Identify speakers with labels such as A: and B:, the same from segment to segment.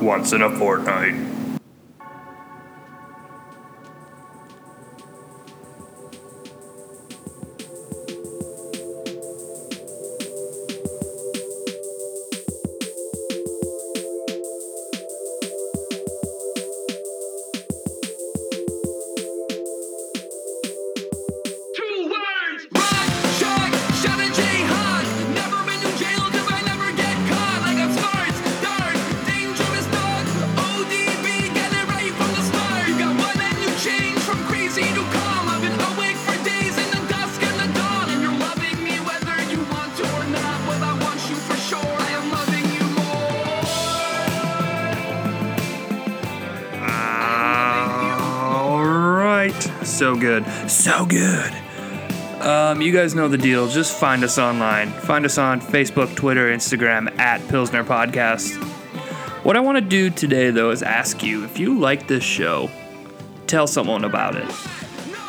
A: Once in a fortnight.
B: Two words! Run, shark, shot a jayhawk. Never been in jail cause I never get caught. Like I'm smart, dark, dangerous dog. ODB, get it right from the start. You got one and you change from crazy to calm. I've been awake for days in the dusk and the dawn. And you're loving me whether you want to or not. Well, I want you for sure. I am loving you more.
A: All right. So good. So good. Um, you guys know the deal. Just find us online. Find us on Facebook, Twitter, Instagram at Pilsner Podcast. What I want to do today, though, is ask you if you like this show, tell someone about it.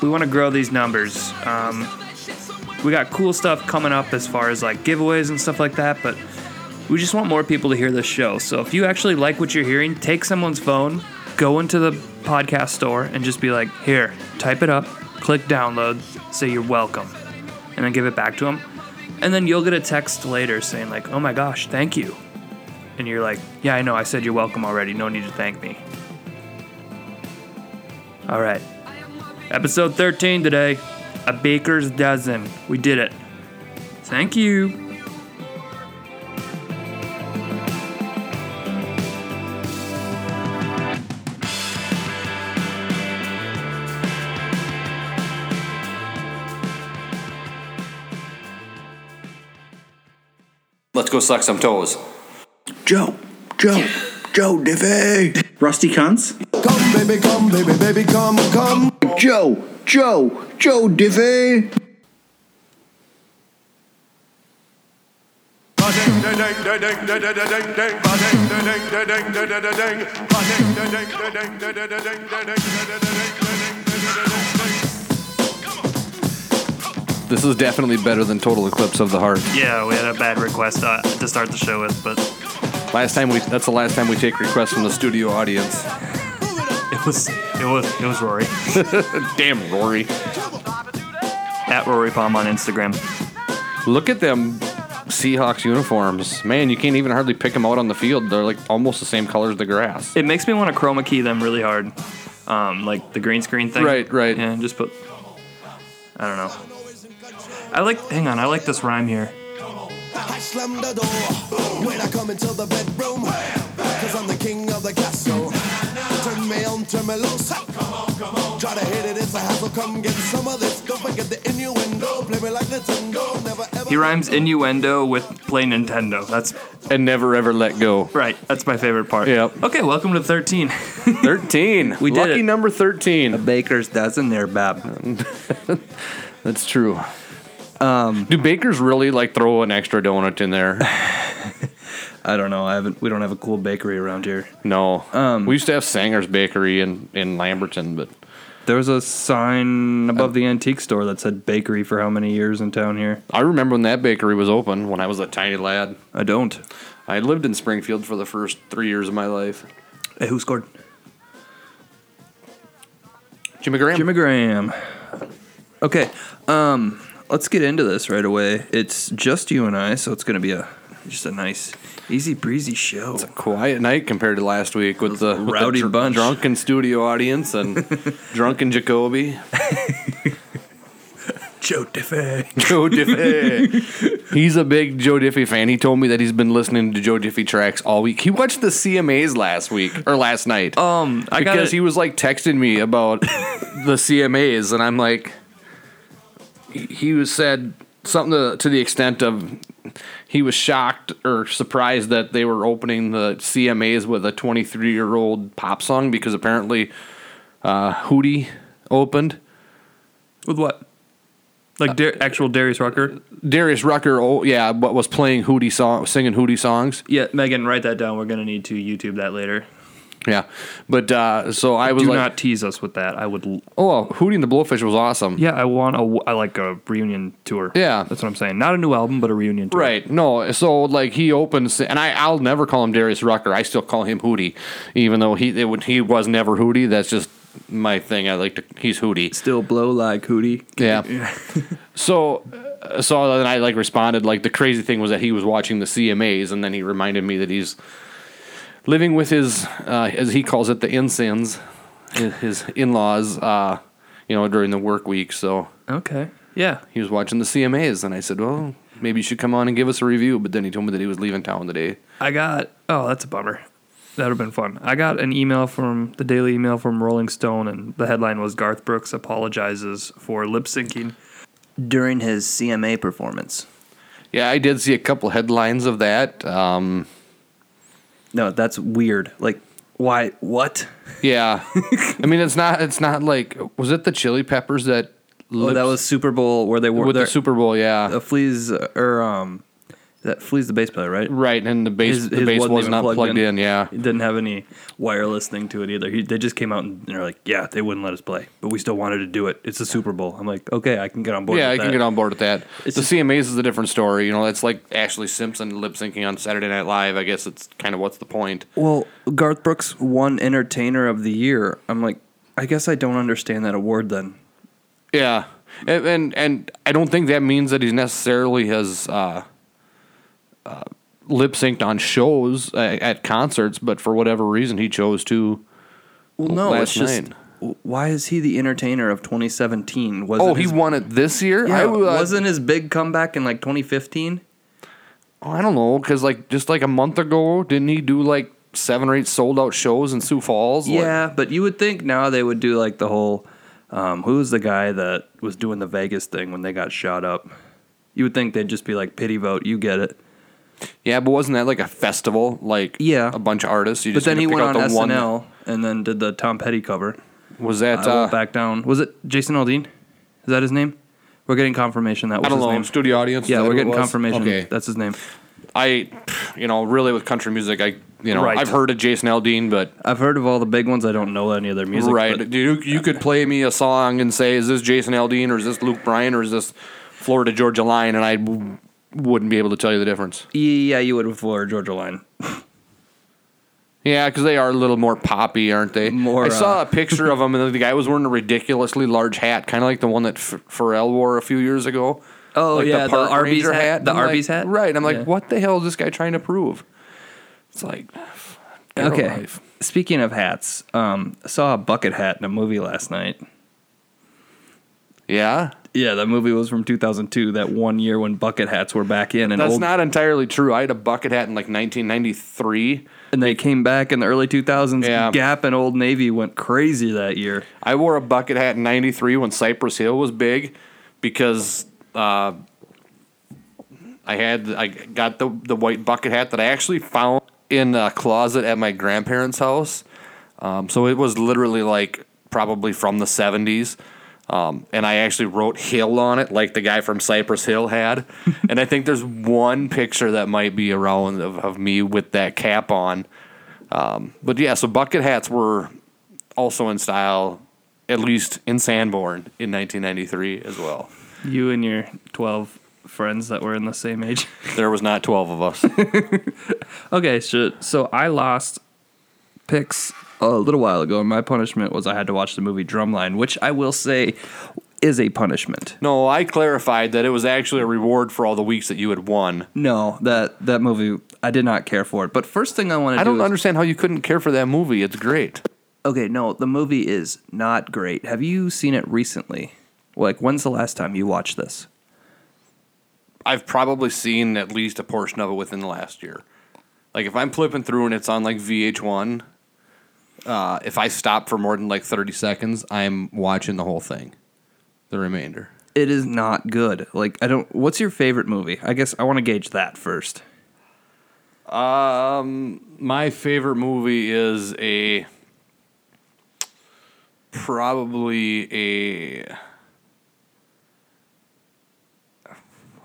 A: We want to grow these numbers. Um, we got cool stuff coming up as far as like giveaways and stuff like that, but we just want more people to hear this show. So if you actually like what you're hearing, take someone's phone, go into the podcast store, and just be like, here, type it up, click download, say you're welcome, and then give it back to them. And then you'll get a text later saying, like, oh my gosh, thank you. And you're like, yeah, I know, I said you're welcome already. No need to thank me. All right. Episode 13 today A Baker's Dozen. We did it. Thank you.
C: Let's go suck some toes.
D: Joe, Joe, Joe Diffie. Rusty Cunts.
E: Come, baby, come, baby, baby, come, come.
D: Joe, Joe, Joe Diffie.
F: This is definitely better than Total Eclipse of the Heart.
A: Yeah, we had a bad request uh, to start the show with, but
F: Last time we that's the last time we take requests from the studio audience.
A: it was it was it was Rory
F: Damn Rory.
A: at Rory Palm on Instagram.
F: Look at them Seahawks uniforms. Man, you can't even hardly pick them out on the field. They're like almost the same color as the grass.
A: It makes me want to chroma key them really hard, um, like the green screen thing.
F: Right, right.
A: Yeah, and just put. I don't know. I like. Hang on, I like this rhyme here.
E: I slam the door when I come into the bedroom. Cause I'm the king of the castle. Turn me on, turn me loose. Try to hit it, it's a hassle. Come get some of this. Don't forget the innuendo. Play me like Nintendo. Never ever.
A: He rhymes innuendo with play Nintendo. That's
F: And never ever let go.
A: right. That's my favorite part.
F: Yep.
A: Okay, welcome to thirteen.
F: Thirteen.
A: We did
F: Lucky
A: it.
F: number thirteen.
D: Baker's dozen there, Bob.
F: That's true. Do bakers really like throw an extra donut in there?
D: I don't know. I haven't. We don't have a cool bakery around here.
F: No. we used to have Sanger's Bakery in, in Lamberton, but
D: There was a sign above the antique store that said bakery for how many years in town here?
F: I remember when that bakery was open when I was a tiny lad.
D: I don't.
F: I lived in Springfield for the first three years of my life.
D: Hey, who scored?
F: Jimmy Graham.
D: Jimmy Graham. Okay, um, let's get into this right away. It's just you and I, so it's gonna be a just a nice, easy breezy show.
F: Quiet night compared to last week with the with the
D: Rowdy
F: dr-
D: bunch.
F: drunken studio audience and drunken Jacoby.
D: Joe Diffie.
F: Joe Diffie. he's a big Joe Diffie fan. He told me that he's been listening to Joe Diffie tracks all week. He watched the CMAs last week or last night.
A: Um, I got
F: because
A: it.
F: he was like texting me about the CMAs, and I'm like, he was said something to, to the extent of he was shocked or surprised that they were opening the CMAs with a 23 year old pop song because apparently uh, Hootie opened.
A: with what?
D: Uh,
A: Like Dar- actual Darius Rucker.
F: Darius Rucker, oh yeah, but was playing Hootie song, singing Hootie songs.
A: Yeah, Megan, write that down. We're gonna need to YouTube that later.
F: Yeah, but uh, so I was
G: Do
F: like,
G: not tease us with that. I would. l-
F: oh, Hootie and the Blowfish was awesome.
G: Yeah, I want a. w- I like a reunion tour.
F: Yeah.
G: that's what I'm saying. Not a new album, but a reunion tour.
F: Right. No. So like he opens, and I I'll never call him Darius Rucker. I still call him Hootie, even though he it, would- he was never Hootie. That's just my thing. I like to. He's Hootie.
A: Still blow like hootie.
F: Yeah. so, uh, so then I like responded. Like the crazy thing was that he was watching the CMAs, and then he reminded me that he's living with his, uh, as he calls it, the insins, his, his in-laws. Uh, you know, during the work week. So
G: Okay. Yeah.
F: he was watching the CMAs, and I said, "Well, maybe you should come on and give us a review." But then he told me that he was leaving town today.
G: I got. Oh, that's a bummer. That would have been fun. I got an email from the daily email from Rolling Stone, and the headline was Garth Brooks apologizes for lip syncing.
A: During his CMA performance.
F: Yeah, I did see a couple headlines of that. Um,
A: No, that's weird. Like, why? What?
F: yeah, I mean, it's not. It's not like was it the Chili Peppers that.
A: Oh, that
F: lips-
A: was Super Bowl where they were
F: with
A: their-
F: the Super Bowl, yeah,
A: uh, Flea's uh, or um, that Flea's the bass player, right?
F: right. And the bass,
A: His-
F: the
A: his
F: bass
A: wasn't
F: was
A: even
F: not plugged, in. Yeah,
A: It didn't have any wireless thing to it either. He, they just came out and they're like, "Yeah, they wouldn't let us play, but we still wanted to do it. It's the Super Bowl." I'm like, "Okay, I can get on board."
F: yeah,
A: with
F: I can
A: that."
F: get on board with that.
A: It's
F: the
A: just-
F: CMAs is a different story. You know, that's like Ashley Simpson lip syncing on Saturday Night Live. I guess it's kind of what's the point?
A: Well, Garth Brooks won Entertainer of the Year. I'm like, I guess I don't understand that award then.
F: Yeah, and and, and I don't think that means that he's necessarily has uh, uh, lip synced on shows uh, at concerts, but for whatever reason he chose to.
A: Well, no,
F: Last
A: it's just
F: night.
A: w- why is he the Entertainer of 2017? Was
F: Oh,
A: it
F: he
A: his-
F: won it this year.
A: Yeah,
F: I, uh,
A: wasn't his big comeback in like 2015?
F: oh, I don't know, cause like just like a month ago, didn't he do like seven or eight sold out shows in Sioux Falls? Like,
A: Yeah, but you would think now they would do like the whole um, who was the guy that was doing the Vegas thing when they got shot up? You would think they'd just be like pity vote, you get it.
F: yeah, but wasn't that like a festival? Like
A: Yeah.
F: a bunch of artists. You
A: But then
F: gonna
A: he
F: pick
A: went on
F: out the one-
A: SNL and then did the Tom Petty cover.
F: was that?
A: I
F: Uh,
A: went back down. Was it Jason Aldean? Is that his name? We're getting confirmation that was
F: I don't
A: his
F: know.
A: name.
F: Studio audience. is
A: yeah,
F: that
A: we're
F: who it
A: getting
F: was?
A: confirmation.
F: Okay,
A: That's his name.
F: I, you know, really with country music, I, you know,
G: Right.
F: I've heard of Jason Aldean, but
A: I've heard of all the big ones. I don't know any of their music.
F: right,
A: but-
F: you you could play me a song and say, is this Jason Aldean or is this Luke Bryan or is this Florida Georgia Line, and I w- wouldn't be able to tell you the difference.
A: yeah, you would with Florida Georgia Line.
F: Yeah, because they are a little more poppy, aren't they?
A: More,
F: I saw
A: uh,
F: a picture of him, and the guy was wearing a ridiculously large hat, kind of like the one that F- Pharrell wore a few years ago.
A: Oh,
F: like
A: yeah, the
F: park
A: Arby's
F: ranger
A: hat- the
F: I'm like-
A: Arby's hat?
F: Right. I'm like,
A: Yeah.
F: what the hell is this guy trying to prove? It's like, get a
A: Okay.
F: life.
A: Speaking of hats, um, I saw a bucket hat in a movie last night.
F: Yeah.
A: Yeah, that movie was from 2002. That one year when bucket hats were back in, and
F: That's
A: old,
F: not entirely true. I had a bucket hat in like 1993.
A: and they came back in the early 2000s.
F: Yeah.
A: Gap and Old Navy went crazy that year.
F: I wore a bucket hat in '93 when Cypress Hill was big, because uh, I had I got the the white bucket hat that I actually found in a closet at my grandparents' house. Um, so it was literally like probably from the '70s. Um, and I actually wrote Hill on it, like the guy from Cypress Hill had. and I think there's one picture that might be around of, of me with that cap on. Um, but yeah, so bucket hats were also in style, at least in Sanborn in 1993 as well.
G: You and your 12 friends that were in the same age.
F: There was not 12 of us.
G: okay, so, so I lost
A: Picks a little while ago, and my punishment was I had to watch the movie Drumline, which I will say is a punishment.
F: no, I clarified that it was actually a reward for all the weeks that you had won.
A: No, that that movie I did not care for it. But first thing I want to
F: I don't
A: do is-
F: understand how you couldn't care for that movie. It's great.
A: Okay, no, the movie is not great. Have you seen it recently? Like, when's the last time you watched this?
F: I've probably seen at least a portion of it within the last year. Like if I'm flipping through and it's on like VH1, uh, if I stop for more than like 30 seconds, I'm watching the whole thing, the remainder.
A: it is not good. Like I don't. What's your favorite movie? I guess I want to gauge that first.
F: Um, my favorite movie is a probably a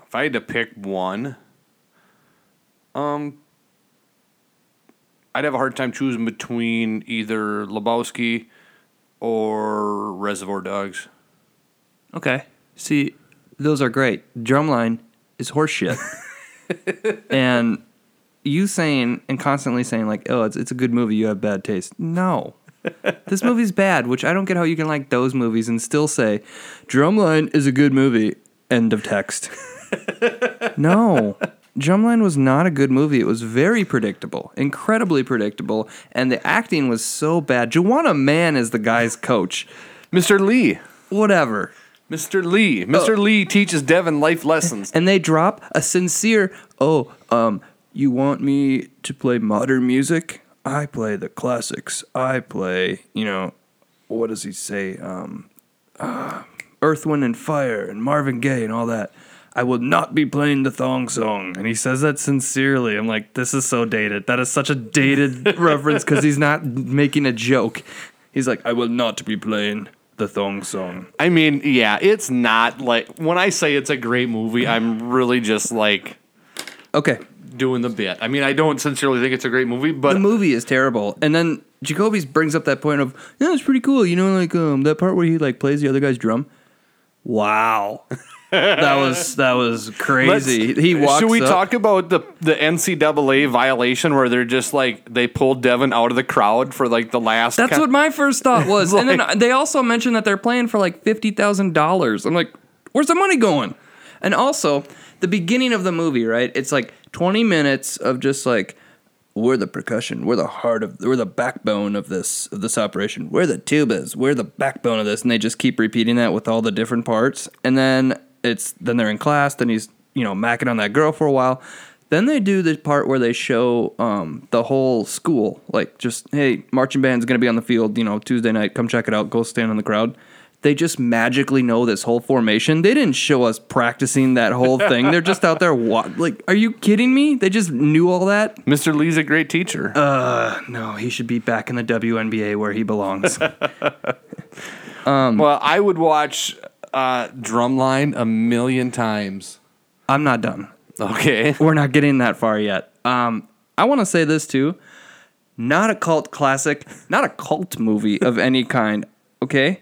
F: if I had to pick one um I'd have a hard time choosing between either Lebowski or Reservoir Dogs.
D: Okay. See, those are great. Drumline is horseshit. and you saying and constantly saying like, "Oh, it's it's a good movie. You have bad taste." No. this movie's bad, which I don't get how you can like those movies and still say Drumline is a good movie. End of text. no. Drumline was not a good movie. It was very predictable, incredibly predictable, and the acting was so bad. Juwana Mann is the guy's coach.
F: Mr. Lee.
D: Whatever.
F: Mr. Lee. Mr. Lee teaches Devin life lessons.
D: and they drop a sincere oh um you want me to play modern music i play the classics i play you know what does he say um uh, earth wind and fire and marvin gaye and all that i will not be playing the thong song and he says that sincerely i'm like this is so dated that is such a dated reference because he's not making a joke he's like i will not be playing the thong song
F: I mean, yeah, it's not like when I say it's a great movie, I'm really just like
D: okay
F: doing the bit. I mean, I don't sincerely think it's a great movie, but
D: the movie is terrible. And then Jacoby's brings up that point of, yeah, it's pretty cool. You know, like um, that part where he like plays the other guy's drum. Wow, that was that was
F: let's-
D: crazy. he walks.
F: Should we
D: up-
F: talk about the the NCAA violation where they're just like they pulled Devin out of the crowd for like the last?
D: That's
F: kin-
D: what my first thought was. and then they also mentioned that they're playing for like fifty thousand dollars. I'm like, where's the money going? And also, the beginning of the movie, right? It's like twenty minutes of just like we're the percussion, we're the heart of, we're the backbone of this of this operation. We're the tubas, we're the backbone of this, and they just keep repeating that with all the different parts. And then it's then they're in class. Then he's you know macking on that girl for a while. Then they do the part where they show um, the whole school, like just hey, marching band's gonna be on the field, you know, Tuesday night. Come check it out. Go stand in the crowd. They just magically know this whole formation. They didn't show us practicing that whole thing. They're just out there. Wa- like, are you kidding me? They just knew all that.
F: Mr. Lee's a great teacher.
D: Um, No, he should be back in the WNBA where he belongs.
F: well, I would watch uh, Drumline a million times.
D: I'm not done.
F: Okay.
D: We're not getting that far yet. Um, I want to say this too. Not a cult classic, not a cult movie of any kind. Okay.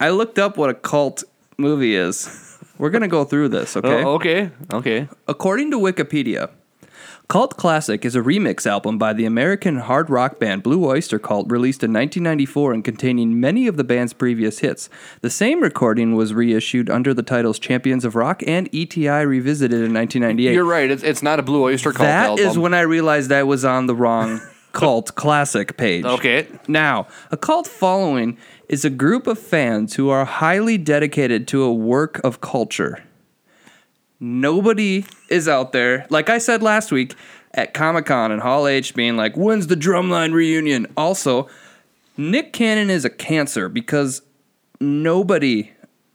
D: I looked up what a cult movie is. We're gonna go through this. Okay.
F: Oh, okay. Okay.
D: According to Wikipedia, Cult Classic is a remix album by the American hard rock band Blue Oyster Cult released in 1994 and containing many of the band's previous hits. The same recording was reissued under the titles Champions of Rock and ETI Revisited in 1998.
F: You're right. It's, it's not a Blue Oyster Cult
D: That
F: album.
D: is when I realized I was on the wrong Cult Classic page.
F: Okay.
D: Now, a cult following is a group of fans who are highly dedicated to a work of culture. Nobody is out there, like I said last week at Comic Con and Hall H, being like, when's the drumline reunion? Also, Nick Cannon is a cancer because nobody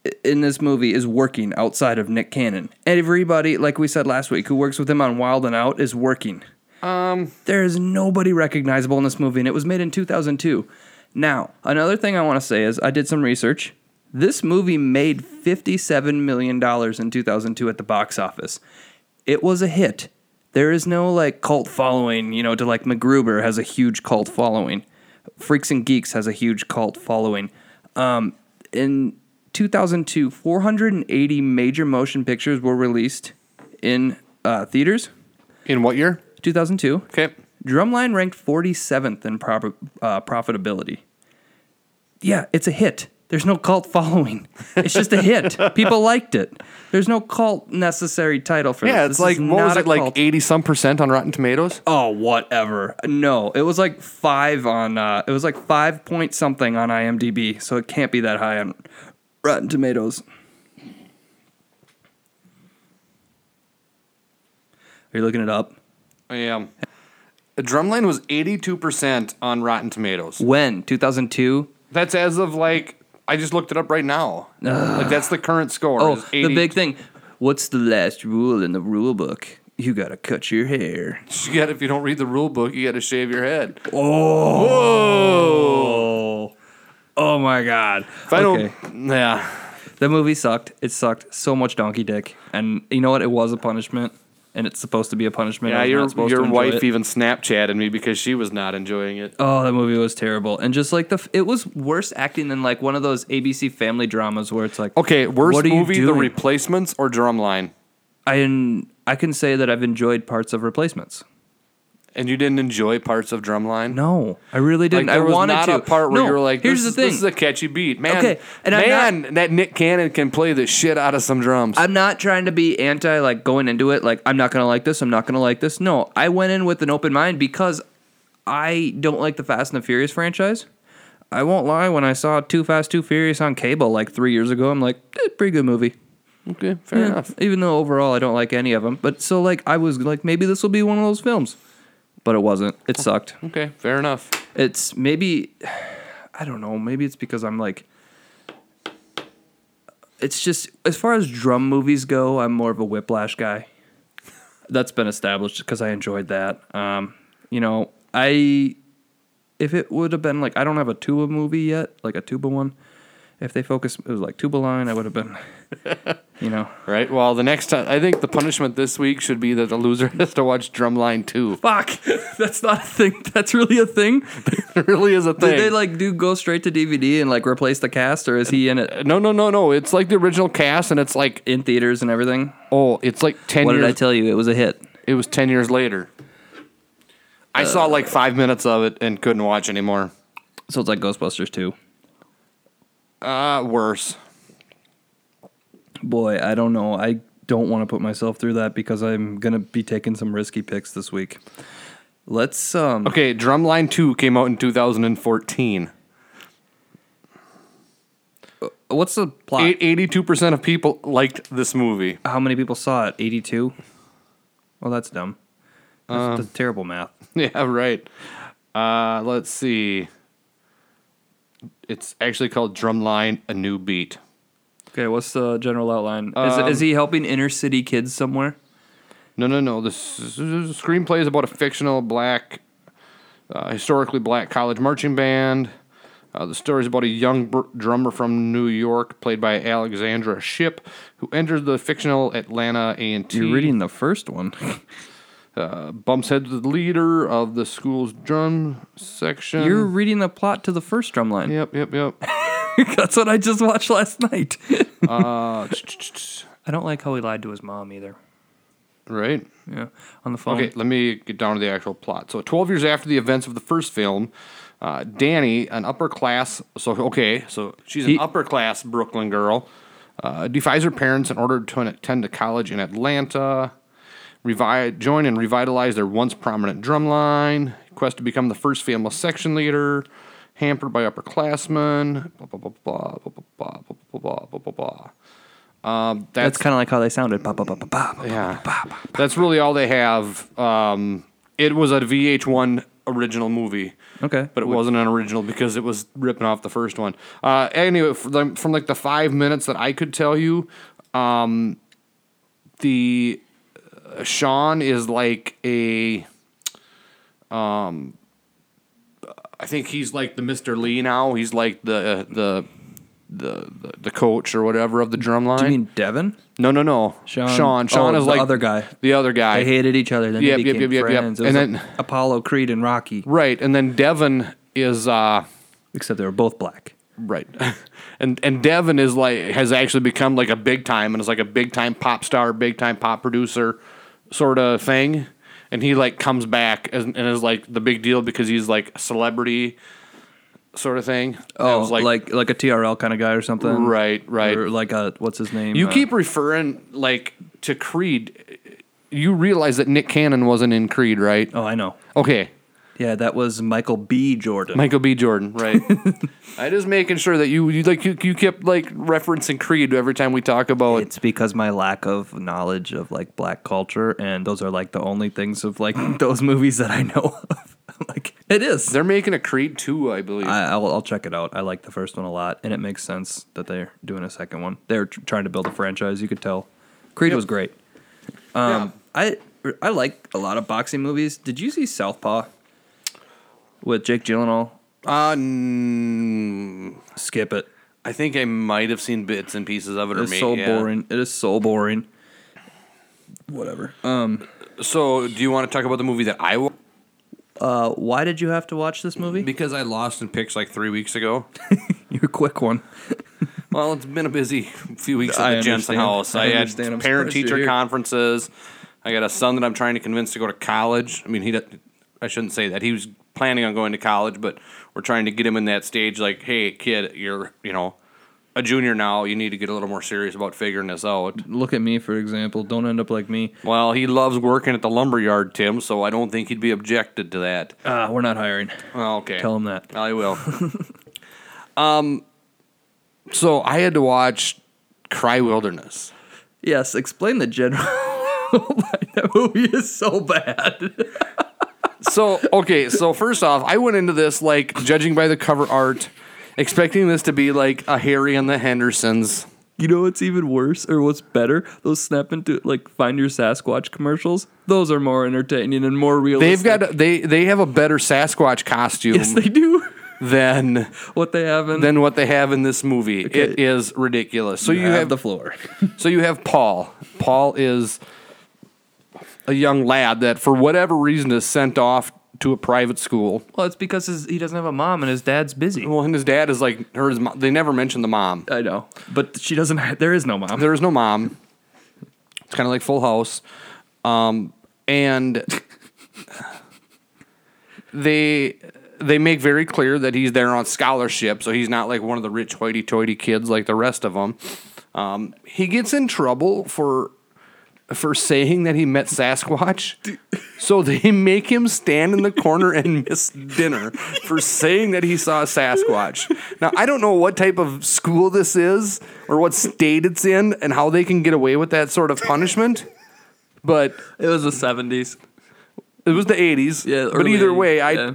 D: i- in this movie is working outside of Nick Cannon. Everybody, like we said last week, who works with him on Wild and Out is working. There is nobody recognizable in this movie, and it was made in 2002. Now, another thing I want to say is I did some research. This movie made $57 million in 2002 at the box office. It was a hit. There is no like cult following, you know, to like MacGruber has a huge cult following. Freaks and Geeks has a huge cult following. Um, in 2002, 480 major motion pictures were released in uh, theaters.
F: In what year?
D: 2002.
F: Okay.
D: Drumline ranked 47th in prob- uh, profitability. Yeah, it's a hit. There's no cult following. It's just a hit. People liked it. There's no cult necessary title for
F: Yeah, it's
D: this. This
F: like
D: is
F: what was
D: not
F: it
D: a
F: like
D: cult.
F: eighty some percent on Rotten Tomatoes?
D: Oh, whatever. No, it was like five on. Uh, it was like five point something on IMDb, so it can't be that high on Rotten Tomatoes. Are you looking it up?
F: Oh, Yeah. Drumline was eighty two percent on Rotten Tomatoes.
D: When 2002.
F: That's as of like I just looked it up right now. Like that's the current score.
D: Oh,
F: is
D: the
F: 80
D: big thing. What's the last rule in the rule book? You gotta cut your hair.
F: You get if you don't read the rule book, you got to shave your head. If
D: Oh. Oh my god.
F: I
D: okay.
F: don't, yeah.
D: The movie sucked. It sucked so much donkey dick. And you know what? It was a punishment. and it's supposed to be a punishment.
F: Yeah,
D: I was
F: your
D: not supposed to
F: your
D: enjoy
F: wife
D: it.
F: even Snapchatted me because she was not enjoying it.
D: Oh, that movie was terrible, and just like the, f- it was worse acting than like one of those ABC family dramas where it's like,
F: Okay, worst
D: what are you
F: movie, The
D: doing?
F: Replacements or Drumline?
D: I I can say that I've enjoyed parts of replacements.
F: And you didn't enjoy parts of Drumline?
D: No, I really
F: Like,
D: didn't.
F: there
D: I
F: was
D: wanted
F: not
D: to.
F: a part where
D: no,
F: you were like,
D: here's
F: this,
D: the thing.
F: this is a catchy beat. Man,
D: Okay, and I'm
F: man that Nick Cannon can play the shit out of some drums.
D: I'm not trying to be anti like going into it like I'm not gonna like this, I'm not gonna like this. No, I went in with an open mind because I don't like the Fast and the Furious franchise. I won't lie, when I saw Too Fast Too Furious on cable like three years ago, I'm like, eh, pretty good movie.
F: okay, fair
D: Yeah,
F: enough.
D: Even though overall I don't like any of them, but so like I was like maybe this will be one of those films, but it wasn't. It sucked.
F: Okay, fair enough.
D: It's maybe I don't know. Maybe it's because I'm like it's just as far as drum movies go, I'm more of a Whiplash guy. That's been established because I enjoyed that. Um, you know, I if it would have been like I don't have a tuba movie yet, like a tuba one. If they focus, it was like tuba line. I would have been, you know,
F: Right. Well, the next time, I think the punishment this week should be that the loser has to watch Drumline Two.
D: fuck. That's not a thing. That's really a thing.
F: It really is a thing.
D: Did they like do go straight to DVD and like replace the cast, or is he in it
F: no, no, no, no. It's like the original cast, and it's like
D: in theaters and everything?
F: oh, it's like ten.
D: What
F: years,
D: did I tell you? It was a hit.
F: It was ten years later. I
D: Uh.
F: saw like five minutes of it and couldn't watch anymore.
D: So it's like Ghostbusters 2.
F: Uh, worse.
D: Boy, I don't know. I don't want to put myself through that because I'm going to be taking some risky picks this week. Let's um
F: Okay, Drumline Two came out in 2014.
D: what's the plot?
F: 82 percent of people liked this movie.
D: How many people saw it? 82. Well, that's dumb. That's, that's terrible math.
F: Yeah, right. Uh, let's see. It's actually called Drumline: A New Beat.
D: Okay, what's the general outline? Is, is he helping inner city kids somewhere?
F: No, no, no. This, this is- the screenplay is about a fictional black, uh, historically black college marching band. Uh, the story is about a young br- drummer from New York, played by Alexandra Ship, who enters the fictional Atlanta A&T.
D: You're reading the first one.
F: bumps heads with the leader of the school's drum section.
D: You're reading the plot to the first drumline.
F: Yep, yep, yep.
D: that's what I just watched last night.
F: Uh,
D: I don't like how he lied to his mom either.
F: right.
D: Yeah, on the phone.
F: Okay, let me get down to the actual plot. So, 12 years after the events of the first film, uh, Danny, an upper class, so okay, so she's an
D: He-
F: upper class Brooklyn girl, uh, defies her parents in order to attend a college in Atlanta, revi- join and revitalize their once prominent drumline, quest to become the first female section leader, hampered by upperclassmen, blah, blah, blah, blah, blah, blah, blah, blah, blah, blah, blah, blah. Um, that's
D: That's kind of like how they sounded. Ba, ba, ba, ba, ba, ba,
F: Yeah.
D: ba, ba, ba.
F: That's really all they have. Um, it was a VH1 original movie,
D: Okay.
F: but it wasn't an original because it was ripping off the first one. Uh, anyway, from, from like the five minutes that I could tell you, um, the uh, Sean is like a. Um, I think he's like the Mr. Lee now. He's like the uh, the the the, the coach or whatever of the drumline.
D: Do you mean Devin?
F: No, no, no.
D: Sean-
F: Sean. Sean
D: oh,
F: is
D: the
F: like
D: other guy.
F: The other guy.
D: They hated each other. Then
F: Yep,
D: they
F: yep,
D: became
F: yep, yep, yep.
D: friends. It
F: And
D: was
F: then-
D: like Apollo Creed and Rocky,
F: right, and then Devin is uh
D: except they were both black.
F: right, and and Devin is like has actually become like a big time and is like a big time pop star, big time pop producer, sort of thing. And he like comes back and, and is like the big deal because he's like a celebrity, sort of thing. And I
D: Oh,
F: was
D: like, like a TRL kind of guy or something.
F: Right, right.
D: Or like a what's his name?
F: you
D: Uh,
F: keep referring like to Creed. You realize that Nick Cannon wasn't in Creed, right?
D: Oh, I know.
F: Okay,
D: Yeah, that was Michael B. Jordan.
F: Michael B. Jordan, right? I just making sure that you you like you, you kept like referencing Creed every time we talk about.
D: it's because my lack of knowledge of like black culture, and those are like the only things of like those movies that I know of. I'm like it is.
F: They're making a Creed two, I believe.
D: I, I'll, I'll check it out. I like the first one a lot, and it makes sense that they're doing a second one. They're tr- trying to build a franchise. You could tell. Creed was great. Um, I I like a lot of boxing movies. Did you see Southpaw with Jake Gyllenhaal?
F: uh, mm,
D: Skip it.
F: I think I might have seen bits and pieces of it.
D: It's so boring. It is so boring. whatever. Um,
F: So, do you want to talk about the movie that I watched?
D: uh, why did you have to watch this movie?
F: Because I lost in picks like three weeks ago.
D: Your quick one.
F: Well, it's been a busy few weeks
D: I
F: at the Jensen
D: understand.
F: House.
D: I
F: I, had
D: understand. I'm
F: parent
D: surprised you're
F: teacher
D: here.
F: conferences. I got a son that I'm trying to convince to go to college. I mean, he. doesn't- I shouldn't say that. He was planning on going to college, but we're trying to get him in that stage. Like, hey, kid, you're you know a junior now. You need to get a little more serious about figuring this out.
D: Look at me, for example. Don't end up like me.
F: Well, he loves working at the lumberyard, Tim. So I don't think he'd be objected to that.
D: Uh, we're not hiring.
F: Well, okay.
D: Tell him that.
F: I will. um, so I had to watch Cry Wilderness.
D: Yes, explain the general. why that movie is so bad.
F: So okay, so first off, I went into this like judging by the cover art, expecting this to be like a Harry and the Hendersons.
D: You know what's even worse, or what's better? Those snap into like find your Sasquatch commercials. Those are more entertaining and more
F: They've
D: realistic.
F: got they they have a better Sasquatch costume
D: yes, they do.
F: than
D: What they have in
F: than what they have in this movie. It
D: Okay.
F: is ridiculous. So you
D: have,
F: have
D: the floor.
F: So you have Paul. Paul is a young lad that, for whatever reason, is sent off to a private school.
A: Well, it's because his, he doesn't have a mom and his dad's busy.
F: Well, and his dad is like, her. His mom, they never mention the mom.
D: I know, but she doesn't. ha- There is no mom.
F: There is no mom. It's kind of like Full House, um, and they they make very clear that he's there on scholarship, so he's not like one of the rich hoity-toity kids like the rest of them. Um, he gets in trouble for for saying that he met Sasquatch. So they make him stand in the corner and miss dinner for saying that he saw a Sasquatch. Now I don't know what type of school this is or what state it's in and how they can get away with that sort of punishment. But
D: It was the seventies.
F: it was the 80s.
D: Yeah,
F: but
D: early
F: either
D: 80s,
F: way, I
D: yeah.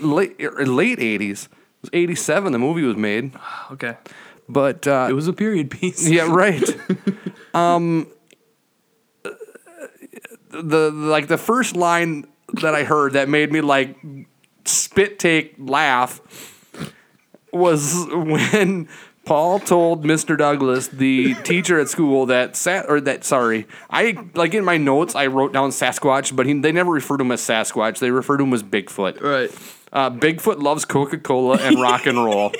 F: late er, late 80s. It was 87 the movie was made,
A: Okay.
F: but uh,
A: It was a period piece.
F: yeah, right. um, the like the first line that I heard that made me like spit take laugh was when Paul told Mr. Douglas, the teacher at school, that sat or that sorry, I like in my notes I wrote down Sasquatch, but he, they never referred to him as Sasquatch. They referred to him as Bigfoot.
D: Right.
F: Uh, Bigfoot loves Coca Cola and rock and roll.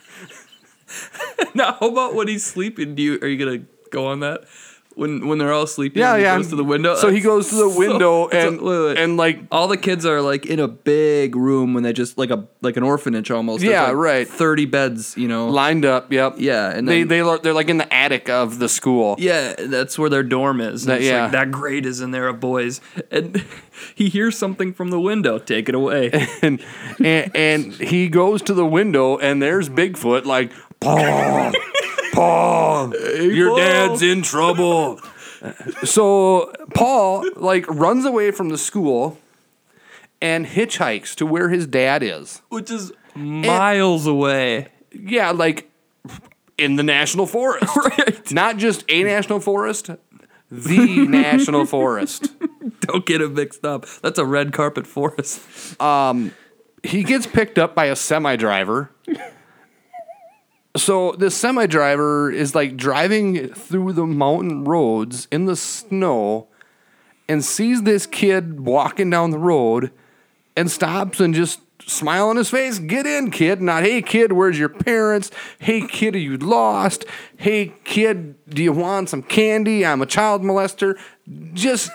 D: Now, how about when he's sleeping? Do you are you gonna go on that? When when they're all sleeping,
F: Yeah,
D: and he
F: yeah.
D: goes to the window.
F: So he goes to the
D: So-
F: window
D: so-
F: and
D: wait, wait.
F: and like
D: all the kids are like in a big room when they just like a like an orphanage almost. There's,
F: Yeah,
D: like,
F: right.
D: Thirty beds, you know.
F: lined up. Yep.
D: Yeah, and
F: they
D: then-
F: they lo- they're like in the attic of the school.
D: Yeah, that's where their dorm is. And
F: That-
D: it's
F: yeah.
D: like that grade is in there of boys, and he hears something from the window. Take it away.
F: And, and and he goes to the window and there's Bigfoot like Paul, Paul, your
D: Paul."
F: dad's in trouble. so Paul like runs away from the school and hitchhikes to where his dad is.
D: which is miles away.
F: Yeah, like in the national forest.
D: Right.
F: Not just a national forest, the national forest.
D: Don't get it mixed up. That's a red carpet forest.
F: he gets picked up by a semi driver. So this semi driver is like driving through the mountain roads in the snow and sees this kid walking down the road and stops and just smile on his face, get in, kid. Not, hey kid, where's your parents? Hey kid, are you lost? Hey kid, do you want some candy? I'm a child molester. Just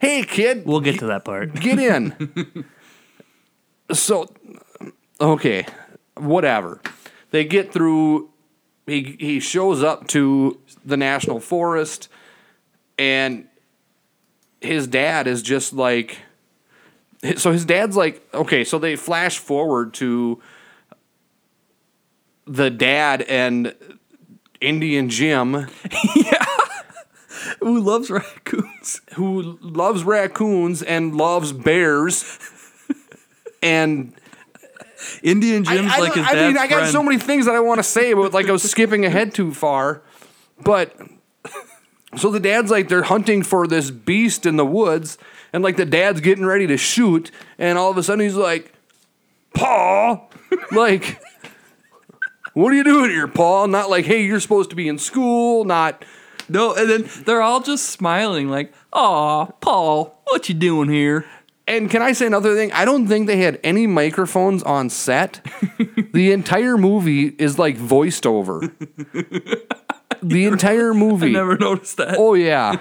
F: hey kid,
A: We'll get to that part.
F: Get in. so, okay, whatever. They get through. He he shows up to the national forest, and his dad is just like. So his dad's like, okay. So they flash forward to the dad and Indian Jim.
D: Who loves raccoons?
F: who loves raccoons and loves bears. And
D: Indian
F: I,
D: Jim's
F: I
D: like
F: don't-
D: his
F: I
D: dad's
F: mean, I got
D: friend.
F: so many things that I want to say, but like I was skipping ahead too far. But so the dad's like they're hunting for this beast in the woods, and like the dad's getting ready to shoot, and all of a sudden he's like, "Paul, like, what are you doing here, Paul?" Not like, "Hey, you're supposed to be in school," not.
D: No, and then they're all just smiling like, "Aw, Paul, what you doing here?"
F: And can I say another thing? I don't think they had any microphones on set. the entire movie is like voiced over. the entire movie.
D: Never noticed that.
F: Oh yeah.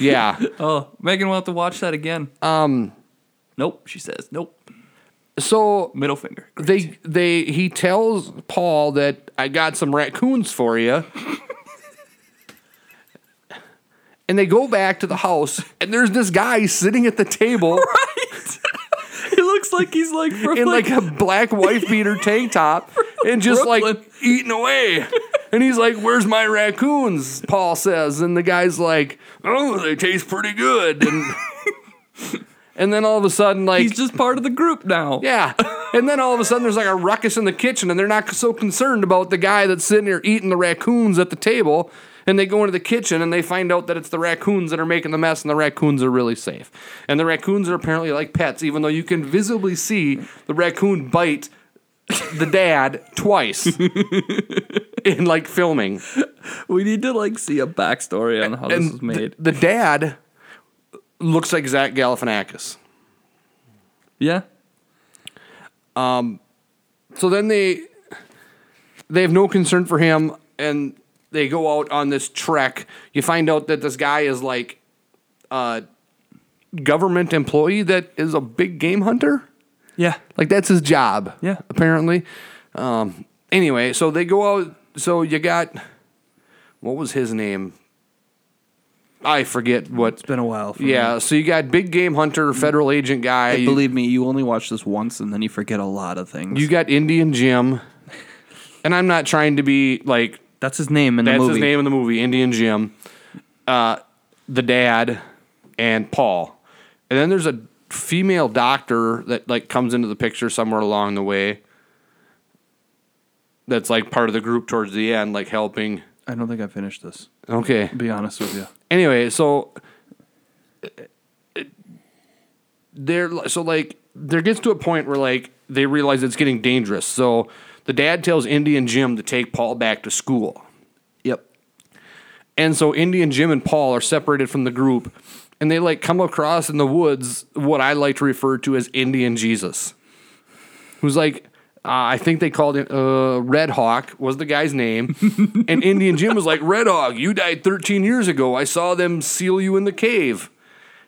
F: Yeah.
D: Oh, Megan will have to watch that again. Um, nope, she says. Nope,
F: So
D: middle finger.
F: they they he tells Paul that I got some raccoons for you. and they go back to the house and there's this guy sitting at the table
D: He looks like he's like from
F: in like
D: like,
F: a black wife beater tank top and just
D: Brooklyn.
F: like eating away. And he's like, "Where's my raccoons?" Paul says, and the guy's like, "Oh, they taste pretty good." And and then all of a sudden, like,
D: he's just part of the group now.
F: yeah. And then all of a sudden, there's like a ruckus in the kitchen, and they're not so concerned about the guy that's sitting there eating the raccoons at the table. And they go into the kitchen and they find out that it's the raccoons that are making the mess, and the raccoons are really safe. And the raccoons are apparently like pets, even though you can visibly see the raccoon bite the dad twice in like filming.
D: We need to like see a backstory on how this
F: And
D: was made.
F: the dad looks like Zach Galifianakis.
D: yeah,
F: so then they they have no concern for him and they go out on this trek you find out that this guy is like a government employee that is a big game hunter
D: yeah.
F: like that's his job
D: Yeah.
F: apparently um anyway so they go out so you got what was his name i forget what
D: It's been a while. For me.
F: yeah so you got big game hunter federal agent guy
D: Hey, Mm-hmm. Believe me, you only watch this once and then you forget a lot of things.
F: you got indian jim and i'm not trying to be like
D: that's his name in the
F: That's
D: movie.
F: his name in the movie, Indian Jim. Uh, the dad and Paul. And then there's a female doctor that like comes into the picture somewhere along the way. That's like part of the group towards the end, like helping.
D: I don't think I finished this.
F: Okay.
D: To be honest with you.
F: Anyway, so uh, they're so like there gets to a point where like they realize it's getting dangerous. So the dad tells Indian Jim to take Paul back to school.
D: Yep.
F: And so Indy and Jim and Paul are separated from the group, and they like come across in the woods what I like to refer to as Indian Jesus, who's like. Uh, I think they called it uh, Red Hawk was the guy's name, and Indian Jim was like, "Red Hawk, you died 13 years ago. I saw them seal you in the cave,"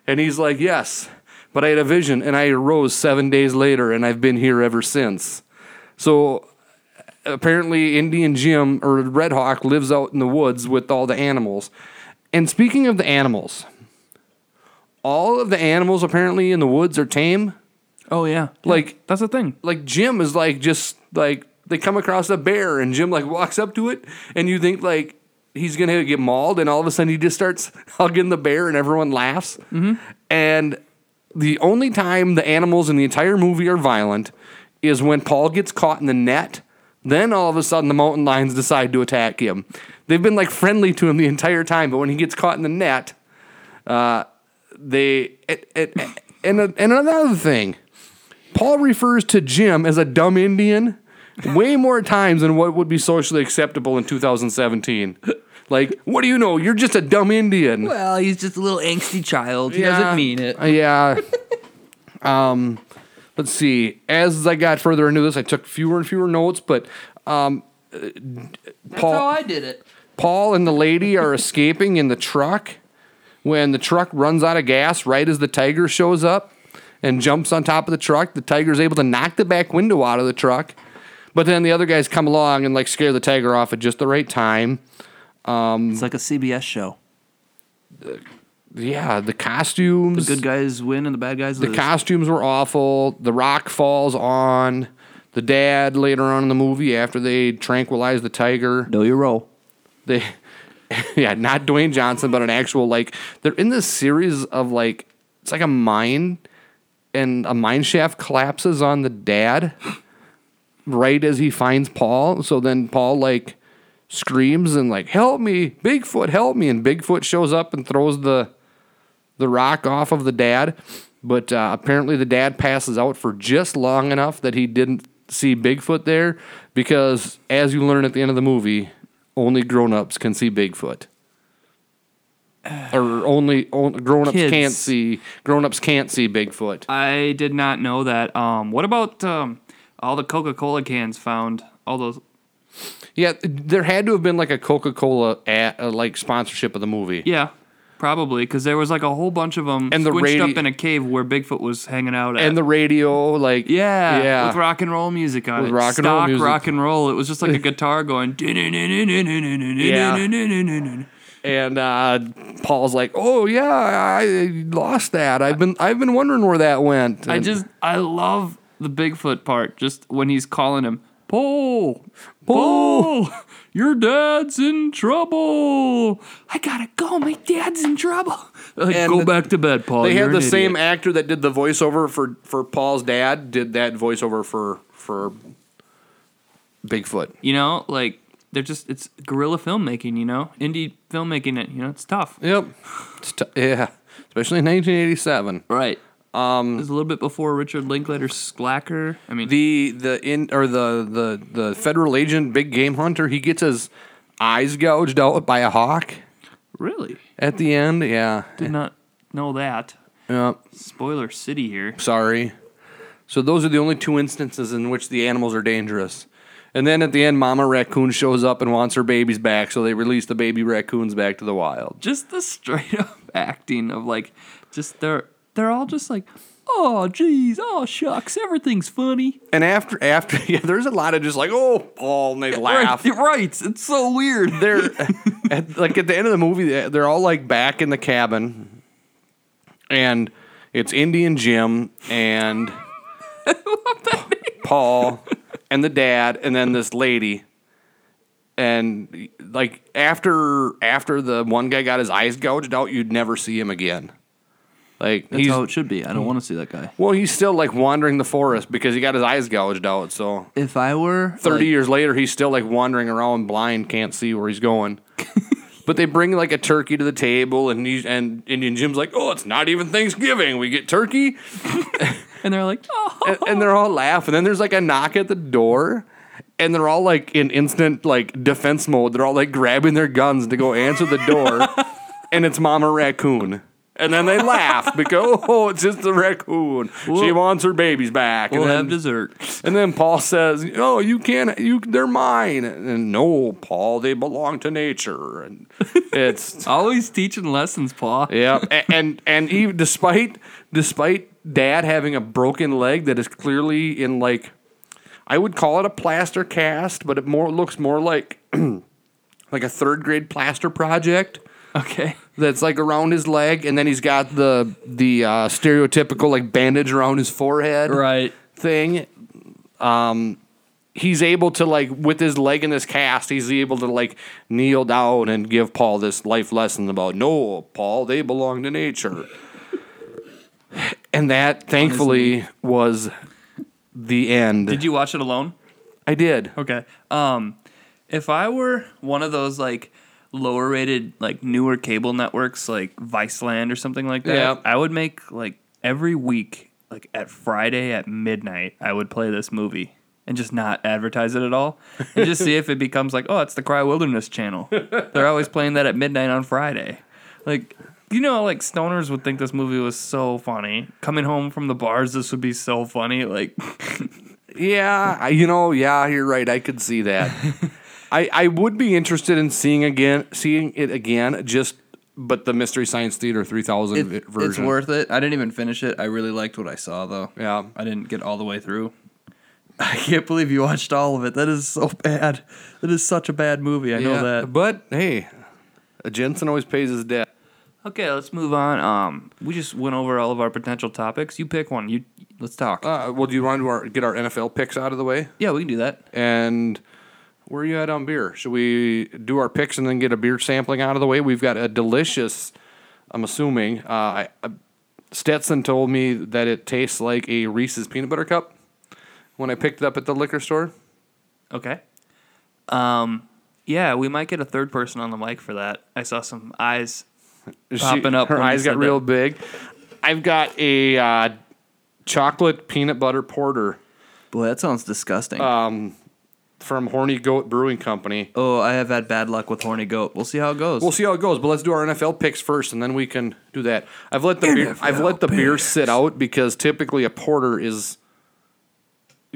F: and he's like, "Yes, but I had a vision, and I arose seven days later, and I've been here ever since." So apparently Indian Jim or Red Hawk lives out in the woods with all the animals. And speaking of the animals, all of the animals apparently in the woods are tame.
D: Oh yeah.
F: Like
D: that's the thing.
F: like Jim is like just like they come across a bear and Jim like walks up to it and you think like he's gonna get mauled and all of a sudden he just starts hugging the bear and everyone laughs. And the only time the animals in the entire movie are violent is when Paul gets caught in the net. Then all of a sudden the mountain lions decide to attack him. They've been like friendly to him the entire time, but when he gets caught in the net, uh, they it, it, and and another thing. Paul refers to Jim as a dumb Indian way more times than what would be socially acceptable in 2017. Like, what do you know? You're just a dumb Indian.
D: Well, he's just a little angsty child. He
F: Yeah.
D: doesn't mean it.
F: Uh, yeah. um, let's see. As I got further into this, I took fewer and fewer notes, but um, uh, Paul.
D: I did it.
F: Paul and the lady are escaping in the truck when the truck runs out of gas right as the tiger shows up and jumps on top of the truck. The tiger's able to knock the back window out of the truck. But then the other guys come along and like scare the tiger off at just the right time.
D: It's like a CBS show.
F: Yeah, the costumes.
D: Good guys win and the bad guys
F: The
D: lose.
F: costumes were awful. The rock falls on the dad later on in the movie after they tranquilize the tiger.
D: know your role.
F: They, yeah, not Dwayne Johnson, but an actual like they're in this series of like it's like a mine, and a mine shaft collapses on the dad right as he finds Paul. So then Paul like screams and like help me, Bigfoot, help me, and Bigfoot shows up and throws the the rock off of the dad. But uh, apparently, the dad passes out for just long enough that he didn't see Bigfoot there because, as you learn at the end of the movie, only grown ups can see Bigfoot. or only, only grown ups
A: Kids.
F: can't see. Grown ups can't see Bigfoot.
A: I did not know that. Um, what about um, all the Coca Cola cans found? All those.
F: Yeah, there had to have been like a Coca Cola uh, like sponsorship of the movie.
A: Yeah, probably because there was like a whole bunch of them
F: And the
A: squinched
F: radi-
A: up in a cave where Bigfoot was hanging out. At.
F: And the radio, like
A: yeah,
F: yeah,
A: with rock and roll music on
F: With
A: it.
F: rock and roll
A: Stock
F: music.
A: rock and roll. It was just like a guitar going. Yeah.
F: and uh, Paul's like, "Oh yeah, I I lost that. I've been I've been wondering where that went."
A: I
F: And
A: just I love the Bigfoot part. Just when he's calling him, Paul, Paul, your dad's in trouble. I gotta go. My dad's in trouble. Like,
F: And
A: go
F: the-
A: back to bed, Paul.
F: they
A: You're
F: had the
A: an
F: same
A: idiot."
F: actor that did the voiceover for for Paul's dad did that voiceover for for Bigfoot.
A: You know, like they're just it's guerrilla filmmaking. You know, indie filmmaking. It. You know, it's tough.
F: Yep. It's t- yeah, especially in 1987.
A: Right. Um, it was a little bit before Richard Linklater Slacker. I mean,
F: The the in or the the the federal agent big game hunter he gets his eyes gouged out by a hawk
A: really
F: at the end. Yeah.
A: did not know that.
F: Eh. Yeah.
A: Spoiler city here.
F: Sorry. So those are the only two instances in which the animals are dangerous. And then at the end, Mama Raccoon shows up and wants her babies back, so they release the baby raccoons back to the wild.
A: just the straight up acting of like just they're they're all just like oh geez oh shucks everything's funny
F: And after, after, yeah, there's a lot of just like, oh, Paul, and they laugh.
A: right, right it's so weird
F: They're at, like at the end of the movie, they- they're all like back in the cabin, and it's Indian Jim and Paul and the dad, and then this lady. And like after after the one guy got his eyes gouged out, you'd never see him again. Like
A: that's
F: he's
A: how it should be i don't want to see that guy
F: well, he's still like wandering the forest because he got his eyes gouged out. So
A: if i were
F: 30
A: like,
F: years later, he's still like wandering around blind, can't see where he's going. but they bring like a turkey to the table, and he's, and Indian Jim's like, oh, it's not even Thanksgiving. We get turkey.
A: and they're like oh
F: And, and they're all laughing. Then there's like a knock at the door, and they're all like in instant like defense mode. They're all like grabbing their guns to go answer the door, and it's Mama Raccoon. And then they laugh because oh, it's just the raccoon. she wants her babies back.
A: we'll
F: and
A: have
F: then-
A: dessert
F: and then Paul says, "No, you can't. You, they're mine." And no, Paul, they belong to nature. And it's
A: always teaching lessons paul
F: yeah. A- And and even despite despite Dad having a broken leg that is clearly in like, I would call it a plaster cast, but it more looks more like like a third grade plaster project
A: okay
F: that's like around his leg, and then he's got the the uh, stereotypical like bandage around his forehead
A: right
F: thing. Um, he's able to like with his leg in this cast, he's able to like kneel down and give Paul this life lesson about no, Paul, they belong to nature. and that thankfully was the end.
A: did you watch it alone
F: I did.
A: Okay. Um, if I were one of those like lower rated like newer cable networks like Viceland or something like that,
F: Yeah.
A: I would make like every week like at Friday at midnight I would play this movie and just not advertise it at all and just see if it becomes like oh it's the Cry Wilderness channel. They're always playing that at midnight on Friday. Like you know like stoners would think this movie was so funny. Coming home from the bars this would be so funny like
F: Yeah, I- you know, yeah, you're right. I could see that. I, I would be interested in seeing again seeing it again just but the Mystery Science Theater 3000
D: It-
F: vi- version.
D: it's worth it. I didn't even finish it. I really liked what I saw though.
F: Yeah.
D: I didn't get all the way through. I can't believe you watched all of it. That is so bad. That is such a bad movie. I know that.
F: But hey, Uh, Jensen always pays his debt.
A: Okay, let's move on. Um, we just went over all of our potential topics. You pick one. You let's talk.
F: Uh, well, do you want to our, get our NFL picks out of the way?
A: yeah, we can do that.
F: And where are you at on beer? Should we do our picks and then get a beer sampling out of the way? We've got a delicious, I'm assuming. Uh, I, I- Stetson told me that it tastes like a Reese's peanut butter cup when I picked it up at the liquor store.
A: Okay. Um, yeah, we might get a third person on the mic for that. I saw some eyes.
F: She-
A: Popping up
F: her
A: when you
F: eyes
A: said
F: got
A: that.
F: real big. I've got a uh, chocolate peanut butter porter. Uh,
D: Boy, that sounds disgusting.
F: from Horny Goat Brewing Company.
D: Oh, I have had bad luck with Horny Goat. We'll see how it goes.
F: We'll see how it goes, but let's do our NFL picks first, and then we can do that. I've let the beer, I've let the beer sit out because typically a porter is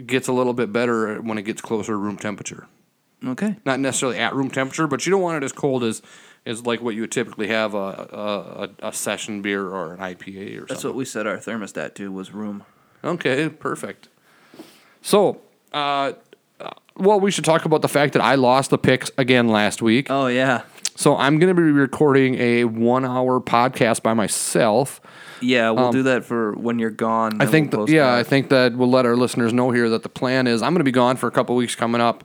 F: gets a little bit better when it gets closer to room temperature.
D: okay.
F: Not necessarily at room temperature, but you don't want it as cold as as like what you would typically have a a, a, a session beer or an IPA or
D: That's
F: something.
D: what we set our thermostat to was room.
F: Okay, perfect. So, uh, uh, well, we should talk about the fact that I lost the picks again last week.
D: Oh yeah,
F: So I'm going to be recording a one-hour podcast by myself.
D: yeah. We'll do that for when you're gone.
F: I
D: then
F: think,
D: we'll
F: that
D: post
F: yeah,
D: that.
F: I think that we'll let our listeners know here that the plan is I'm going to be gone for a couple weeks coming up.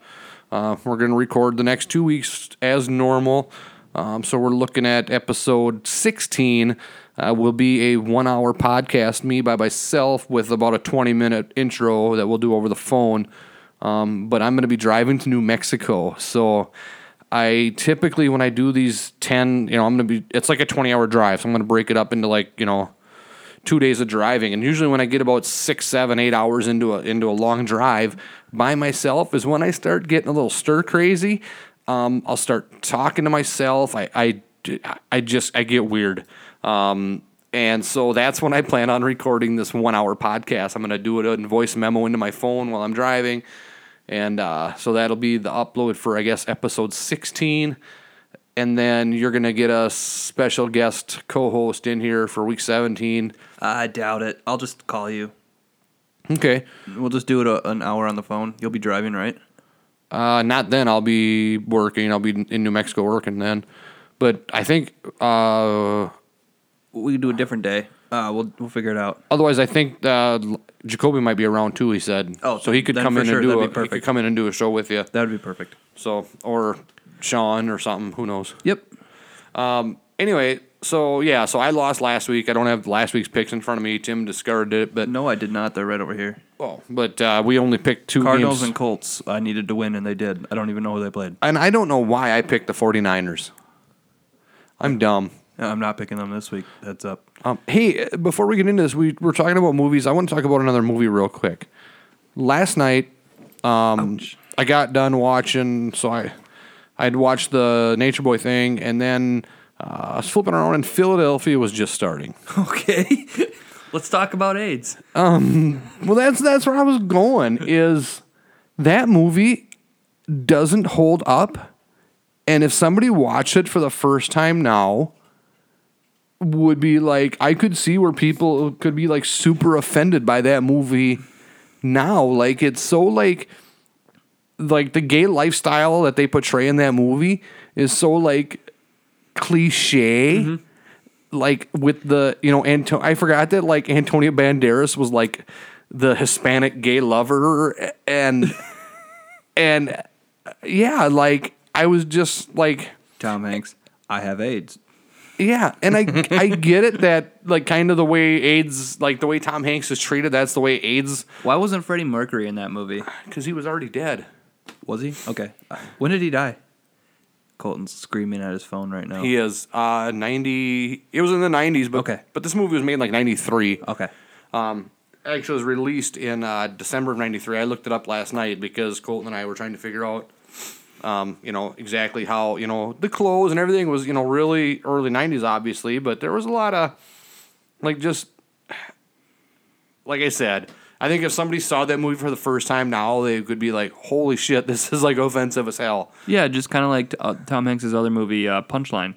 F: Uh, we're going to record the next two weeks as normal. Um, so we're looking at episode 16. Uh, will be a one hour podcast, me by myself, with about a 20 minute intro that we'll do over the phone. Um, but I'm going to be driving to New Mexico. So I typically, when I do these 10, you know, I'm going to be, it's like a 20 hour drive. So I'm going to break it up into like, you know, two days of driving. And usually, when I get about six, seven, eight hours into a into a long drive by myself, is when I start getting a little stir crazy. Um, I'll start talking to myself. I I I just I get weird. Um, and so that's when I plan on recording this one hour podcast. I'm gonna do it in voice memo into my phone while I'm driving. And uh, so that'll be the upload for I guess episode 16 and then you're gonna get a special guest co-host in here for week 17.
D: I doubt it. I'll just call you.
F: Okay.
D: We'll just do it a, an hour on the phone. You'll be driving, right?
F: Uh, not then. I'll be working. I'll be in New Mexico working then. But I think uh,
D: We can do a different day. Uh, we'll we'll figure it out.
F: otherwise, I think uh, Jacoby might be around too. He said.
D: Oh,
F: so he could
D: then
F: come
D: for
F: in
D: sure,
F: and do
D: that'd
F: a,
D: be
F: he could
D: perfect.
F: come in and do a show with you.
D: That would be perfect.
F: So or Sean or something. Who knows?
D: Yep.
F: Anyway, so yeah, so I lost last week. I don't have last week's picks in front of me. Tim discarded it, but
D: No, I did not. They're right over here.
F: oh, but uh, we only picked two
D: Cardinals
F: games.
D: and Colts. I needed to win, and they did. I don't even know who they played.
F: and I don't know why I picked the 49ers. I'm dumb.
D: Uh, I'm not picking them this week. Heads up.
F: Um, hey, uh, before we get into this, we we're talking about movies. I want to talk about another movie real quick. Last night, um, I got done watching, so I I'd watched the Nature Boy thing, and then uh, I was flipping around, and Philadelphia was just starting.
D: Okay. Let's talk about AIDS.
F: Well, that's that's where I was going. Is that movie doesn't hold up, and if somebody watched it for the first time now, would be like, I could see where people could be like super offended by that movie now. Like it's so like like the gay lifestyle that they portray in that movie is so like cliche. Like with the you know Anto- I forgot that like Antonio Banderas was like the Hispanic gay lover and and yeah like I was just like
D: Tom Hanks. I have AIDS.
F: yeah, and I I get it that like kind of the way AIDS like the way Tom Hanks is treated, that's the way AIDS
D: Why wasn't Freddie Mercury in that movie?
F: because he was already dead.
D: Was he? Okay. When did he die? Colton's screaming at his phone right now.
F: He is uh ninety. It was in the nineties, but
D: Okay.
F: But this movie was made in like ninety three.
D: Okay.
F: Um, actually, it was released in uh, December of '93. I looked it up last night because Colton and I were trying to figure out, um, you know, exactly how you know the clothes and everything was, you know, really early '90s, obviously, but there was a lot of, like, just, like I said. I think if somebody saw that movie for the first time now, they could be like, "Holy shit, this is like offensive as hell."
A: Yeah, just kind of like uh, Tom Hanks' other movie, uh, Punchline.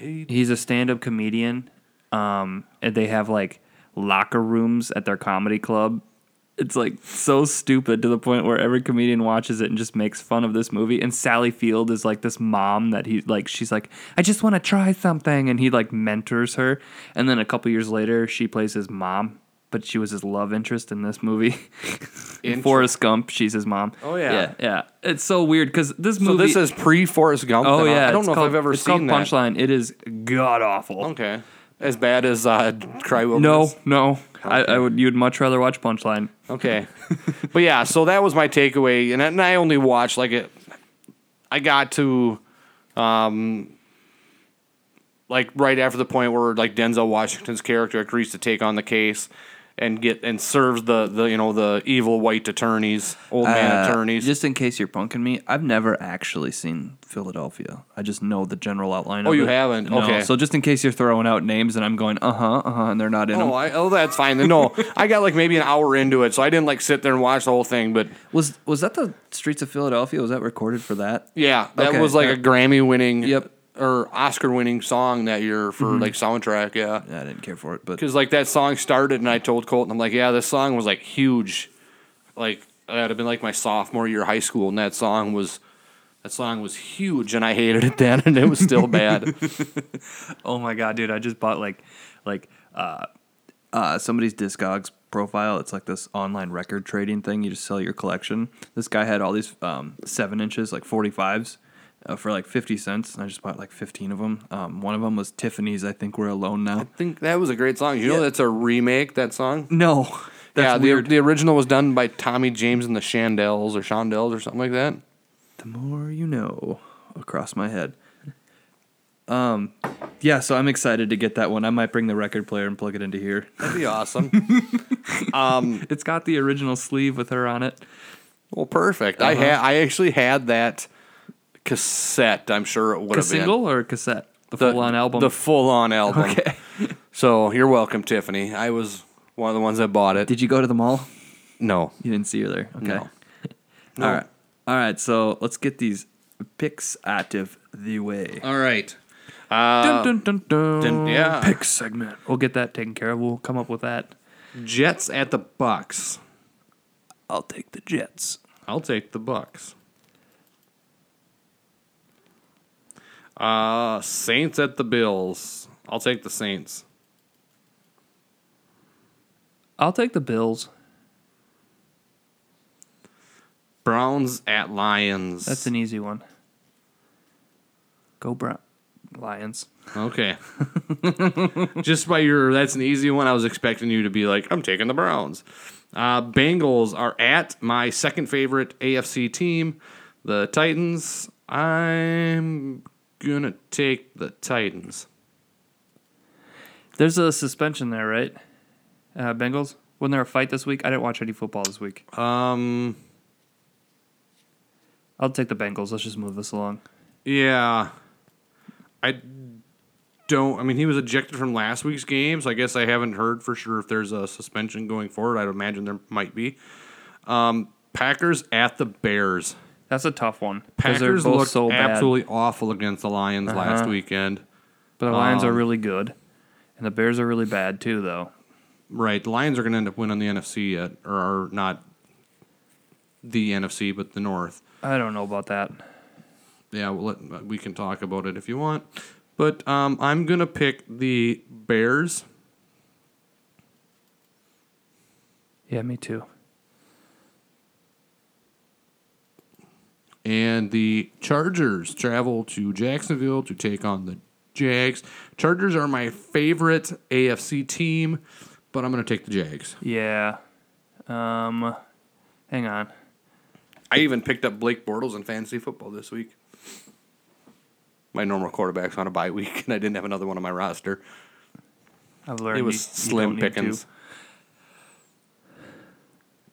A: He's a stand-up comedian. Um, and they have like locker rooms at their comedy club. It's like so stupid to the point where every comedian watches it and just makes fun of this movie. And Sally Field is like this mom that he like. She's like, I just want to try something, and he like mentors her. And then a couple years later, she plays his mom, but she was his love interest in this movie.
F: Inter-
A: In Forrest Gump, she's his mom.
F: Oh, yeah.
A: yeah, yeah. It's so weird because this
F: So
A: movie.
F: this is pre Forrest Gump.
A: Oh
F: and I-
A: yeah,
F: I don't
A: it's
F: know
A: called-
F: if I've ever
A: it's
F: seen
A: called
F: that.
A: Punchline. It is god awful.
F: Okay, as bad as uh, Cry Wolf.
A: No, no. I, I would. You'd much rather watch Punchline.
F: Okay. but yeah, so that was my takeaway. And, I- and I only watched like it. I got to, um, like right after the point where like Denzel Washington's character agrees to take on the case, and get and serves the the you know the evil white attorneys, old man
D: Uh,
F: attorneys.
D: Just in case you're punking me, I've never actually seen Philadelphia. I just know the general outline.
F: Oh,
D: of
F: you
D: it.
F: haven't?
D: No.
F: Okay.
D: So just in case you're throwing out names and I'm going, uh huh, uh huh, and they're not in
F: oh,
D: them.
F: I, oh, that's fine. Then. No, I got like maybe an hour into it, so I didn't like sit there and watch the whole thing. But
D: Was was that the Streets of Philadelphia? Was that recorded for that?
F: yeah, that
D: Okay,
F: was like
D: yeah.
F: a Grammy winning,
D: Yep. Mm-hmm.
F: or Oscar winning song that year for like soundtrack. Yeah,
D: I didn't care for it, but
F: because like that song started, and I told Colton, I'm like, yeah, this song was like huge. Like that'd have been like my sophomore year of high school, and that song was. That song was huge, and I hated it then, and it was still bad.
A: Oh my god, dude! I just bought like, like uh,
D: uh, somebody's Discogs profile. It's like this online record trading thing. You just sell your collection. This guy had all these um, seven inches, like 45s, uh, for like 50 cents. And I just bought like 15 of them. Um, one of them was Tiffany's, I think we're alone now.
F: I think that was a great song. You know, that's a remake. That song.
D: No. That's
F: yeah,
D: weird.
F: the the original was done by Tommy James and the Shandells or Shondells or something like that.
D: The more you know across my head. Um, yeah, so I'm excited to get that one. I might bring the record player and plug it into here.
F: That'd be awesome.
D: It's got the original sleeve with her on it.
F: well, perfect. I
D: Uh-huh.
F: had I actually had that cassette. I'm sure it would
D: A
F: have been
D: single or a cassette? The,
F: The-
D: full on album.
F: The full on album.
D: okay.
F: So you're welcome, Tiffany. I was one of the ones that bought it.
D: Did you go to the mall?
F: no.
D: You didn't see her there. Okay.
F: No.
D: All right. All right. So let's get these picks out of the way.
F: All right.
A: dun, dun, dun, dun,
F: uh, Dun- yeah.
A: pick segment. We'll get that taken care of. We'll come up with that.
F: Jets at the Bucks.
A: I'll take the Jets.
F: I'll take the Bucks. Uh Saints at the Bills. I'll take the Saints.
A: I'll take the Bills.
F: Browns at Lions.
A: That's an easy one. Go Brown Lions.
F: Okay. Just by your, that's an easy one. I was expecting you to be like, I'm taking the Browns. Uh, Bengals are at my second favorite AFC team, the Titans. I'm going to take the Titans.
A: There's a suspension there, right? Uh, Bengals. Wasn't there a fight this week? I didn't watch any football this week.
F: Um,
A: I'll take the Bengals. Let's just move this along.
F: yeah. I don't, I mean, he was ejected from last week's game, so I guess I haven't heard for sure if there's a suspension going forward. I'd imagine there might be. Um, Packers at the Bears.
A: That's a tough one. 'cause
F: Packers looked
A: so bad. Uh-huh.
F: absolutely awful against the Lions last weekend.
A: But the Lions are really good, and the Bears are really bad too, though.
F: Right, the Lions are going to end up winning the NFC yet, or are not the NFC, but the North.
A: I don't know about that.
F: Yeah, we'll let, uh, we can talk about it if you want. But um, I'm going to pick the Bears.
A: Yeah, me too.
F: And the Chargers travel to Jacksonville to take on the Jags. Chargers are my favorite AFC team, but I'm going to take the Jags.
A: Yeah. Um, hang on.
F: I even picked up Blake Bortles in fantasy football this week. My normal quarterback's on a bye week, and I didn't have another one on my roster.
A: I've learned
F: It
A: you-
F: was
A: you don't
F: slim
A: need to.
F: pickings.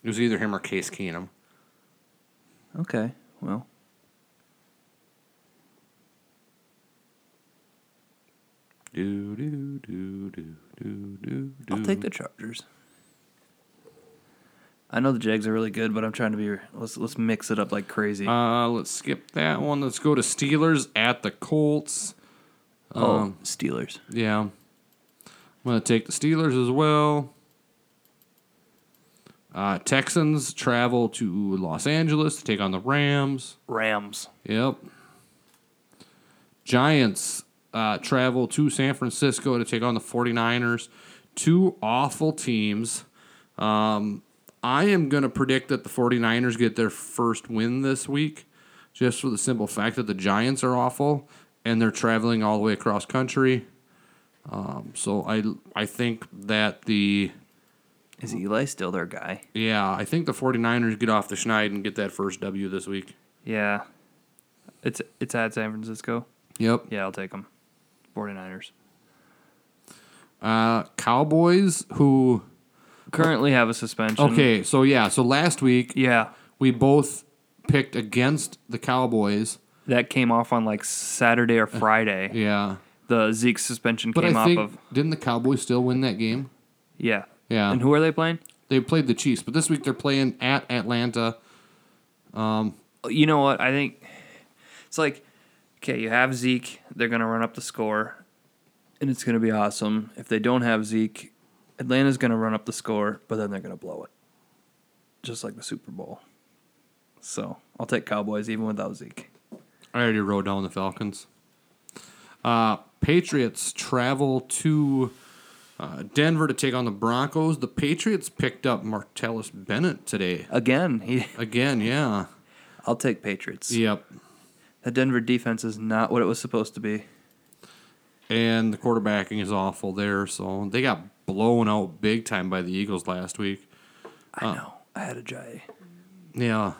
F: It was either him or Case Keenum.
D: Okay. Well,
F: Do, do, do, do, do, do,
D: I'll take the Chargers. I know the Jags are really good, but I'm trying to be. Let's let's mix it up like crazy.
F: Uh, let's skip that one. Let's go to Steelers at the Colts.
D: oh, Steelers.
F: Yeah. I'm going to take the Steelers as well. Uh, Texans travel to Los Angeles to take on the Rams.
A: Rams.
F: Yep. Giants uh, travel to San Francisco to take on the 49ers. Two awful teams. Um, I am going to predict that the 49ers get their first win this week just for the simple fact that the Giants are awful and they're traveling all the way across country. Um, so I I think that the
D: Is Eli still their guy?
F: yeah, I think the 49ers get off the schneid and get that first W this week.
A: Yeah. It's it's at San Francisco.
F: Yep.
A: Yeah, I'll take them. 49ers.
F: Uh, Cowboys who
D: currently have a suspension.
A: Okay, so yeah, so last week
D: Yeah.
A: we both picked against the Cowboys.
D: That came off on like Saturday or Friday.
A: Yeah,
D: The Zeke suspension
A: Uh. but
D: came
A: I
D: off
A: think
D: of.
A: didn't the Cowboys still win that game?
D: Yeah.
A: Yeah.
D: And who are they playing?
A: They played the Chiefs, but this week they're playing at Atlanta.
D: you know what? I think it's like, okay, you have Zeke. They're going to run up the score, and it's going to be awesome. If they don't have Zeke, Atlanta's going to run up the score, but then they're going to blow it, just like the Super Bowl. So I'll take Cowboys even without Zeke.
A: I already rode down the Falcons. Uh, Patriots travel to uh, Denver to take on the Broncos. The Patriots picked up Martellus Bennett today.
D: Again, he,
A: Again, yeah.
D: I'll take Patriots.
A: Yep.
D: The Denver defense is not what it was supposed to be.
A: And the quarterbacking is awful there, so they got blown out big time by the Eagles last week.
F: Oh.
D: I know. I had a Jay.
A: Yeah.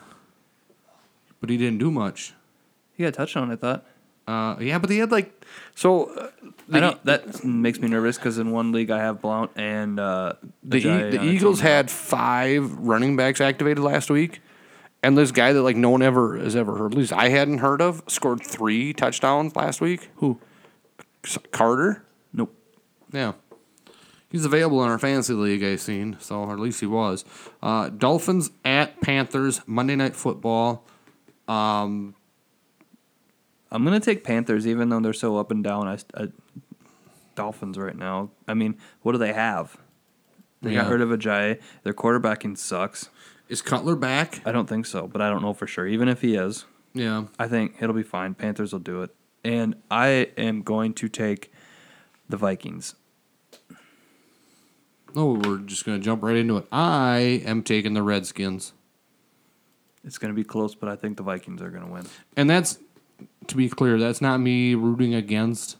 A: But he didn't do much.
D: He got a touchdown, I thought.
A: Uh, yeah, but they had like
F: So uh, the,
D: I know that makes me nervous because in one league I have Blount and uh,
F: the, E-
D: Ajayi
F: the
D: on a
F: Eagles
D: team.
F: had five running backs activated last week, and this guy that like no one ever has ever heard, at least I hadn't heard of, scored three touchdowns last week.
D: Who?
F: S- Carter.
D: Nope.
A: Yeah. He's available in our fantasy league, i seen. So, or at least he was. Uh, Dolphins at Panthers, Monday Night Football.
D: I'm gonna take Panthers, even though they're so up and down. I, I- Dolphins right now. I mean, what do they have? They
A: Yeah.
D: got rid of Ajayi. Their quarterbacking sucks.
A: Is Cutler back?
D: I don't think so, but I don't know for sure. Even if he is,
A: Yeah.
D: I think it'll be fine. Panthers will do it. And I am going to take the Vikings.
A: No, we're just going to jump right into it. I am taking the Redskins.
D: It's gonna be close, but I think the Vikings are gonna win.
A: And that's, to be clear, that's not me rooting against.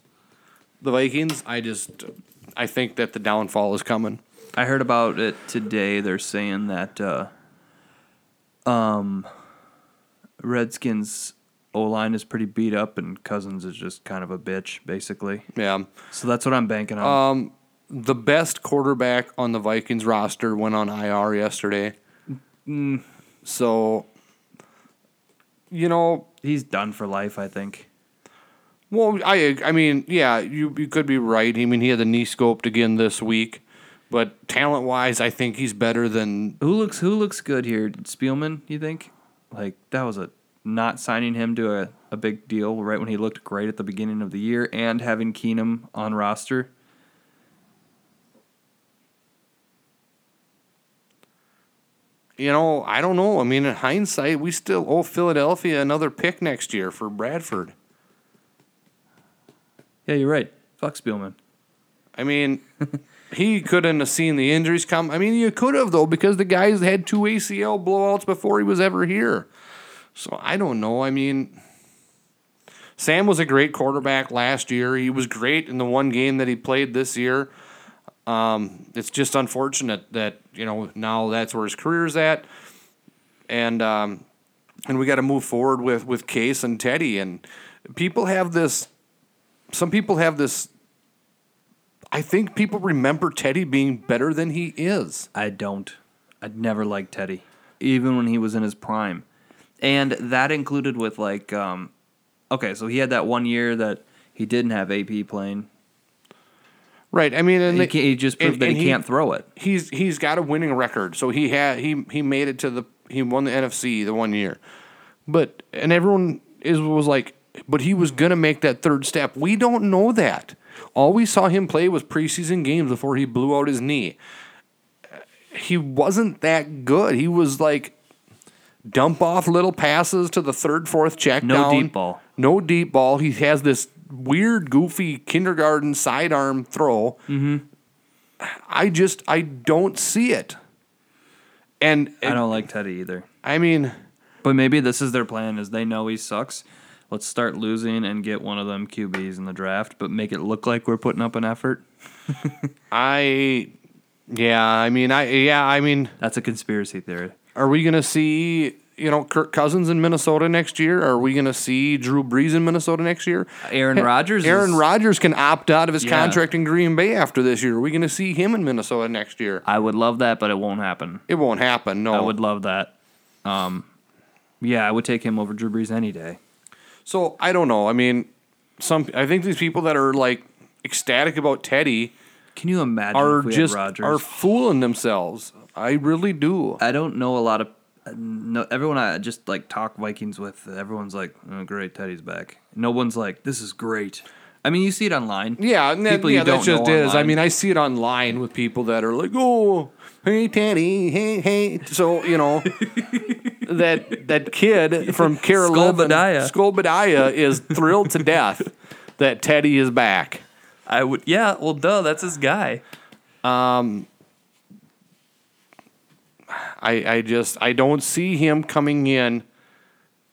F: The Vikings. I just I think that the downfall is coming.
D: I heard about it today. They're saying that uh, um, Redskins O line is pretty beat up, and Cousins is just kind of a bitch, basically.
F: Yeah.
D: So that's what I'm banking
F: Uh,
D: on.
F: Um, The best quarterback on the Vikings roster went on IR yesterday. So, you know,
D: He's done for life, I think.
F: Well, I I mean, yeah, you you could be right. I mean, he had the knee scoped again this week, but talent wise, I think he's better than
D: Who looks Who looks good here? Spielman, you think? Like that was a not signing him to a, a big deal right when he looked great at the beginning of the year, and having Keenum on roster.
F: you know. I don't know. I mean, in hindsight, we still owe Philadelphia another pick next year for Bradford.
D: Yeah, you're right. Fuck Spielman.
F: I mean, he couldn't have seen the injuries come. I mean, you could have though because the guys had two ACL blowouts before he was ever here. So I don't know. I mean, Sam was a great quarterback last year. He was great in the one game that he played this year. Um, it's just unfortunate that you know now that's where his career's at, and um, and we got to move forward with with Case and Teddy. And people have this. Some people have this I think people remember Teddy being better than he is.
D: I don't. I'd never liked Teddy, even when he was in his prime. And that included with like, um, okay, so he had that one year that he didn't have AP playing.
F: Right. I mean, and
D: He,
F: they-
D: ca- he just proved
F: and-
D: that
F: and
D: he, can't throw it.
F: He's he's got a winning record, so he had he he made it to the he won the NFC the one year, but and everyone is was like, but he was gonna make that third step. We don't know that. All we saw him play was preseason games before he blew out his knee. He wasn't that good. He was like dump off little passes to the third, fourth check
D: No
F: down.
D: deep ball.
F: No deep ball. He has this weird, goofy kindergarten sidearm throw. I just I don't see it. And,
D: I don't like Teddy either.
F: I mean,
D: But maybe this is their plan: is they know he sucks. Let's start losing and get one of them QBs in the draft, but make it look like we're putting up an effort.
F: I yeah, I mean I yeah, I mean,
D: That's a conspiracy theory.
F: are we going to see you know Kirk Cousins in Minnesota next year? Are we going to see Drew Brees in Minnesota next year?
D: Aaron
F: Hey,
D: Rodgers is-
F: Aaron Rodgers can opt out of his
A: Yeah.
F: contract in Green Bay after this year. Are we going to see him in Minnesota next year?
A: I would love that, but it won't happen.
F: It won't happen. No.
A: I would love that. Um, yeah, I would take him over Drew Brees any day.
F: So I don't know. I mean, some I think these people that are like ecstatic about Teddy
A: Can you imagine
F: are
A: if we
F: just
A: had Rodgers?
F: are fooling themselves. I really do.
D: I don't know a lot of no everyone I just like talk Vikings with. Everyone's like, oh, "Great, Teddy's back." No one's like, "This is great." I mean, you see it online.
F: Yeah, and that,
D: People you
F: yeah, that
D: don't
F: just
D: know
F: is. I
D: online.
F: mean, I see it online with people that are like, "Oh, hey, Teddy, hey, hey." So you know that that kid from Carolina,
D: Skolbadiah.
F: Skolbadiah, is thrilled to death that Teddy is back.
D: I would. Yeah, well, duh, that's his guy.
F: I, I just I don't see him coming in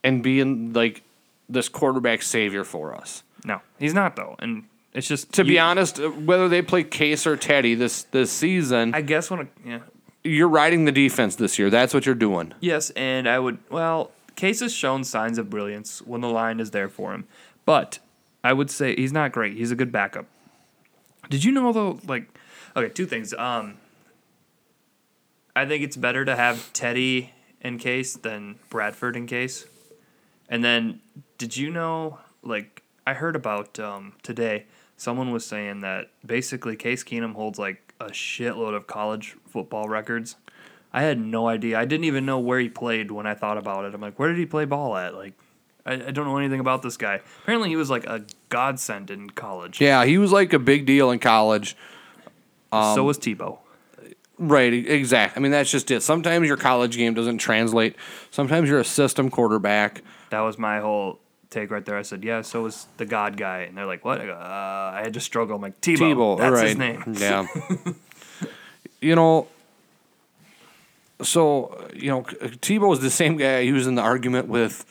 F: and being like this quarterback savior for us.
A: no, he's not though, and it's just
F: To be
A: you-
F: honest, uh, whether they play Case or Teddy this this season,
A: I guess when a, yeah,
F: you're riding the defense this year. That's what you're doing.
A: yes, and I would. Well, Case has shown signs of brilliance when the line is there for him, but I would say he's not great. He's a good backup. Did you know though? Like, okay, two things. Um, I think it's better to have Teddy in case than Bradford in case. And then, did you know? Like, I heard about um, today. Someone was saying that basically Case Keenum holds like a shitload of college football records. I had no idea. I didn't even know where he played when I thought about it. I'm like, where did he play ball at? Like, I, I don't know anything about this guy. Apparently, he was like a godsend in college.
F: Yeah, he was like a big deal in college. Um,
A: so was Tebow.
F: Right, exactly. I mean, that's just it. Sometimes your college game doesn't translate. Sometimes you're a system quarterback.
A: That was my whole take right there. I said, yeah, so was the God guy. And they're like, what? I, go, uh, I had to struggle. I'm like, Tebow.
F: Tebow,
A: that's
F: right.
A: his name.
F: Yeah. you know, so you know, Tebow was the same guy he was in the argument with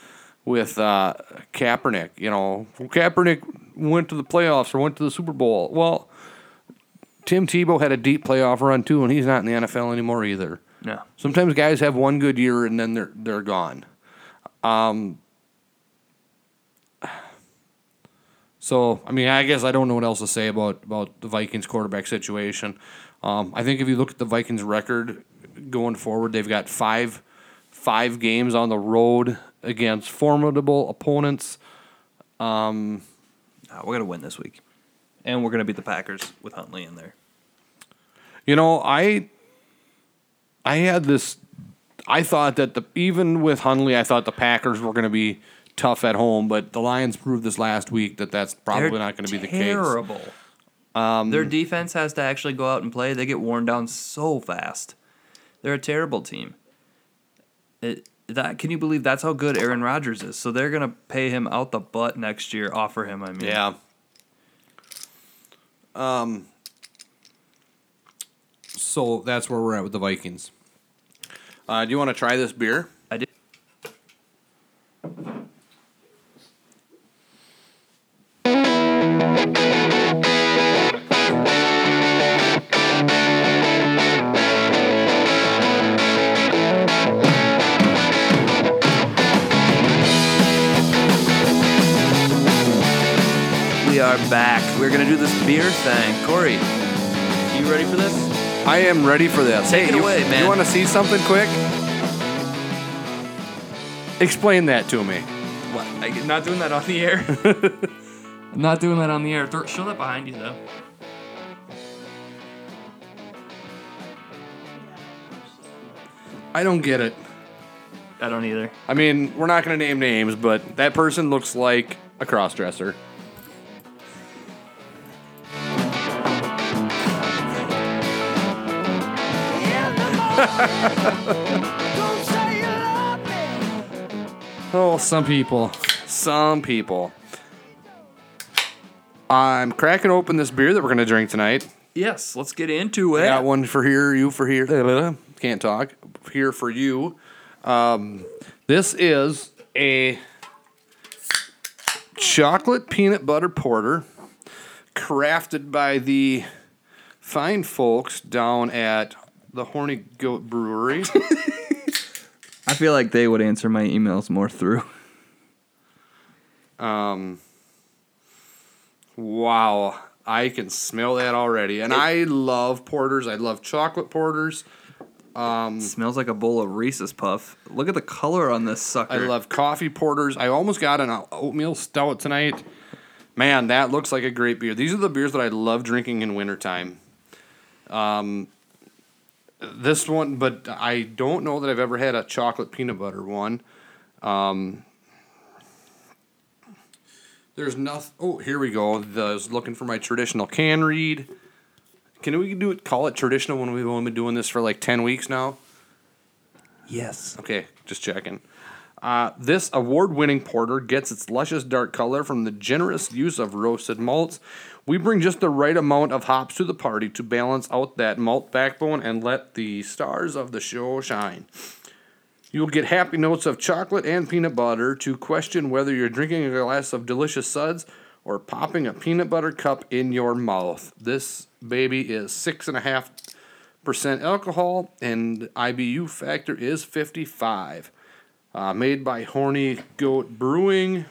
F: with uh, Kaepernick. You know, Kaepernick went to the playoffs or went to the Super Bowl. Well, Tim Tebow had a deep playoff run too, and he's not in the NFL anymore either.
A: No.
F: Sometimes guys have one good year and then they're they're gone. Um, so I mean, I guess I don't know what else to say about about the Vikings quarterback situation. Um, I think if you look at the Vikings record going forward, they've got five five games on the road against formidable opponents.
D: Nah, Ah, we're gonna win this week, and we're gonna beat the Packers with Huntley in there.
F: You know, I I had this I thought that the even with Hundley, I thought the Packers were going to be tough at home, but the Lions proved this last week that that's probably
D: They're
F: not going to be the case. Um,
D: terrible. Their defense has to actually go out and play. They get worn down so fast. They're a terrible team. It, that can you believe that's how good Aaron Rodgers is? So they're gonna pay him out the butt next year. Offer him, I mean.
F: Yeah. Um so that's where we're at with the Vikings. Uh, do you want to try this beer?
D: I did. We are back. We're gonna do this beer thing. Corey, you ready for this?
F: I am ready for this.
D: Take it
F: you,
D: away, man.
F: You want to see something quick? Explain that to me.
A: What? I, not doing that on the air. I'm not doing that on the air. Throw, show that behind you, though.
F: I don't get it.
A: I don't either.
F: I mean, we're not going to name names, but that person looks like a crossdresser. Oh, some people. Some people. I'm cracking open this beer that we're going to drink tonight.
A: Yes, let's get into it.
F: Got one for here, you for here. Can't talk. Here for you. Um, this is a chocolate peanut butter porter crafted by the fine folks down at the Horny Goat Brewery.
D: I feel like they would answer my emails more through.
F: Wow, I can smell that already. And I love porters. I love chocolate porters.
D: smells like a bowl of Reese's Puff. Look at the color on this sucker.
F: I love coffee porters. I almost got an oatmeal stout tonight. Man, that looks like a great beer. These are the beers that I love drinking in wintertime. Um, this one, but I don't know that I've ever had a chocolate peanut butter one. Um, there's nothing. Oh, here we go. The, I was looking for my traditional can read. Can we do it? Call it traditional when we've only been doing this for like ten weeks now.
D: yes.
F: Okay, just checking. Uh, this award winning porter gets its luscious dark color from the generous use of roasted malts. We bring just the right amount of hops to the party to balance out that malt backbone and let the stars of the show shine. You'll get happy notes of chocolate and peanut butter to question whether you're drinking a glass of delicious suds or popping a peanut butter cup in your mouth. This baby is six and a half percent alcohol and IBU factor is 55. Uh, made by Horny Goat Brewing.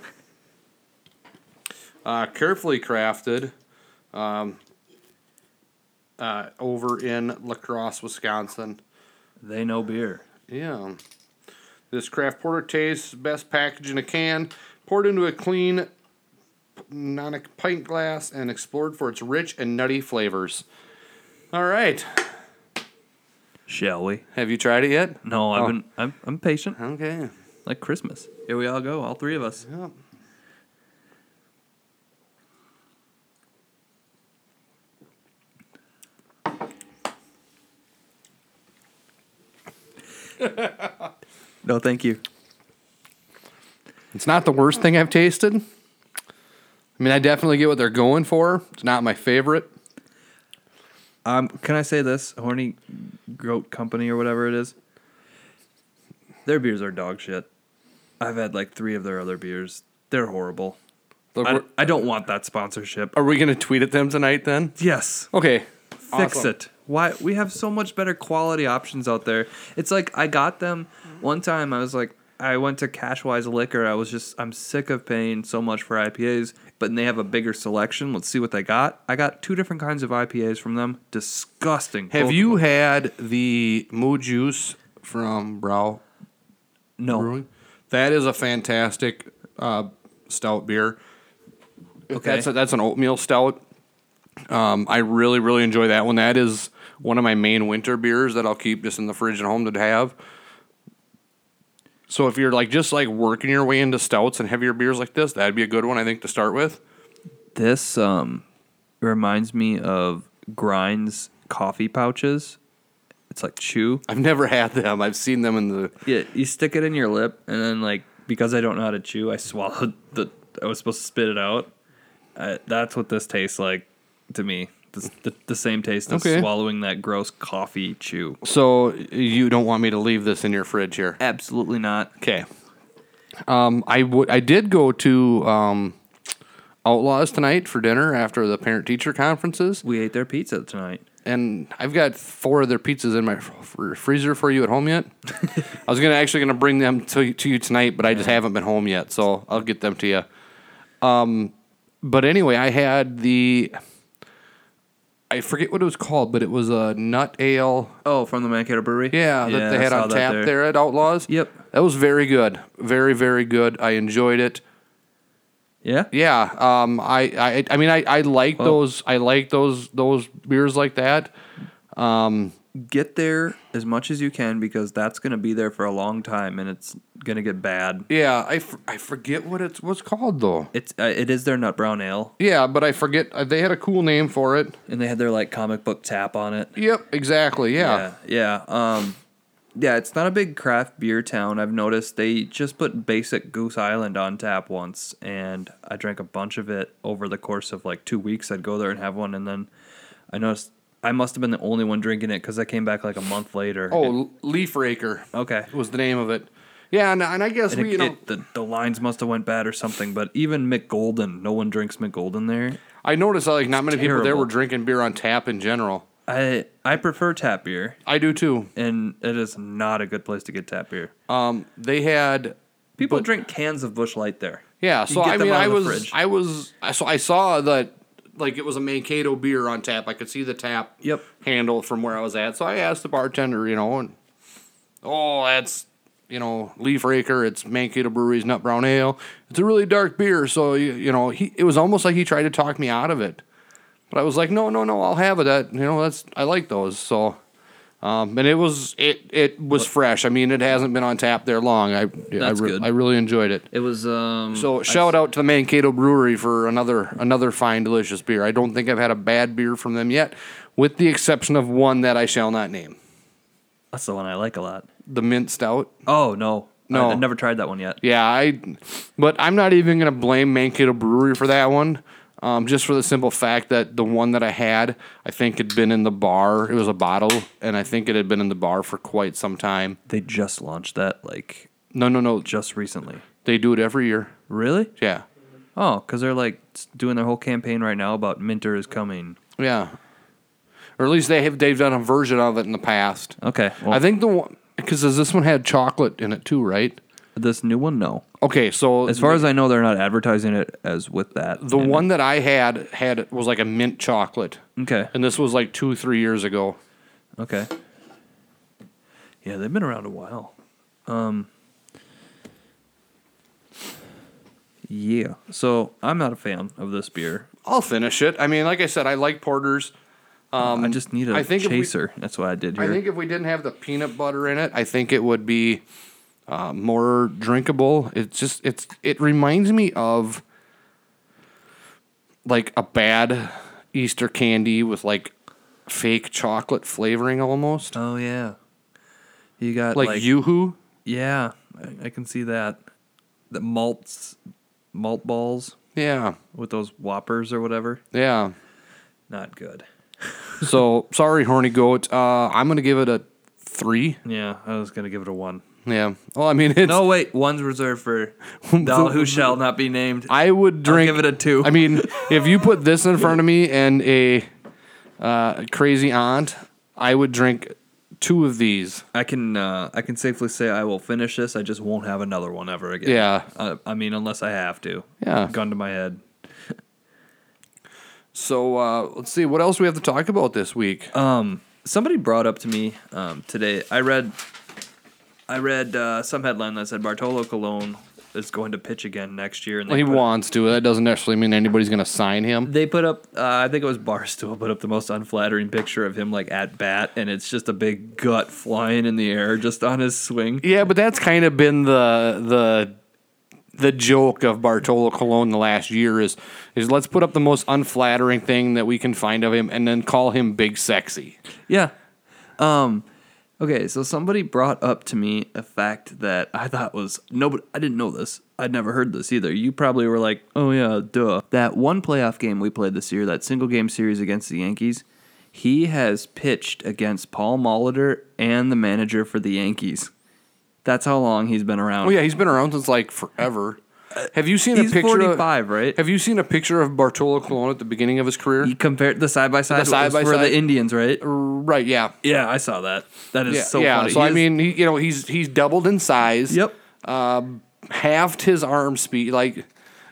F: Uh, carefully crafted um, uh, over in La Crosse, Wisconsin.
D: They know beer.
F: Yeah. This craft porter tastes best packaged in a can, poured into a clean non pint glass, and explored for its rich and nutty flavors. All right.
D: Shall we?
F: Have you tried it yet?
D: No, I've
F: Oh.
D: been. I'm, I'm patient.
F: Okay.
D: Like Christmas. Here we all go. All three of us.
F: Yep.
D: No, thank you.
F: It's not the worst thing I've tasted. I mean, I definitely get what they're going for. It's not my favorite.
D: Um, can I say this? Horny Goat Company or whatever it is. Their beers are dog shit. I've had like three of their other beers. They're horrible.
F: Look,
D: I,
F: we're-
D: I don't want that sponsorship. Oh,
F: are we going to tweet at them tonight then?
D: Yes.
F: Okay.
D: fix
F: Awesome.
D: it. Why we have so much better quality options out there. It's like I got them one time I was like I went to Cashwise Liquor. I was just I'm sick of paying so much for IPAs, but they have a bigger selection. Let's see what they got. I got two different kinds of IPAs from them. Disgusting. Oh,
F: Have
D: Both of
F: you had the Moo Juice from Brow
D: them. No.
F: Brewing? That is a fantastic uh, stout beer.
D: Okay.
F: That's, a, that's an oatmeal stout. Um, I really, really enjoy that one. That is one of my main winter beers that I'll keep just in the fridge at home to have. So if you're like just like working your way into stouts and heavier beers like this, that'd be a good one I think to start with.
D: This um reminds me of Grind's coffee pouches. It's like chew.
F: I've never had them. I've seen them in the
D: Yeah, you stick it in your lip, and then like because I don't know how to chew, I swallowed the. I was supposed to spit it out. Uh, that's what this tastes like to me. This, the, the same taste as
F: Okay.
D: swallowing that gross coffee chew.
F: So you don't want me to leave this in your fridge here.
D: Absolutely not.
F: Okay. Um, I would. I did go to um, Outlaws tonight for dinner after the parent teacher conferences,
D: We ate their pizza tonight.
F: and I've got four of their pizzas in my fr- freezer for you at home yet. I was gonna actually gonna bring them to to you tonight, but I just haven't been home yet, so I'll get them to you. Um, but anyway, I had the. I forget what it was called, but it was a nut ale.
D: Oh, from the Mankato Brewery.
F: Yeah, that they
D: I
F: had
D: saw
F: on
D: that
F: tap there. at Outlaws.
D: Yep.
F: That was very good. Very, very good. I enjoyed it.
D: Yeah.
F: Yeah. Um I I, I mean I, I like those I like those those beers like that.
D: Get there as much as you can because that's gonna be there for a long time, and it's gonna get bad.
F: Yeah, I, f- I forget what it's what's called though.
D: It's uh, it is their nut brown ale,
F: Yeah, but I forget uh, they had a cool name for it.
D: and they had their like comic book tap on it.
F: Yep, exactly. Yeah.
D: yeah, yeah. Um, yeah, it's not a big craft beer town. I've noticed they just put basic Goose Island on tap once, and I drank a bunch of it over the course of like two weeks. I'd go there and have one, and then I noticed I must have been the only one drinking it because I came back like a month later.
F: Oh, L- Leaf Raker
D: okay.
F: was the name of it. Yeah, and, and I guess
D: And
F: we
D: it,
F: you know
D: it- the, the lines must have went bad or something, but even McGolden, no one drinks McGolden there.
F: I noticed like not many people there
D: terrible.
F: were drinking beer on tap in general.
D: I I prefer tap beer,
F: I do too.
D: and it is not a good place to get tap beer.
F: Um, they had
D: People
F: but-
D: drink cans of Bush Light there.
F: Yeah,
D: You
F: so
D: get
F: I
D: them
F: mean,
D: out
F: I
D: of the
F: was,
D: fridge.
F: I was, I saw, I saw that like it was a Mankato beer on tap. I could see the tap
D: Yep.
F: handle from where I was at. So I asked the bartender, you know, and oh, that's you know Leaf Raker. It's Mankato Brewery's Nut Brown Ale. It's a really dark beer, so you, you know, he it was almost like he tried to talk me out of it, but I was like, no, no, no, I'll have it. That you know, that's I like those. So. Um, and it was it it was fresh. I mean, it hasn't been on tap there long. I
D: That's
F: I, re-
D: good.
F: I really enjoyed it.
D: It was um.
F: So shout out to the Mankato Brewery for another another fine, delicious beer. I don't think I've had a bad beer from them yet, with the exception of one that I shall not name,
D: that's the one I like a lot.
F: the Mint Stout.
D: Oh no,
F: No.
D: I, have never tried that one yet.
F: Yeah, I, but I'm not even gonna blame Mankato Brewery for that one, um, just for the simple fact that the one that I had, I think had been in the bar. It was a bottle, and I think it had been in the bar for quite some time.
D: They just launched that like
F: No, no, no,
D: just recently.
F: they do it every year.
D: Really?
F: Yeah,
D: Oh, because they're like s- doing their whole campaign right now about Minter is coming.
F: yeah, or at least they have they've done a version of it in the past.
D: Okay. Well,
F: I think the one because this one had chocolate in it too, right?
D: this new one, no.
F: Okay, so
D: As far as I know, they're not advertising it as with that.
F: the
D: And-
F: one that I had had was like a mint chocolate,
D: Okay.
F: and this was like two three years ago.
D: Okay. Yeah, they've been around a while. Um. Yeah. So I'm not a fan of this beer.
F: I'll finish it. I mean, like I said, I like porters. Um,
D: I just need a
F: I think if we-
D: chaser. That's what I did
F: I
D: here.
F: think if we didn't have the peanut butter in it, I think it would be uh, more drinkable. It's just it's it reminds me of like a bad Easter candy with like fake chocolate flavoring almost,
D: oh yeah. You got
F: like,
D: like
F: YooHoo.
D: Yeah, I, I can see that. The malts, malt balls
F: Yeah,
D: with those whoppers or whatever.
F: yeah.
D: Not good.
F: So sorry, horny goat. Uh, I'm gonna give it a three.
D: Yeah, I was gonna give it a one.
F: Yeah. Well, I mean, it's,
D: No, wait, one's reserved for thou who shall not be named.
F: I would drink.
D: give it a two.
F: I mean, if you put this in front of me and a uh, crazy aunt, I would drink two of these.
D: I can uh, I can safely say I will finish this. I just won't have another one ever again.
F: Yeah.
D: Uh, I mean, unless I have to.
F: Yeah.
D: Gun to my head.
F: So uh, let's see what else we have to talk about this week.
D: Uh, somebody brought up to me um, today. I read, I read uh, some headline that said Bartolo Colon is going to pitch again next year, and they
F: he
D: put-
F: wants to. That doesn't necessarily mean anybody's gonna sign him.
D: They put up, uh, I think it was Barstool, put up the most unflattering picture of him like at bat, and it's just a big gut flying in the air just on his swing.
F: Yeah, but that's kind of been the the the joke of Bartolo Colon the last year is is let's put up the most unflattering thing that we can find of him and then call him big sexy.
D: Yeah. Um, okay, so somebody brought up to me a fact that I thought was nobody. I didn't know this. I'd never heard this either. You probably were like, "Oh yeah, duh." That one playoff game we played this year, that single game series against the Yankees, he has pitched against Paul Molitor and the manager for the Yankees. That's how long he's been around.
F: Oh yeah, he's been around since like forever. Have you seen
D: he's
F: a picture?
D: forty
F: of-
D: five, right?
F: Have you seen a picture of Bartolo Colon at the beginning of his career?
D: You compared the side by side
F: side by
D: for
F: side.
D: the Indians, right?
F: right. Yeah.
D: Yeah, I saw that. That is
F: Yeah.
D: so
F: yeah.
D: funny.
F: So
D: He
F: I
D: is-
F: mean, he, you know, he's he's doubled in size.
D: yep.
F: Um, halved his arm speed. Like,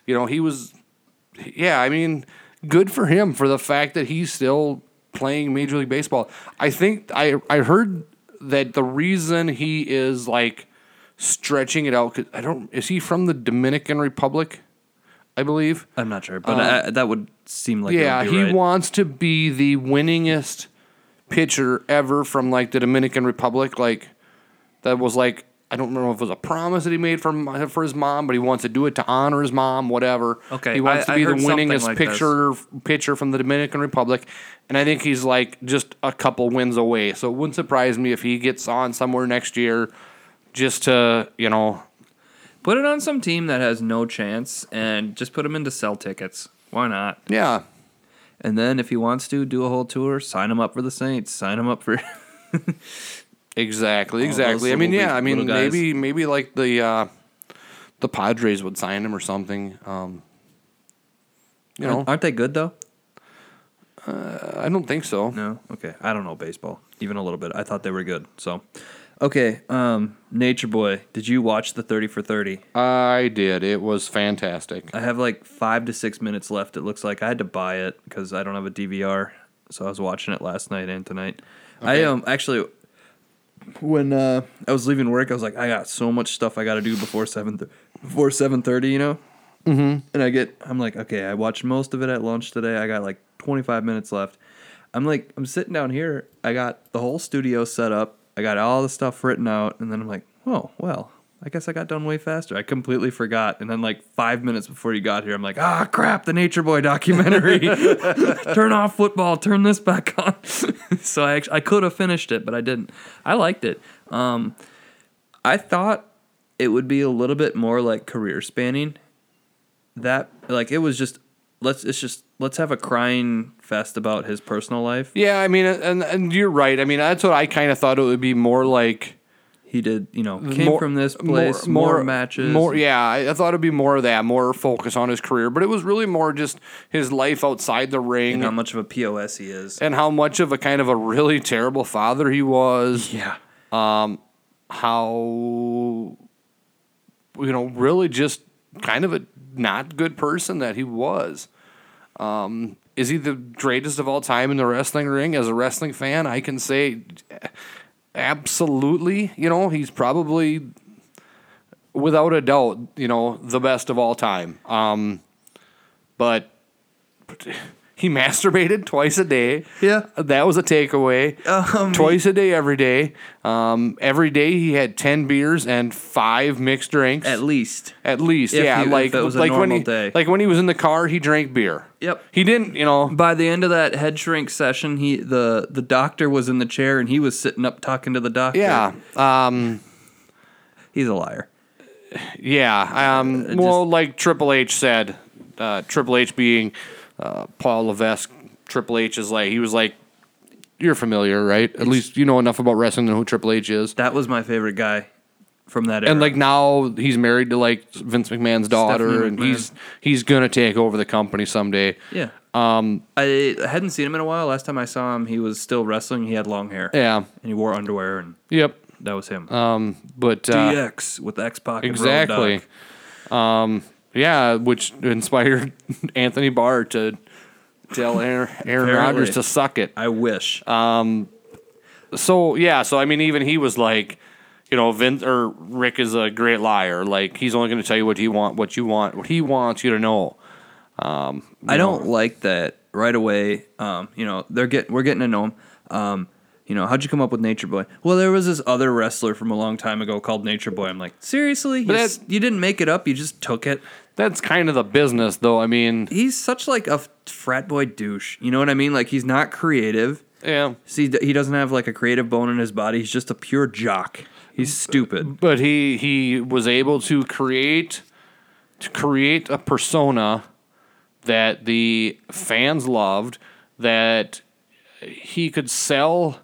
F: you know, he was. Yeah. I mean, good for him for the fact that he's still playing Major League Baseball. I think I I heard that the reason he is like stretching it out. 'cause I don't. Is he from the Dominican Republic? I believe.
D: I'm not sure, but I, that would seem like
F: Um, Yeah,
D: it would be
F: he
D: right.
F: wants to be the winningest pitcher ever from like the Dominican Republic. Like that was like I don't remember if it was a promise that he made for for his mom, but he wants to do it to honor his mom, whatever.
D: Okay,
F: he wants
D: I-
F: to be
D: I
F: the
D: heard something
F: winningest
D: like this.
F: pitcher pitcher from the Dominican Republic, and I think he's like just a couple wins away. So it wouldn't surprise me if he gets on somewhere next year, just to you know.
D: Put it on some team that has no chance and just put him into sell tickets. Why not?
F: Yeah,
D: And then if he wants to do a whole tour, sign him up for the Saints. Sign him up for
F: Exactly, exactly. I
D: Oh, little
F: mean,
D: wee-
F: yeah, I mean,
D: little guys.
F: maybe, maybe like the uh, the Padres would sign him or something. Um, you know,
D: Aren't they good though?
F: I don't think so.
D: No. Okay. I don't know baseball even a little bit. I thought they were good. So, okay. Um, Nature Boy, did you watch the Thirty for Thirty?
F: I did. It was fantastic.
D: I have like five to six minutes left. It looks like I had to buy it because I don't have a DVR. So I was watching it last night and tonight. I um actually when uh, I was leaving work, I was like, I got so much stuff I got to do before seven th- before seven thirty, you know. Mm-hmm. And I get, I'm like, okay, I watched most of it at lunch today. I got like 25 minutes left. I'm like, I'm sitting down here. I got the whole studio set up. I got all the stuff written out, and then I'm like, oh well, I guess I got done way faster. I completely forgot. And then like five minutes before you got here, I'm like, ah, crap, the Nature Boy documentary. turn off football. Turn this back on. so I actually, I could have finished it, but I didn't. I liked it. Um, I thought it would be a little bit more like career spanning. That like it was just let's it's just let's have a crying fest about his personal life.
F: Yeah, I mean, and and you're right. I mean, that's what I kind of thought it would be more like.
D: He did, you know, came
F: more-
D: from this place, more, matches,
F: More, yeah, I, I thought it'd be more of that, more focus on his career, but it was really more just his life outside the ring
D: and how much of a POS he is.
F: and how much of a kind of a really terrible father he was.
D: Yeah.
F: How you know, really just kind of a not good person that he was. Um, is he the greatest of all time in the wrestling ring? As a wrestling fan, I can say absolutely. You know, he's probably without a doubt, you know, the best of all time. Um, but he masturbated twice a day.
D: Yeah.
F: That was a takeaway.
D: Um,
F: twice a day, every day. Um, every day he had 10 beers and five mixed drinks.
D: At least.
F: At least,
D: If
F: yeah.
D: he- if
F: like
D: it was a
F: like when
D: normal
F: he
D: day.
F: like when he was in the car, he drank beer.
D: Yep.
F: He didn't, you know.
D: By the end of that head shrink session, he the the doctor was in the chair and he was sitting up talking to the doctor.
F: Yeah. Um.
D: He's a liar.
F: Yeah. Um. well, like Triple H said, uh, Triple H being uh, Paul Levesque. Triple H is like he was like, you're familiar, right? At least you know enough about wrestling to know who Triple H is.
D: That was my favorite guy from that era.
F: And like now he's married to like Vince McMahon's daughter,
D: Stephanie
F: and
D: McMahon.
F: he's he's gonna take over the company someday.
D: Yeah. Um, I hadn't seen him in a while. Last time I saw him, he was still wrestling. He had long hair.
F: Yeah.
D: And he wore underwear, and
F: Yep.
D: that was him.
F: But uh,
D: DX with X Pac.
F: Exactly. Um, yeah, which inspired Anthony Barr to tell Aaron, Aaron
D: Apparently.
F: Rodgers to suck it.
D: I wish.
F: So yeah, so I mean, even he was like, you know, Vince or Rick is a great liar. Like he's only going to tell you what he want, what you want, what he wants you to know.
D: I don't like that right away. Um, you know, they're get we're getting to know him. Um, you know, how'd you come up with Nature Boy? Well, there was this other wrestler from a long time ago called Nature Boy. I'm like, seriously, you, s-
F: that-
D: you didn't make it up. You just took it.
F: That's kind of the business, though. I mean,
D: He's such like a f- frat boy douche. You know what I mean? Like he's not creative.
F: yeah,
D: See, d- he doesn't have like a creative bone in his body. He's just a pure jock. He's stupid.
F: but he he was able to create to create a persona that the fans loved that he could sell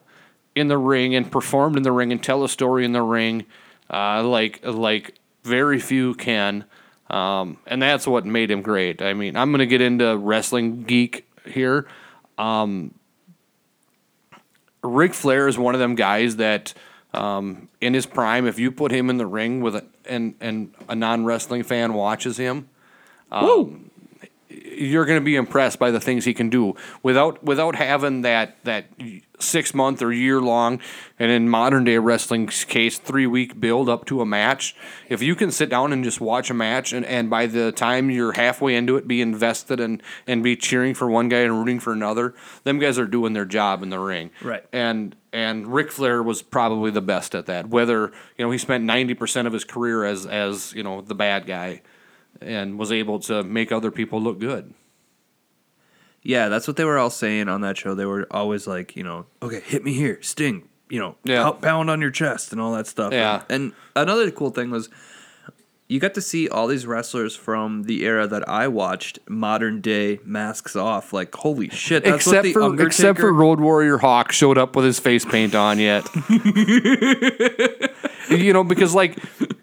F: in the ring and performed in the ring and tell a story in the ring uh, like like very few can um, and that's what made him great i mean i'm gonna get into wrestling geek here Ric Flair is one of them guys that um, in his prime, if you put him in the ring with a, and and a non wrestling fan watches him, um, you're going to be impressed by the things he can do without without having that that six month or year long, and in modern day wrestling's case, three week build up to a match. If you can sit down and just watch a match, and, and by the time you're halfway into it, be invested and and be cheering for one guy and rooting for another, them guys are doing their job in the ring
D: Right.
F: and and Ric Flair was probably the best at that. Whether you know he spent ninety percent of his career as as you know the bad guy, and was able to make other people look good.
D: Yeah, that's what they were all saying on that show. They were always like, you know, okay, hit me here, sting, you know,
F: Yeah.
D: pow- pound on your chest and all that stuff.
F: Yeah.
D: And, and another cool thing was you got to see all these wrestlers from the era that I watched, modern day masks off. Like, holy shit, that's what
F: except
D: the
F: for
D: Undertaker.
F: except for Road Warrior Hawk showed up with his face paint on yet. you know because like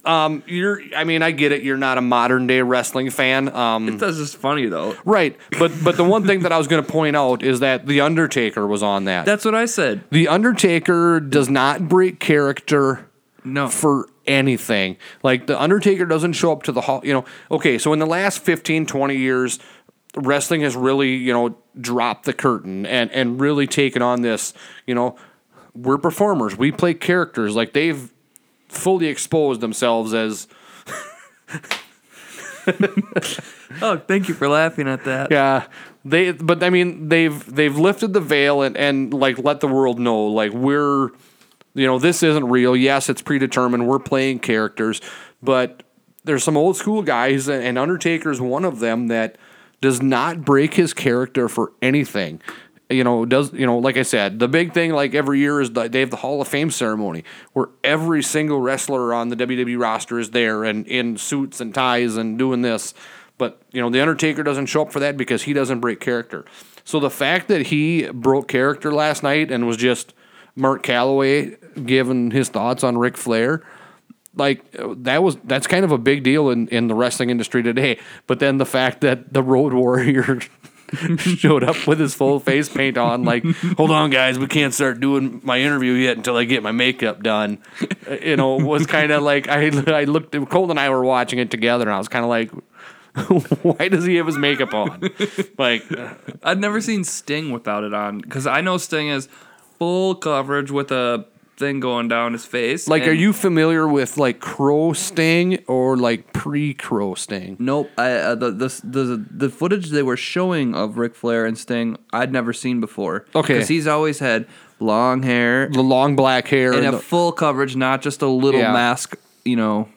F: Um, you're. I mean, I get it. You're not a modern day wrestling fan. Um,
D: That's just funny though.
F: right. But but the one thing that I was going to point out is that the Undertaker was on that.
D: That's what I said.
F: The Undertaker does not break character
D: No.
F: for anything. Like the Undertaker doesn't show up to the hall, you know. Okay, so in the last 15, 20 years, wrestling has really, you know, dropped the curtain and and really taken on this, you know, we're performers. We play characters. Like they've fully exposed themselves as
D: Oh, thank you for laughing at that.
F: Yeah, they. But I mean, they've they've lifted the veil and and like let the world know like we're, you know, this isn't real. Yes, it's predetermined. We're playing characters, but there's some old school guys and Undertaker's one of them that does not break his character for anything. You know, does you know, like I said, the big thing like every year is that they have the Hall of Fame ceremony where every single wrestler on the WWE roster is there and in suits and ties and doing this. But you know, the Undertaker doesn't show up for that because he doesn't break character. So the fact that he broke character last night and was just Mark Calloway giving his thoughts on Ric Flair, like that was that's kind of a big deal in, in the wrestling industry today. But then the fact that the Road Warrior showed up with his full face paint on, like, hold on, guys, we can't start doing my interview yet until I get my makeup done. Uh, You know, was kind of like I I looked. Colt and I were watching it together, and I was kind of like, why does he have his makeup on? like,
A: I'd never seen Sting without it on because I know Sting is full coverage with a thing going down his face.
F: like, are
A: and-
F: you familiar with like Crow Sting or like pre Crow Sting?
D: Nope. I, uh, the, the the the footage they were showing of Ric Flair and Sting, I'd never seen before.
F: Okay.
D: because he's always had long hair
F: The long black hair
D: and
F: and
D: a
F: the-
D: full coverage, not just a little
F: Yeah.
D: mask. You know,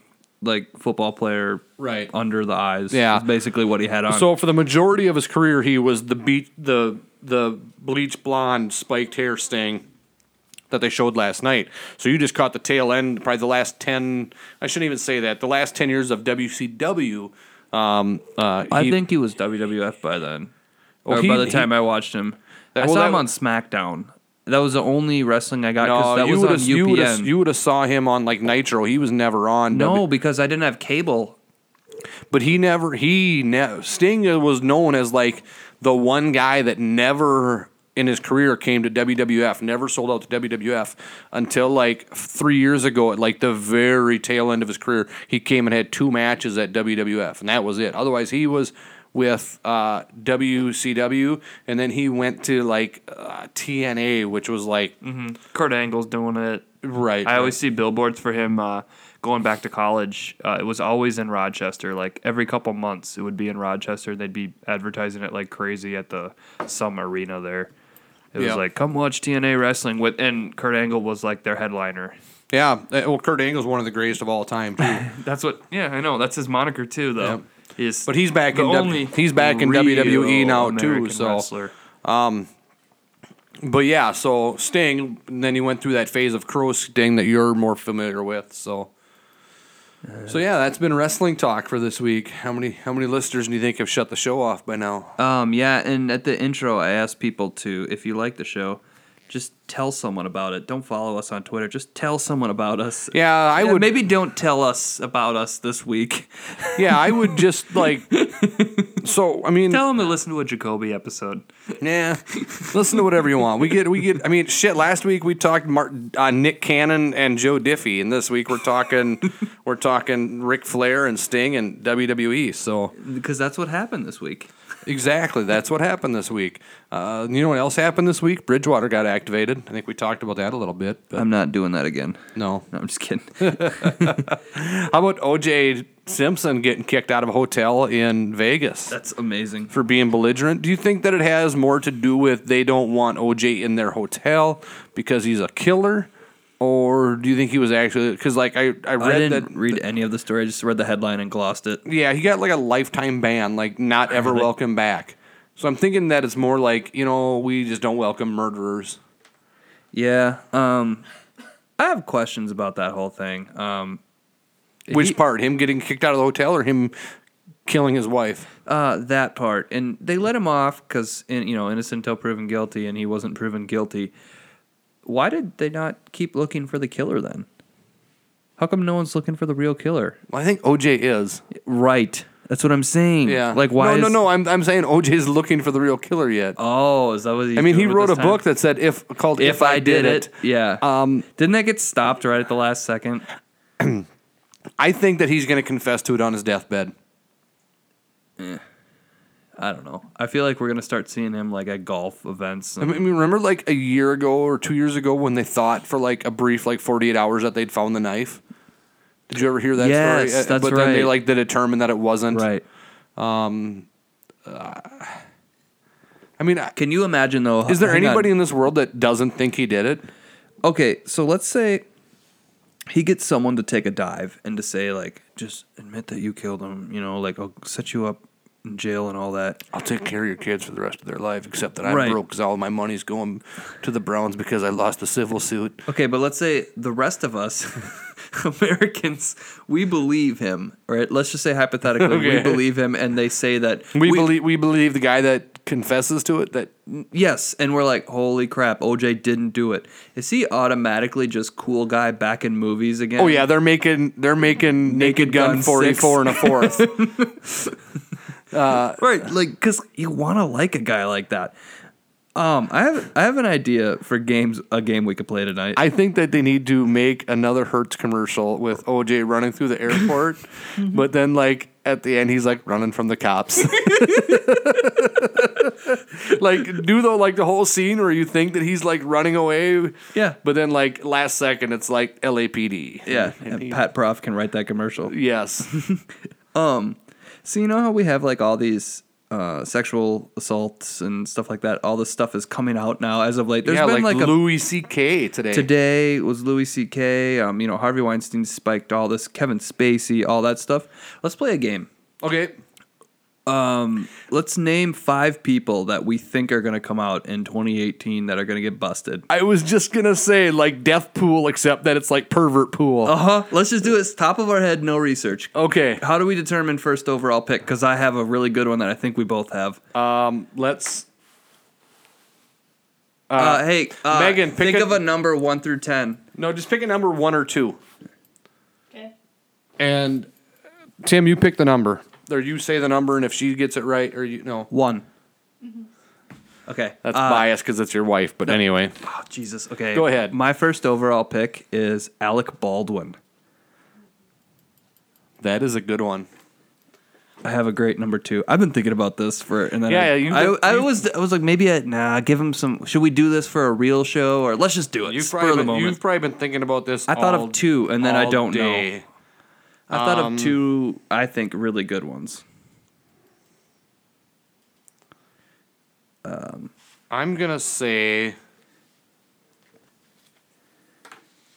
D: like football player,
F: Right.
D: under the eyes.
F: Yeah.
D: is basically what he had on.
F: So for the majority of his career, he was the beat the the bleach blonde spiked hair sting that they showed last night. So you just caught the tail end, probably the last ten. I shouldn't even say that. The last ten years of WCW. Um, uh,
D: I
F: he-
D: think he was WWF by then, or
F: he-
D: by the
F: he-
D: time I watched him. I
F: well,
D: saw
F: that
D: him
F: wa-
D: on SmackDown. That was the only wrestling I got because
F: no,
D: that
F: you
D: was on
F: would have you would
D: UPN.
F: have you would have saw him on like Nitro. He was never on.
D: no,
F: W-
D: because I didn't have cable.
F: but he never he ne- Sting was known as like the one guy that never in his career came to WWF, never sold out to WWF until like three years ago at like the very tail end of his career. He came and had two matches at WWF, and that was it. Otherwise, he was with uh, WCW, and then he went to like uh, TNA, which was like
A: Kurt Angle's doing it.
F: Right,
A: Mm. I
F: right.
A: always see billboards for him uh, going back to college. Uh, it was always in Rochester. Like every couple months, it would be in Rochester. They'd be advertising it like crazy at the some arena there. It
F: Yeah.
A: was like, come watch TNA wrestling with, and Kurt Angle was like their headliner.
F: yeah. uh, Well, Kurt Angle's one of the greatest of all time too.
A: That's what, yeah, I know. That's his moniker too, though. Is
F: But he's back
A: the
F: in W-
A: only
F: he's back in WWE now,
A: real
F: too,
A: American
F: so-
A: wrestler.
F: But yeah, so Sting, and then he went through that phase of Crow Sting that you're more familiar with. So, so yeah, that's been wrestling talk for this week. How many how many listeners do you think have shut the show off by now?
D: Um, yeah, and at the intro, I asked people to, if you like the show, just tell someone about it. Don't follow us on Twitter. Just tell someone about us.
F: yeah, I
D: Yeah,
F: would.
D: maybe don't tell us about us this week.
F: Yeah, I would just like. so I mean,
A: Tell him to listen to a Jacoby episode.
F: yeah, listen to whatever you want. We get we get. I mean, shit. Last week we talked Mart, uh, Nick Cannon and Joe Diffie, and this week we're talking we're talking Ric Flair and Sting and WWE. So.
D: Because that's what happened this week.
F: Exactly. That's what happened this week. Uh, you know what else happened this week? Bridgewater got activated. I think we talked about that a little bit. But
D: I'm not doing that again.
F: no.
D: No, I'm just kidding.
F: How about OJ Simpson getting kicked out of a hotel in Vegas
D: That's amazing.
F: for being belligerent? Do you think that it has more to do with they don't want OJ in their hotel because he's a killer? Or do you think he was actually because like I, I read
D: I
F: that
D: didn't read any of the story. I just read the headline and glossed it.
F: yeah, he got like a lifetime ban, like not ever welcome back. So I'm thinking that it's more like, you know, we just don't welcome murderers.
D: Yeah. Um, I have questions about that whole thing. Um,
F: Which part? Him getting kicked out of the hotel or him killing his wife?
D: uh, that part, and they let him off because you know innocent until proven guilty, and he wasn't proven guilty. Why did they not keep looking for the killer then?
H: How come no one's looking for the real killer?
F: Well, I think OJ is.
H: Right. That's what I'm saying.
F: Yeah.
H: Like why?
F: No, no,
H: is-
F: no. I'm I'm saying OJ's looking for the real killer yet.
H: Oh, is that what? he's
F: I mean, he
H: doing with
F: wrote a
H: this time?
F: book that said if called
H: If, I, did, it, yeah.
F: Um,
H: Didn't that get stopped right at the last second?
F: I think that he's going to confess to it on his deathbed.
D: I don't know. I feel like we're gonna start seeing him like at golf events.
F: I
D: and-
F: mean, remember like a year ago or two years ago when they thought for like a brief like 48 hours that they'd found the knife? Did you ever hear that
H: Yes,
F: story? Uh,
H: that's
F: but then they
H: right.
F: like they determined that it wasn't.
H: Right.
F: I mean, I-
H: Can you imagine though?
F: is there
H: hang on.
F: anybody in this world that doesn't think he did it?
H: Okay, so let's say
D: he gets someone to take a dive and to say like, just admit that you killed him. You know, like I'll set you up in jail and all that.
F: I'll take care of your kids for the rest of their life, except that I'm
D: Right.
F: broke because all my money's going to the Browns because I lost the civil suit.
D: Okay, but let's say the rest of us Americans, we believe him. All right, let's just say hypothetically we
F: Okay.
D: believe him, and they say that
F: We, believe we believe the guy that confesses to it that
D: yes, and we're like, holy crap, OJ didn't do it. Is he automatically just cool guy back in movies again?
F: oh yeah they're making they're making Naked, Gun,
D: Gun
F: 44 and a fourth.
D: right like because you want to like a guy like that um i have i have an idea for games a game we could play tonight
F: I think that they need to make another Hertz commercial with OJ running through the airport, but then like at the end he's like running from the cops. like do though like the whole scene where you think that he's like running away,
D: yeah
F: but then like last second it's like LAPD.
D: yeah and pat prof can write that commercial
F: Yes.
D: so you know how we have like all these uh, sexual assaults and stuff like that all this stuff is coming out now as of late There's
F: yeah,
D: been
F: like,
D: like, a
F: Louis C.K. today.
D: today was Louis C.K. Um, you know Harvey Weinstein spiked all this, Kevin Spacey, all that stuff. Let's play a game.
F: Okay.
D: Let's name five people that we think are going to come out in 2018 that are going to get busted.
F: I was just gonna say like death pool, except that it's like pervert pool.
D: Uh huh. Let's just do it. It's top of our head, no research.
F: Okay.
D: How do we determine first overall pick? Because I have a really good one that I think we both have. Uh,
F: Um let's
D: hey, uh,
F: Megan, pick
D: think
F: a-
D: of a number one through ten.
F: no, just pick a number one or two.
I: Okay.
F: And Tim, you pick the number. Or you say the number, and if she gets it right, or you no,
D: One. Okay.
F: that's
D: uh,
F: biased because it's your wife. But anyway,
D: oh, Jesus. Okay.
F: Go ahead.
D: My first overall pick is Alec Baldwin.
F: that is a good one.
D: I have a great number two. I've been thinking about this for, and then
F: Yeah,
D: I,
F: yeah, you-
D: I, I
F: you-
D: was, I was like, maybe I, nah, give him some. Should we do this for a real show or let's just do it?
F: You've
D: spur
F: probably
D: of the
F: been,
D: moment.
F: you've probably been thinking about this.
D: I thought of
F: all-
D: two, and then I
F: all
D: don't know.
F: day.
D: I thought of two, I think, really good ones.
F: I'm gonna say,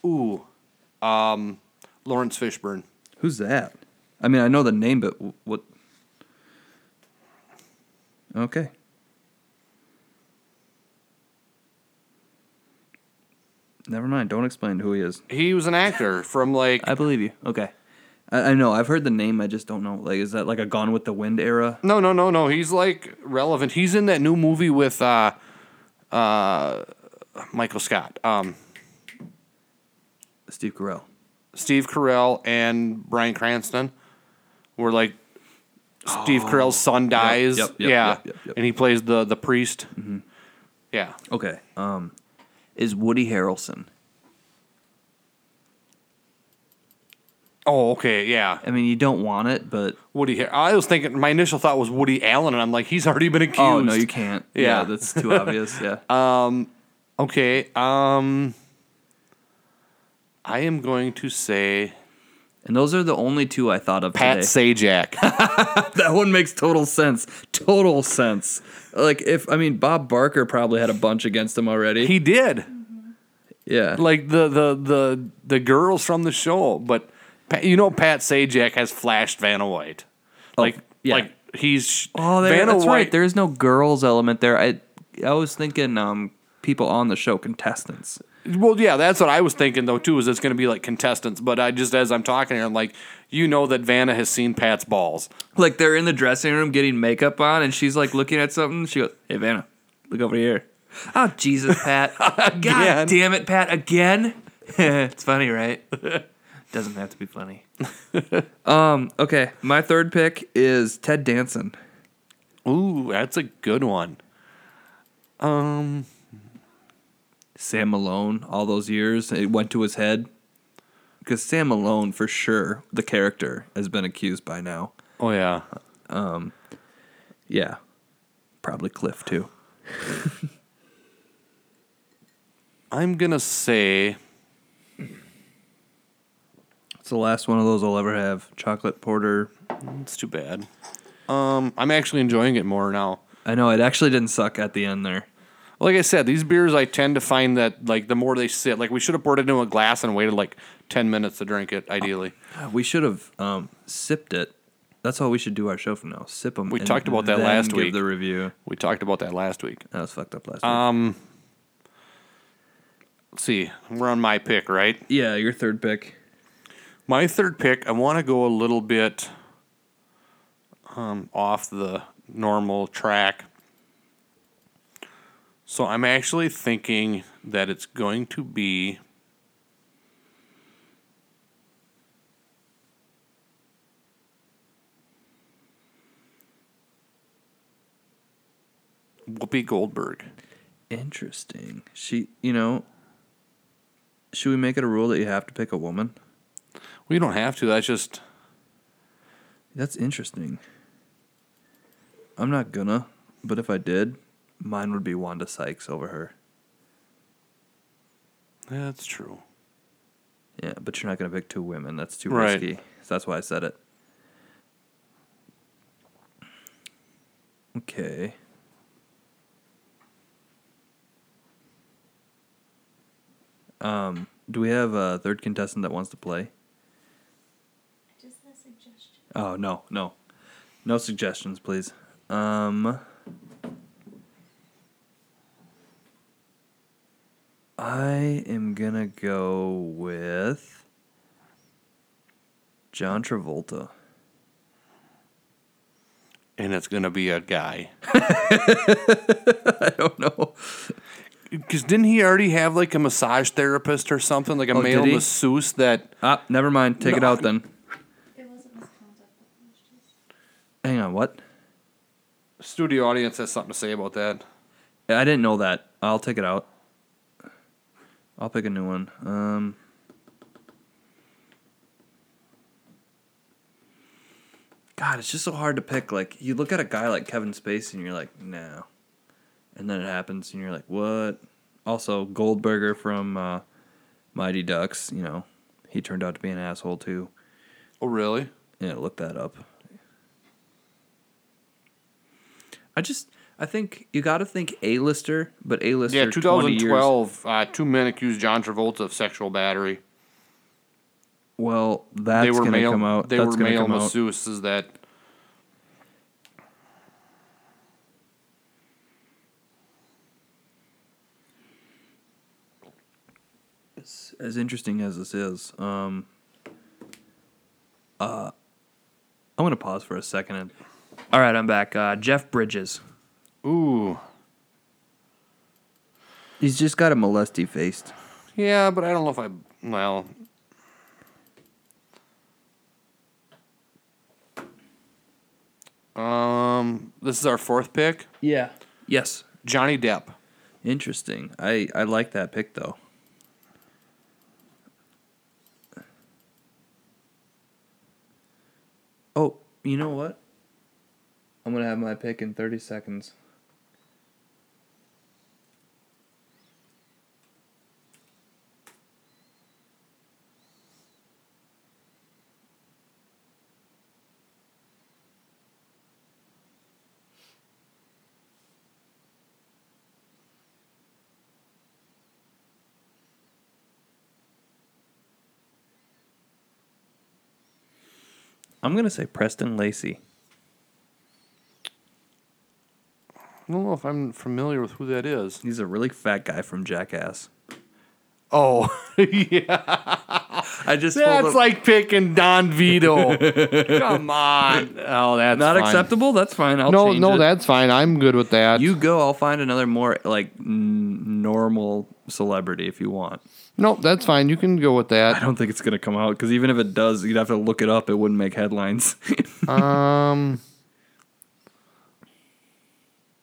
F: ooh, um, Lawrence Fishburne.
D: Who's that? I mean, I know the name, but wh- what? Okay. Never mind. Don't explain who he is.
F: He was an actor from like
D: I believe you. Okay. I, I know. I've heard the name. I just don't know. Like, is that like a Gone with the Wind era?
F: No, no, no, no. He's like relevant. He's in that new movie with uh uh Michael Scott. Um
D: Steve Carell.
F: Steve Carell and Brian Cranston where like Steve Carell's son dies.
D: Oh. yep, yep,
F: yeah.
D: yep, yep, yep. Mm-hmm.
F: And he plays the the priest. Yeah.
D: Okay. Um, is Woody Harrelson?
F: Oh, okay. Yeah.
D: I mean, you don't want it, but
F: Woody Har- I was thinking my initial thought was Woody Allen and I'm like he's already been accused.
D: oh no, you can't.
F: Yeah.
D: yeah Uh, that's too obvious. Yeah.
F: Okay. Um I am going to say
D: And those are the only two I thought of
F: Pat
D: today.
F: Sajak.
D: that one makes total sense. Total sense. Like if I mean Bob Barker probably had a bunch against him already.
F: he did.
D: yeah.
F: like the the the the girls from the show. But Pat, you know, Pat Sajak has flashed Vanna White. Like
D: Oh, yeah.
F: like he's
D: oh, there,
F: Vanna
D: that's
F: White.
D: right. There is no girls element there. I I was thinking um people on the show contestants.
F: Well, yeah, that's what I was thinking though too. Is it's going to be like contestants? But I just as I'm talking here, I'm like, you know that Vanna has seen Pat's balls.
D: Like they're in the dressing room getting makeup on and she's like looking at something. She goes, "Hey Vanna, look over here." Oh Jesus, Pat. God
F: Again.
D: damn it, Pat, again? it's funny, right?
J: Doesn't have to be funny.
K: Um, okay, my third pick is Ted Danson.
F: Ooh, that's a good one. Um,
D: Sam Malone, all those years, it went to his head. Because Sam Malone, for sure, the character, has been accused by now. Um,
F: oh yeah.
D: Yeah. Probably Cliff, too.
F: I'm gonna say
D: It's the last one of those I'll ever have. Chocolate porter.
F: it's too bad. Um, I'm actually enjoying it more now.
D: I know, it actually didn't suck at the end there.
F: Like I said, these beers I tend to find that like the more they sit, like we should have poured it into a glass and waited like ten minutes to drink it. Ideally,
D: We should have um, sipped it. That's all we should do our show from now. Sip them.
F: We talked about that last week.
D: the review.
F: we talked about that last week.
D: That was fucked up last
F: Um, let's see, we're on my pick, right?
D: week. Yeah, your third pick.
F: My third pick, I want to go a little bit um, off the normal track. So I'm actually thinking that it's going to be. Whoopi Goldberg.
D: Interesting. She, you know, should we make it a rule that you have to pick a woman?
F: We don't have to. That's just
D: That's interesting. I'm not gonna, but if I did, mine would be Wanda Sykes over her.
F: that's true.
D: Yeah, but you're not gonna pick two women. That's too
F: Right.
D: risky. So that's why I said it. Okay. Um, do we have a third contestant that wants to play?
L: Just a suggestion.
D: Oh no, no, no suggestions, please. Um, I am gonna go with John Travolta.
F: And it's gonna be a guy.
D: I don't know.
F: Because didn't he already have like a massage therapist or something, like a
D: Oh,
F: male
D: did he?
F: masseuse that?
D: Ah, never mind. Take it
F: No.
D: out then.
L: It wasn't misconduct, but it was just.
D: Hang on, what?
F: Studio audience has something to say about that.
D: I didn't know that. I'll take it out. I'll pick a new one. Um. God, it's just so hard to pick. Like you look at a guy like Kevin Spacey, and you're like, no. And then it happens, and you're like, what? Also, Goldberger from uh, Mighty Ducks. You know, he turned out to be an asshole too.
F: Oh, really?
D: Yeah, look that up. I just, I think you got to think A-lister, but A-lister.
F: Yeah,
D: 20 years-
F: 2012. Uh, two men accused John Travolta of sexual battery.
D: Well, that's
F: they were
D: gonna
F: male.
D: come out.
F: They
D: that's
F: were
D: gonna
F: male
D: come out.
F: masseuses that.
D: As interesting as this is, um, uh, I'm gonna pause for a second. And
A: All right, I'm back. Uh, Jeff Bridges.
F: Ooh.
D: he's just got a molesty faced.
F: Yeah, but I don't know if I. Well, um, this is our fourth pick.
K: Yeah.
A: Yes.
F: Johnny Depp.
D: Interesting. I I like that pick though. Oh, you know what? I'm gonna have my pick in 30 seconds. I'm gonna say Preston Lacey.
F: I don't know if I'm familiar with who that is.
D: He's a really fat guy from Jackass.
F: Oh, yeah.
D: I just
F: That's like picking Don Vito. Come on. Oh, that's
D: not
F: fine.
D: acceptable. That's fine. I'll
F: No,
D: change
F: no,
D: it.
F: that's fine. I'm good with that.
D: you go. I'll find another more like n- normal celebrity if you want.
F: Nope, that's fine. You can go with
D: I
F: that.
D: don't think it's gonna come out because even if it does, you'd have to look it up. It wouldn't make headlines.
F: Um,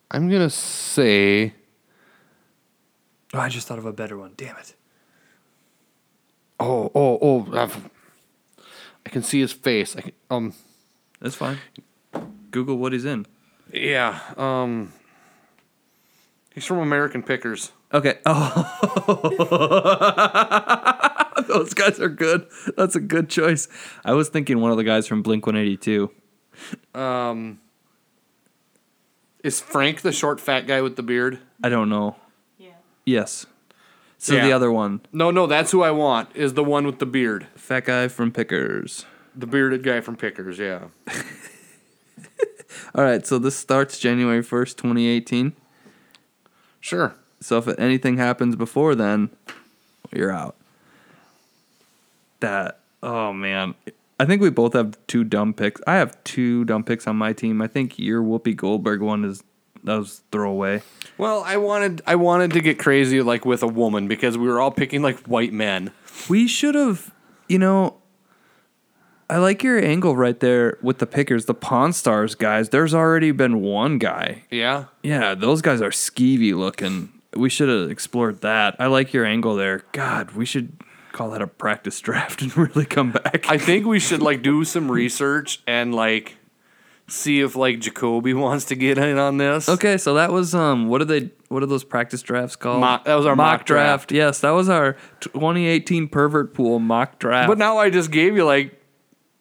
F: I'm gonna say
M: Oh, I just thought of a better one. Damn it.
F: Oh, oh, oh! I've, I can see his face. I can, um,
D: That's fine. Google what he's in.
F: yeah, um, he's from American Pickers.
D: Okay. Oh, those guys are good. That's a good choice. I was thinking one of the guys from Blink One Eighty Two.
F: Um, is Frank the short fat guy with the beard?
D: I don't know.
N: Yeah.
D: Yes. So
F: Yeah.
D: the other one,
F: No, no, that's who I want. Is the one with the beard,
D: fat guy from Pickers.
F: the bearded guy from Pickers? Yeah.
D: All right. So this starts January first, twenty eighteen.
F: Sure.
D: So if anything happens before then, you're out. That oh man. I think we both have two dumb picks. I have two dumb picks on my team. I think your Whoopi Goldberg one is that was throwaway.
F: Well, I wanted, I wanted to get crazy like with a woman because we were all picking like white men.
D: We should have you know I like your angle right there with the pickers, the Pawn Stars guys. There's already been one guy.
F: Yeah.
D: Yeah, those guys are skeevy looking. We should have explored that. I like your angle there. God, we should call that a practice draft and really come back.
F: I think we should like do some research and like see if like Jacoby wants to get in on this.
D: Okay, so that was um. What are they? What are those practice drafts called?
F: Mock- that was our mock draft.
D: Yes, that was our 2018 pervert pool mock draft.
F: But now I just gave you like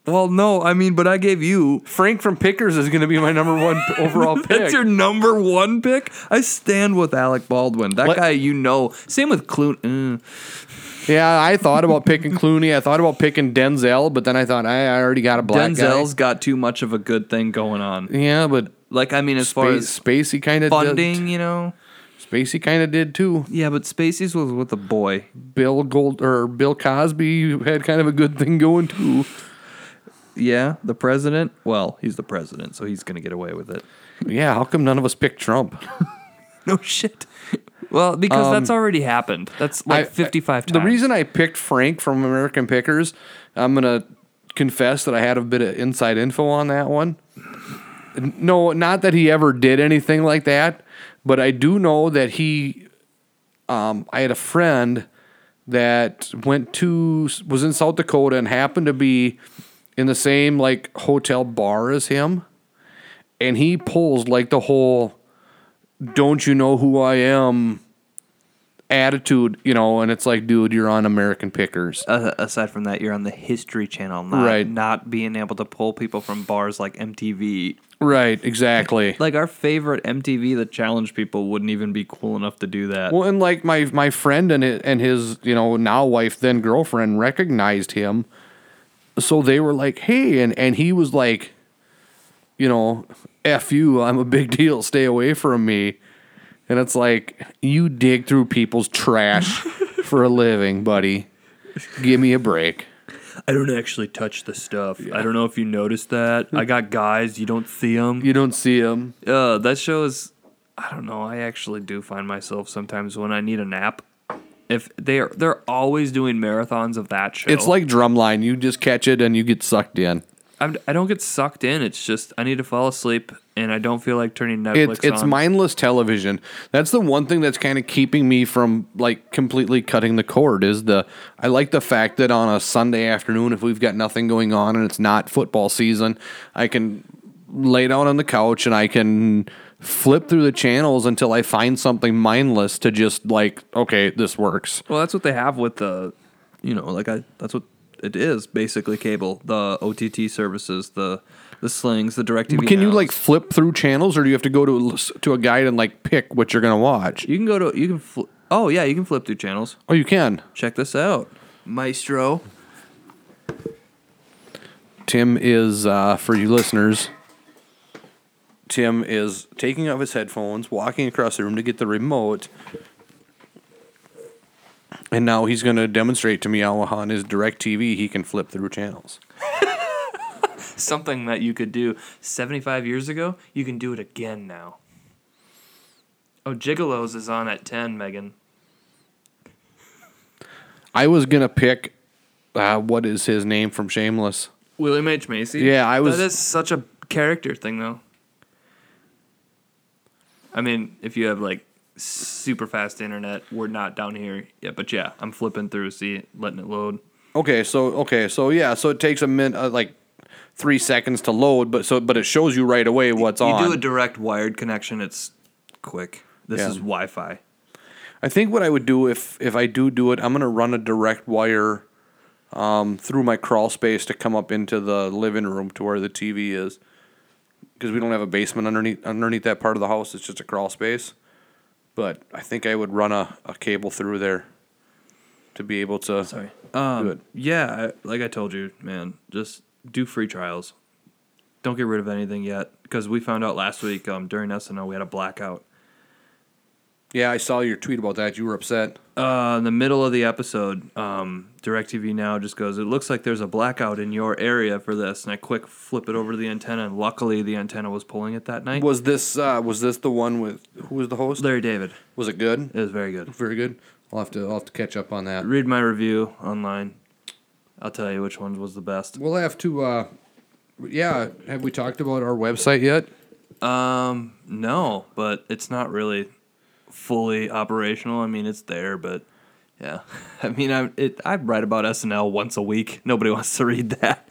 D: well, no, I mean, but I gave you.
F: Frank from Pickers is going to be my number one overall pick.
D: That's your number one pick. I stand with Alec Baldwin. That
F: What-
D: guy, you know. Same with Clune. mm.
F: yeah, I thought about picking Clooney. I thought about picking Denzel, but then I thought I, I already got a black
D: Denzel's
F: guy.
D: got too much of a good thing going on.
F: Yeah, but
D: Like, I mean, as far as
F: Spa- Spacey kind of
D: funding, you know.
F: Spacey kind of did too.
D: Yeah, but Spacey's was with a boy.
F: Bill Gold or Bill Cosby had kind of a good thing going too.
D: Yeah, the president. Well, he's the president, so he's gonna get away with it.
F: Yeah, how come none of us picked Trump?
D: No shit. Well, because that's already happened. That's like
F: Um, I-
D: 55 times.
F: The reason I picked Frank from American Pickers, I'm gonna confess that I had a bit of inside info on that one. No, not that he ever did anything like that, but I do know that he. Um, I had a friend that went to was in South Dakota and happened to be in the same like hotel bar as him, and he pulls like the whole "Don't you know who I am?" attitude, you know, and it's like, dude, you're on American Pickers.
D: uh, aside from that, you're on the History Channel, not
F: Right.
D: not being able to pull people from bars like MTV.
F: Right, exactly.
D: Like our favorite MTV, the challenge people wouldn't even be cool enough to do that.
F: Well, and like my my friend and his, and his you know now wife then girlfriend recognized him, so they were like, hey, and and he was like, you know, f you, I'm a big deal, stay away from me, and it's like you dig through people's trash for a living, buddy. Give me a break.
D: I don't actually touch the stuff. I don't know if you noticed that. I got guys you don't see them.
F: You don't see him.
D: Uh, that show is. I don't know. I actually do find myself sometimes when I need a nap. If they are, they're always doing marathons of that show.
F: It's like drumline. You just catch it and you get sucked in.
D: I'm, I don't get sucked in. It's just I need to fall asleep, and I don't feel like turning Netflix
F: It's it's
D: on.
F: mindless television. That's the one thing that's kind of keeping me from like completely cutting the cord is the I like the fact that on a Sunday afternoon if we've got nothing going on and it's not football season, I can lay down on the couch and I can flip through the channels until I find something mindless to just like okay, this works.
D: well, that's what they have with the, you know, like I. That's what it is basically. Cable, the OTT services, the the slings, the Directv.
F: Can you
D: Nows.
F: like flip through channels or do you have to go to a- to a guide and like pick what you're going to watch?
D: You can go to. You can. Fl- oh yeah, you can flip through channels.
F: Oh, you can.
D: Check this out, Maestro.
F: Tim is uh, for you listeners. Tim is taking off his headphones, walking across the room to get the remote, and now he's going to demonstrate to me how on his Direct TV he can flip through channels.
A: Something that you could do 75 years ago, you can do it again now. Oh, Gigolos is on at 10, Megan.
F: I was gonna pick. Uh, what is his name from Shameless?
A: William H. Macy.
F: Yeah, I was-
A: That is such a character thing, though. I mean, if you have like super fast internet, we're not down here yet, but yeah, I'm flipping through, see, letting it load.
F: Okay, so okay, so yeah, so it takes a minute, uh, like three seconds to load, but so but it shows you right away what's
A: you
F: on.
A: do a direct wired connection, it's quick. This
F: Yeah.
A: is Wi-Fi.
F: I think what I would do if if I do do it, I'm gonna run a direct wire um, through my crawl space to come up into the living room to where the TV is, because we don't have a basement underneath underneath that part of the house. It's just a crawl space. But I think I would run a, a cable through there to be able to.
D: Sorry.
F: do
D: Um,
F: it.
D: yeah, I, like I told you, man, just do free trials. Don't get rid of anything yet, because we found out last week um, during SNL we had a blackout.
F: Yeah, I saw your tweet about that. You were upset.
D: Uh, in the middle of the episode, um, DirecTV Now just goes, It looks like there's a blackout in your area for this. And I quick flip it over to the antenna, and luckily the antenna was pulling it that night.
F: Was this uh, was this the one with who was the host?
D: Larry David.
F: Was it good?
D: It was very good.
F: Very good. I'll have to I'll have to catch up on that.
D: Read my review online. I'll tell you which one was the best.
F: We'll have to. Uh, yeah, have we talked about our website yet?
D: Um, no, but it's not really fully operational. I mean, it's there, but yeah. I mean, I it I write about SNL once a week. Nobody wants to read that.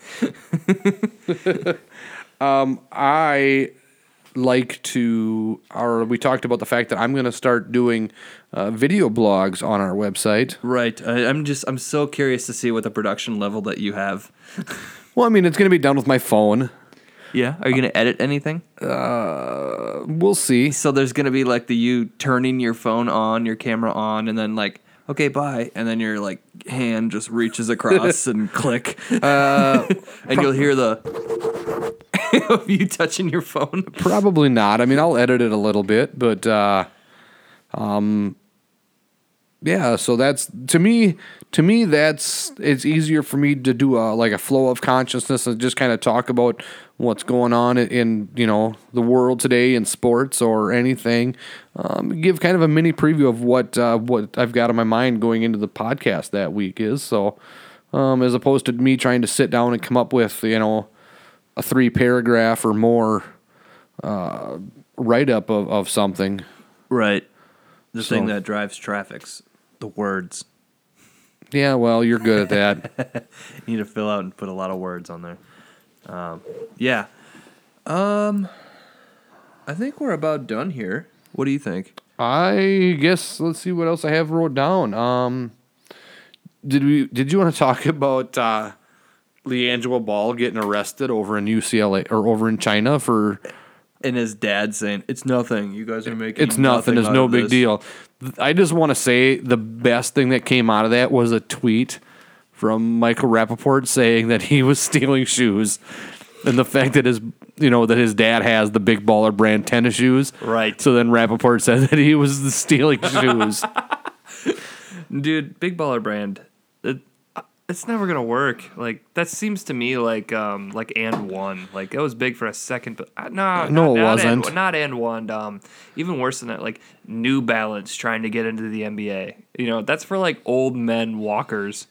F: I like to. Or we talked about the fact that I'm going to start doing uh, video blogs on our website.
D: Right. I, I'm just I'm so curious to see what the production level that you have.
F: Well, I mean, it's going to be done with my phone.
D: Yeah. Are you gonna edit anything?
F: We'll see.
D: So there's gonna be like the you turning your phone on, your camera on, and then like okay, bye, and then your like hand just reaches across and click, Uh, and you'll hear the of you touching your phone.
F: Probably not. I mean, I'll edit it a little bit, but uh, um, yeah. So that's to me. To me, that's it's easier for me to do a like a flow of consciousness and just kind of talk about what's going on in, in you know the world today in sports or anything. Um, give kind of a mini preview of what uh, what I've got on my mind going into the podcast that week is. So um, as opposed to me trying to sit down and come up with you know a three paragraph or more write up of, of something.
D: Right. The thing
F: So-
D: that drives traffic's the words.
F: Yeah, well, you're good at that.
D: You need to fill out and put a lot of words on there. Um, yeah. Um, I think we're about done here. What do you think?
F: I guess let's see what else I have wrote down. Um, did we? Did you want to talk about uh, LiAngelo Ball getting arrested over in UCLA or over in China for?
D: And his dad saying, "It's nothing. You guys are making
F: It's nothing. It's
D: out
F: no
D: of
F: big
D: this."
F: deal. Th- I just want to say the best thing that came out of that was a tweet from Michael Rappaport saying that he was stealing shoes, and the fact that his you know that his dad has the big baller brand tennis shoes.
A: Right.
F: So then Rappaport said that he was stealing shoes.
A: Dude, big baller brand. It, uh, it's never gonna work. Like that seems to me like um like and one. Like it was big for a second, but uh, no,
F: No,
A: not-
F: it
A: not
F: wasn't.
A: And, not and one. Um, even worse than that, like New Balance trying to get into the NBA. You know, that's for like old men walkers.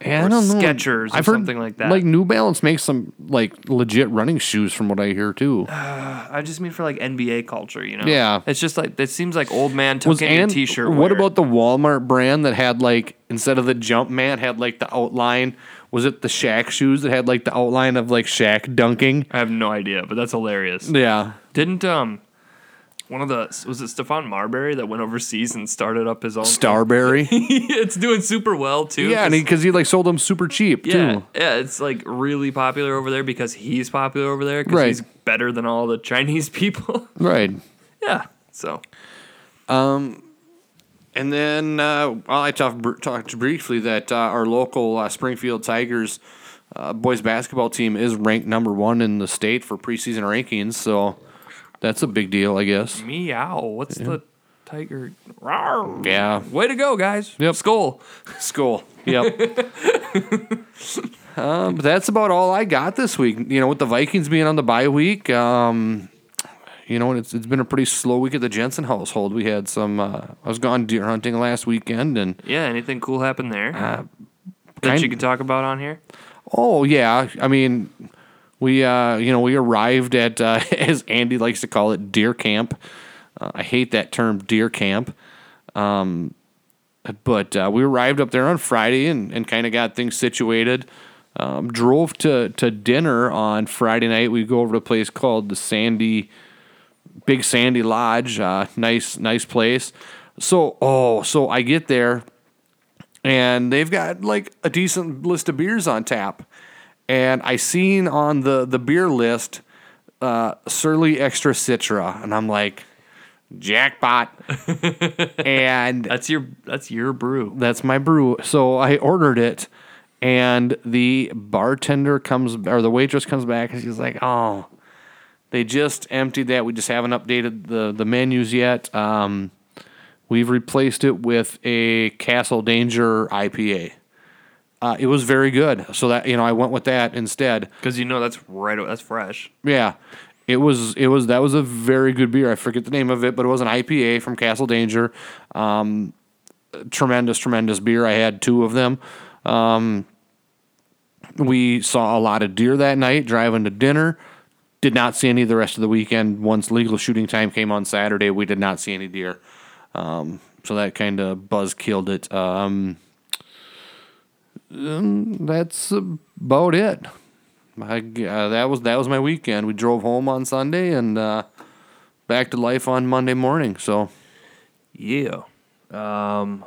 F: And
A: Or
F: I don't know.
A: Skechers or something like that.
F: Like New Balance makes some like legit running shoes, from what I hear too.
A: I just mean for like NBA culture. You know,
F: Yeah.
A: It's just like it seems like old man
F: Was
A: tucking in a
F: and-
A: t-shirt.
F: What
A: wear.
F: about the Walmart brand that had like instead of the jump man had like the outline? Was it the Shaq shoes that had like the outline of like Shaq dunking?
A: I have no idea, but that's hilarious.
F: Yeah,
A: Didn't um one of the was it Stefan Marbury that went overseas and started up his own
F: Starberry.
A: it's doing super well too.
F: yeah, and because he, like sold them super cheap
A: yeah,
F: too.
A: yeah, it's like really popular over there because he's popular over there because
F: Right.
A: he's better than all the Chinese people.
F: Right.
A: yeah. So
F: And then uh, well, I talked br- talked briefly that uh, our local uh, Springfield Tigers uh, boys basketball team is ranked number one in the state for preseason rankings, so that's a big deal, I guess.
A: meow. What's the tiger? Rawr.
F: Yeah.
A: Way to go, guys.
F: Yep.
A: Skull.
F: School. Yep. um, but that's about all I got this week. You know, with the Vikings being on the bye week, um, You know, and it's it's been a pretty slow week at the Jensen household. We had some. Uh, I was gone deer hunting last weekend, and
A: Yeah, anything cool happened there that
F: Uh, kind-
A: you can talk about on here?
F: Oh yeah, I mean, we uh, you know we arrived at uh, as Andy likes to call it deer camp. Uh, I hate that term deer camp, um, but uh, we arrived up there on Friday and, and kind of got things situated. Um, drove to to dinner on Friday night. We go over to a place called the Sandy Big Sandy Lodge. Uh, nice nice place. So oh so I get there and they've got like a decent list of beers on tap. And I seen on the the beer list uh, Surly Extra Citra, and I'm like, jackpot. and
A: That's your that's your brew.
F: that's my brew. So I ordered it, and the bartender comes or the waitress comes back, and she's like, "Oh, they just emptied that. We just haven't updated the the menus yet. Um, we've replaced it with a Castle Danger IPA. Uh, it was very good. So that you know, I went with that instead.
A: Because you know that's right that's fresh.
F: Yeah. It was it was that was a very good beer. I forget the name of it, but it was an IPA from Castle Danger. Um, tremendous, tremendous beer. I had two of them. Um, we saw a lot of deer that night driving to dinner. Did not see any the rest of the weekend. Once legal shooting time came on Saturday, we did not see any deer. Um, so that kind of buzz killed it. Um, um, that's about it. I, g- uh, that was that was my weekend. We drove home on Sunday and uh, back to life on Monday morning. So
A: Yeah.
O: Um,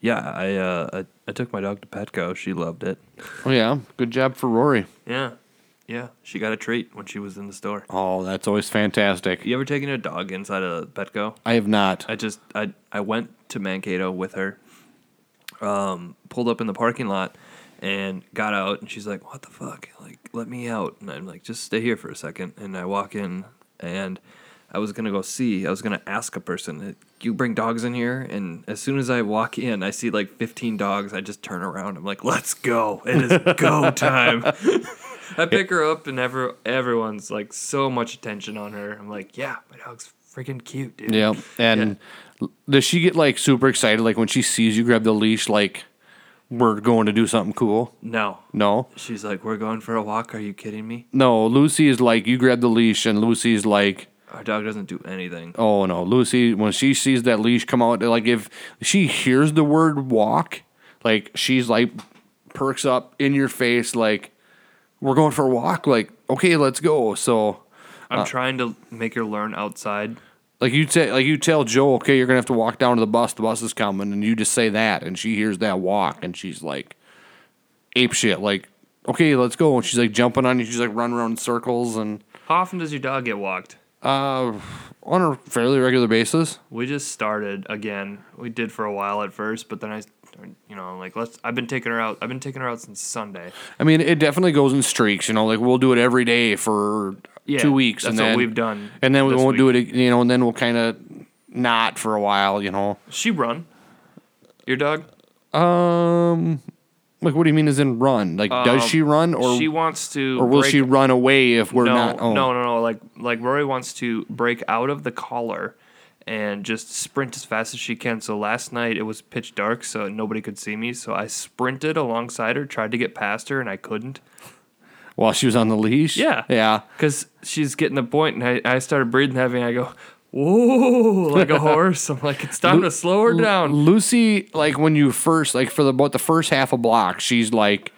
O: Yeah, I uh, I, I took my dog to Petco. She loved it.
F: oh yeah, good job for Rory.
A: Yeah.
O: Yeah, she got a treat when she was in the store.
F: Oh, that's always fantastic.
O: You ever taken a dog inside a Petco?
F: I have not.
O: I just I I went to Mankato with her. Um, pulled up in the parking lot and got out and she's like, "What the fuck? Like, let me out." And I'm like, "Just stay here for a second. And I walk in and I was going to go see. I was going to ask a person, "You bring dogs in here?" And as soon as I walk in, I see like 15 dogs. I just turn around. I'm like, "Let's go. It is go time."
A: I pick her up and every, everyone's like so much attention on her. I'm like, yeah, my dog's freaking cute, dude.
F: Yeah, and l- does she get like super excited like when she sees you grab the leash like we're going to do something cool?
O: no.
F: No,
O: She's like, "We're going for a walk. Are you kidding me?"
F: no. Lucy is like you grab the leash and Lucy's like
O: Our dog doesn't do anything.
F: oh no, Lucy when she sees that leash come out like if she hears the word walk like she's like perks up in your face like we're going for a walk like okay let's go so Uh.
A: I'm trying to make her learn outside.
F: like you say like you tell joe okay you're gonna have to walk down to the bus the bus is coming and you just say that and she hears that walk and she's like ape shit like okay let's go and she's like jumping on you she's like running around in circles and
A: How often does your dog get walked?
F: uh on a fairly regular basis
A: We just started again. We did for a while at first, but then I, you know, I'm like let's. I've been taking her out. I've been taking her out since Sunday.
F: I mean, it definitely goes in streaks. You know, like we'll do it every day for
A: Yeah,
F: two weeks,
A: that's
F: and
A: what
F: then
A: we've done
F: and then we
A: this
F: won't do it. ag- You know, and then we'll kind of not for a while. You know,
A: She run. Your dog?
F: um, like what do you mean? Is in run? Like, does
A: Um,
F: she run, or
A: she wants to,
F: or will
A: break-
F: she run away if we're
A: no,
F: not? Oh,
A: no, no, no. Like like Rory wants to break out of the collar and just sprint as fast as she can. So last night it was pitch dark, so nobody could see me. So I sprinted alongside her, tried to get past her, and I couldn't.
F: While she was on the leash.
A: Yeah.
F: yeah.
A: because she's getting the point, and I, I started breathing heavy, and I go, whoa, like a horse. I'm like, it's time to slow her
F: Lu-
A: down.
F: Lucy, like when you first, like for the about the first half a block, she's like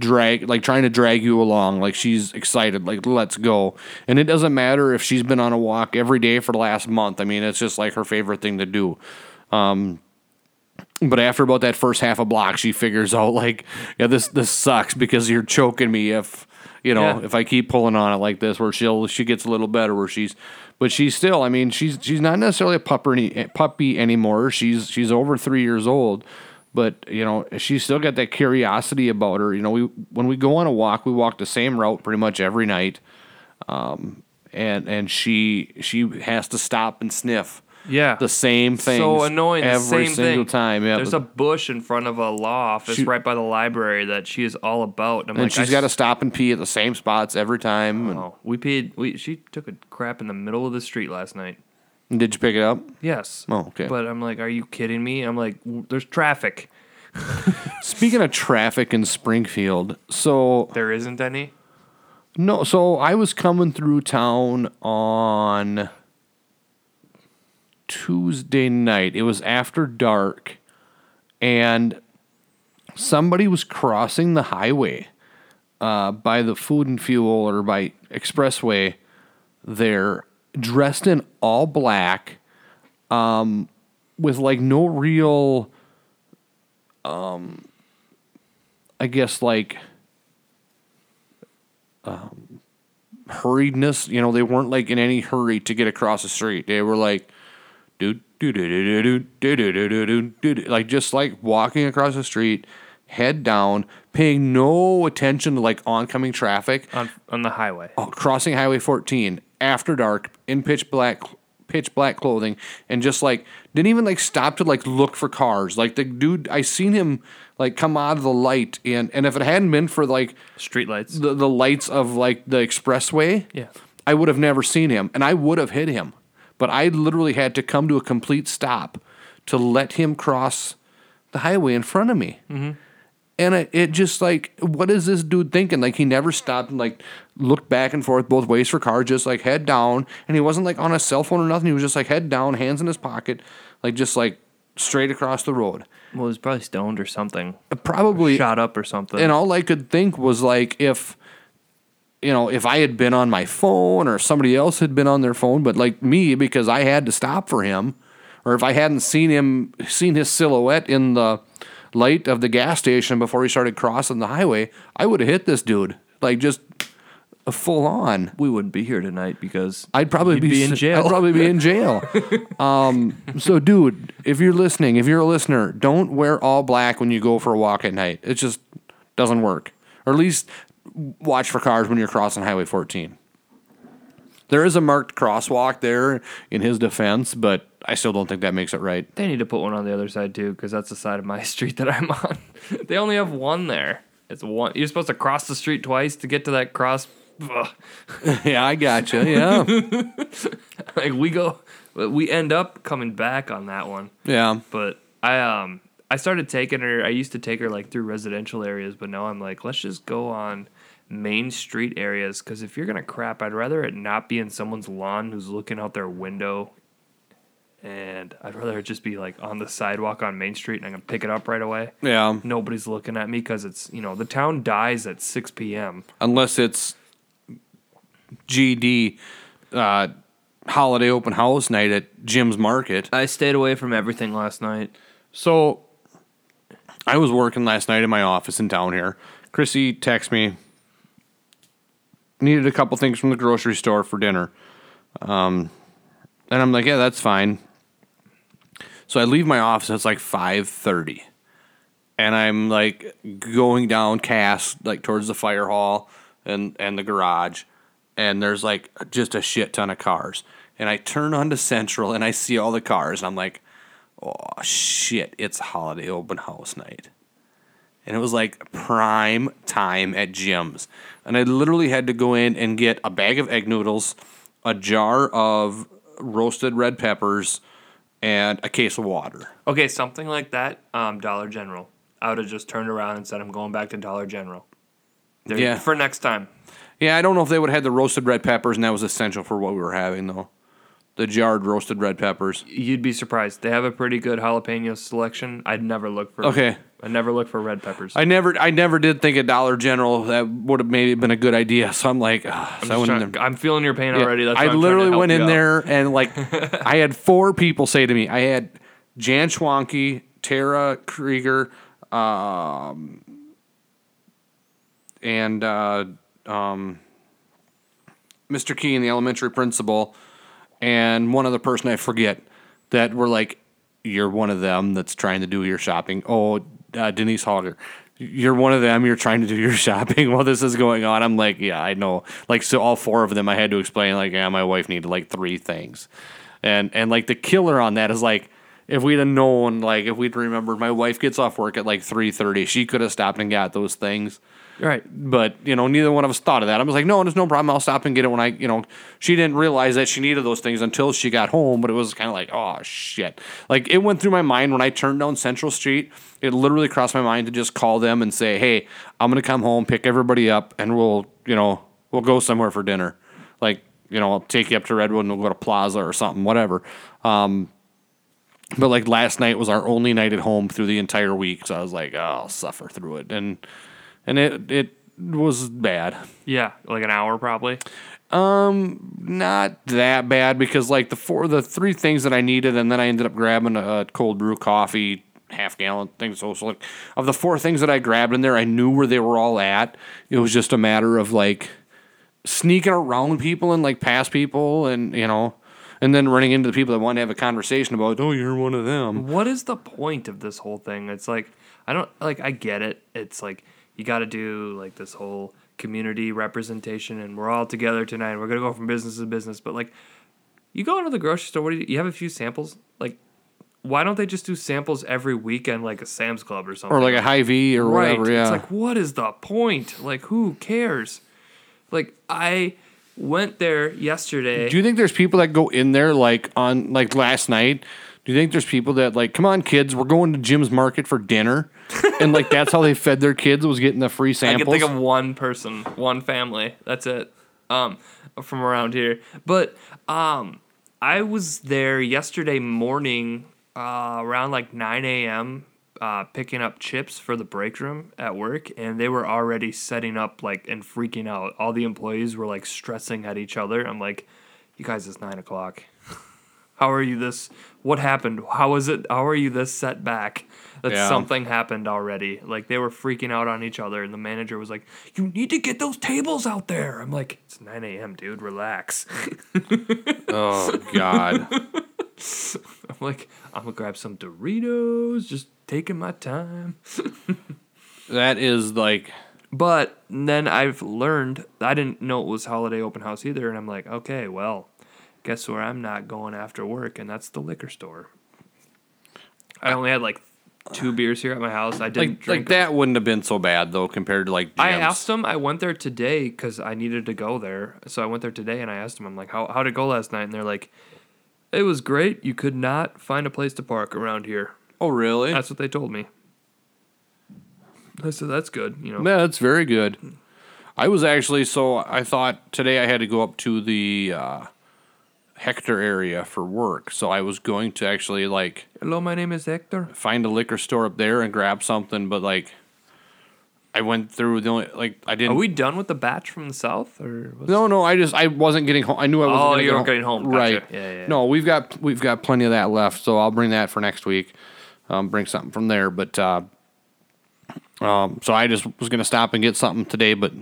F: drag, like trying to drag you along. Like she's excited, like let's go. And it doesn't matter if she's been on a walk every day for the last month. I mean, it's just like her favorite thing to do. But after about that first half a block, she figures out like, yeah, this this sucks because you're choking me if you know
A: Yeah.
F: if I keep pulling on it like this. Where she'll she gets a little better where she's, but she's still. I mean, she's she's not necessarily a puppy any, eh, puppy anymore. She's she's over three years old, but you know she's still got that curiosity about her. You know, we when we go on a walk, we walk the same route pretty much every um, night and and she she has to stop and sniff
A: Yeah.
F: the same thing.
A: so annoying. the
F: every
A: same
F: single
A: thing.
F: time. Yeah,
A: There's a bush in front of a law office
F: She-
A: right by the library that she is all about. And I'm
F: and
A: like,
F: she's
A: I
F: got
A: s-
F: to stop and pee at the same spots every time. and-
A: Oh, we peed. We she took a crap in the middle of the street last night.
F: And did you pick it up?
A: Yes.
F: Oh, okay.
A: But I'm like, are you kidding me? I'm like, w- there's traffic.
F: Speaking of traffic in Springfield, so
A: There isn't any.
F: No, so I was coming through town on Tuesday night. It was after dark, and somebody was crossing the highway uh, by the food and fuel or by expressway there, dressed in all black, um, with like no real, um, I guess like. um, hurriedness. You know, they weren't like in any hurry to get across the street. They were like, do do do do do do do do do do do do, like just like walking across the street, head down, paying no attention to like oncoming traffic,
A: on on the highway.
F: Oh, crossing Highway 14 after dark in pitch black. Pitch black clothing and just like didn't even like stop to like look for cars. Like the dude, I seen him like come out of the light and and if it hadn't been for like
A: Streetlights.
F: the, the lights of like the expressway,
A: Yeah.
F: I would have never seen him and I would have hit him. But I literally had to come to a complete stop to let him cross the highway in front of me. And it, it just like, what is this dude thinking? Like, he never stopped and like looked back and forth both ways for cars, just like head down. And he wasn't like on a cell phone or nothing. He was just like head down, hands in his pocket, like just like straight across the road.
A: Well, he's probably stoned or something.
F: Probably
A: Shot up or something.
F: and all I could think was like if you know if I had been on my phone or somebody else had been on their phone, but like me because I had to stop for him, or if I hadn't seen him seen his silhouette in the light of the gas station before he started crossing the highway, I would have hit this dude like just full on.
O: We wouldn't be here tonight because
F: I'd probably
O: You'd
F: be,
O: be in
F: s-
O: jail.
F: I'd probably be in jail. um, so, dude, if you're listening, if you're a listener, don't wear all black when you go for a walk at night. It just doesn't work. Or at least watch for cars when you're crossing Highway 14. There is a marked crosswalk there in his defense, but I still don't think that makes it right.
A: they need to put one on the other side too, because that's the side of my street that I'm on. they only have one there. It's one. You're supposed to cross the street twice to get to that cross. Ugh.
F: yeah, I gotcha. Yeah.
A: Like we go, we end up coming back on that one.
F: yeah.
A: But I um I started taking her. I used to take her like through residential areas, but now I'm like, let's just go on main street areas because if you're gonna crap, I'd rather it not be in someone's lawn who's looking out their window. And I'd rather it just be like on the sidewalk on Main Street, and I can pick it up right away.
F: Yeah.
A: Nobody's looking at me because it's you know the town dies at six p.m.
F: Unless it's GD uh, holiday open house night at Jim's Market.
A: I stayed away from everything last night.
F: So I was working last night in my office in town here. Chrissy texted me, needed a couple things from the grocery store for dinner. Um, and I'm like, yeah, that's fine. So I leave my office. It's like 5:30, and I'm like going down cast like towards the fire hall and and the garage, and there's like just a shit ton of cars. And I turn onto Central and I see all the cars, and I'm like, oh shit, it's holiday open house night. And it was like prime time at gyms. And I literally had to go in and get a bag of egg noodles, a jar of roasted red peppers, and a case of water.
A: Okay, something like that. Um, Dollar General. I would have just turned around and said, "I'm going back to Dollar General." There-
F: Yeah.
A: For next time.
F: Yeah, I don't know if they would have had the roasted red peppers, and that was essential for what we were having, though. The jarred roasted red peppers.
A: You'd be surprised. They have a pretty good jalapeno selection. I'd never look for.
F: Okay.
A: I never look for red peppers.
F: I never, I never did think a Dollar General that would have maybe been a good idea. So I'm like, ah, so I
A: am
F: went in there-
A: I'm feeling your pain
F: Yeah,
A: already. That's why
F: I
A: I'm trying to
F: literally
A: help
F: went
A: you
F: in
A: out.
F: there and like I had four people say to me. I had Jan Schwanke, Tara Krieger, um, and uh, um, Mr. Keen, the elementary principal, and one other person I forget that were like, "You're one of them that's trying to do your shopping." Oh, uh, Denise Halter. You're one of them. You're trying to do your shopping while this is going on. I'm like, yeah, I know. Like, so all four of them, I had to explain. Like, yeah, my wife needed like three things, and and like the killer on that is like if we'd have known like if we'd remembered my wife gets off work at like 3.30 she could have stopped and got those things
A: Right.
F: but you know neither one of us thought of that i was like no there's no problem i'll stop and get it when i you know she didn't realize that she needed those things until she got home but it was kind of like oh shit like it went through my mind when i turned down central street it literally crossed my mind to just call them and say hey i'm gonna come home pick everybody up and we'll you know we'll go somewhere for dinner like you know i'll take you up to redwood and we'll go to plaza or something whatever um but like last night was our only night at home through the entire week so i was like oh, i'll suffer through it and and it it was bad.
A: Yeah, like an hour probably.
F: Not that bad because like the four the three things that I needed, and then I ended up grabbing a, a cold brew coffee, half gallon thing. So, so like of the four things that I grabbed in there, I knew where they were all at. It was just a matter of like sneaking around people and like past people, and you know. And then running into the people that want to have a conversation about, oh, you're one of them.
A: What is the point of this whole thing? It's like I don't like I get it. It's like you got to do like this whole community representation and we're all together tonight. and We're going to go from business to business, but like you go into the grocery store, what do you, you have a few samples? Like why don't they just do samples every weekend like a Sam's Club or something?
F: Or like a high V or
A: right.
F: whatever. Yeah.
A: It's like, what is the point? Like, who cares? Like, I went there yesterday.
F: Do you think there's people that go in there like on like last night? Do you think there's people that like, come on, kids, we're going to Jim's Market for dinner, and like that's how they fed their kids was getting the free
A: I can
F: samples.
A: think of one person, one family. That's it. Um, from around here. But um, I was there yesterday morning, uh, around like nine a.m. Uh, picking up chips for the break room at work, and they were already setting up like and freaking out. All the employees were like stressing at each other. I'm like, you guys, it's nine o'clock. How are you this? What happened? How is it? How are you this set back? That
F: Yeah.
A: something happened already. Like they were freaking out on each other, and the manager was like, "You need to get those tables out there." I'm like, "It's 9 a.m., dude. Relax."
F: oh God,
A: I'm like, "I'm gonna grab some Doritos, just taking my time."
F: that is like
A: But then I've learned I didn't know it was holiday open house either, and I'm like, "Okay, well, guess where I'm not going after work, and that's the liquor store." I only had like two beers here at my house. I didn't
F: like
A: drink
F: like that wouldn't have been so bad though compared to like. Jim's.
A: I asked him. I went there today because I needed to go there. So I went there today and I asked him. I'm like, "How how'd it go last night?" And they're like, "It was great. You could not find a place to park around here."
F: Oh really?
A: That's what they told me. I said, "That's good." You know,
F: Yeah, that's very good. I was actually so I thought today I had to go up to the uh, Hector area for work, so I was going to actually like
A: hello, my name is Hector.
F: find a liquor store up there and grab something, but like I went through the only like I
A: Are
F: didn't.
A: we done with the batch from the south, or was
F: no, no. I just I wasn't getting home. I knew I wasn't.
A: Oh,
F: gonna
A: you
F: get
A: weren't getting home. Gotcha.
F: Right.
A: Yeah, yeah, yeah.
F: No, we've got we've got plenty of that left, so I'll bring that for next week. Um, bring something from there, but uh, um, so I just was gonna stop and get something today, but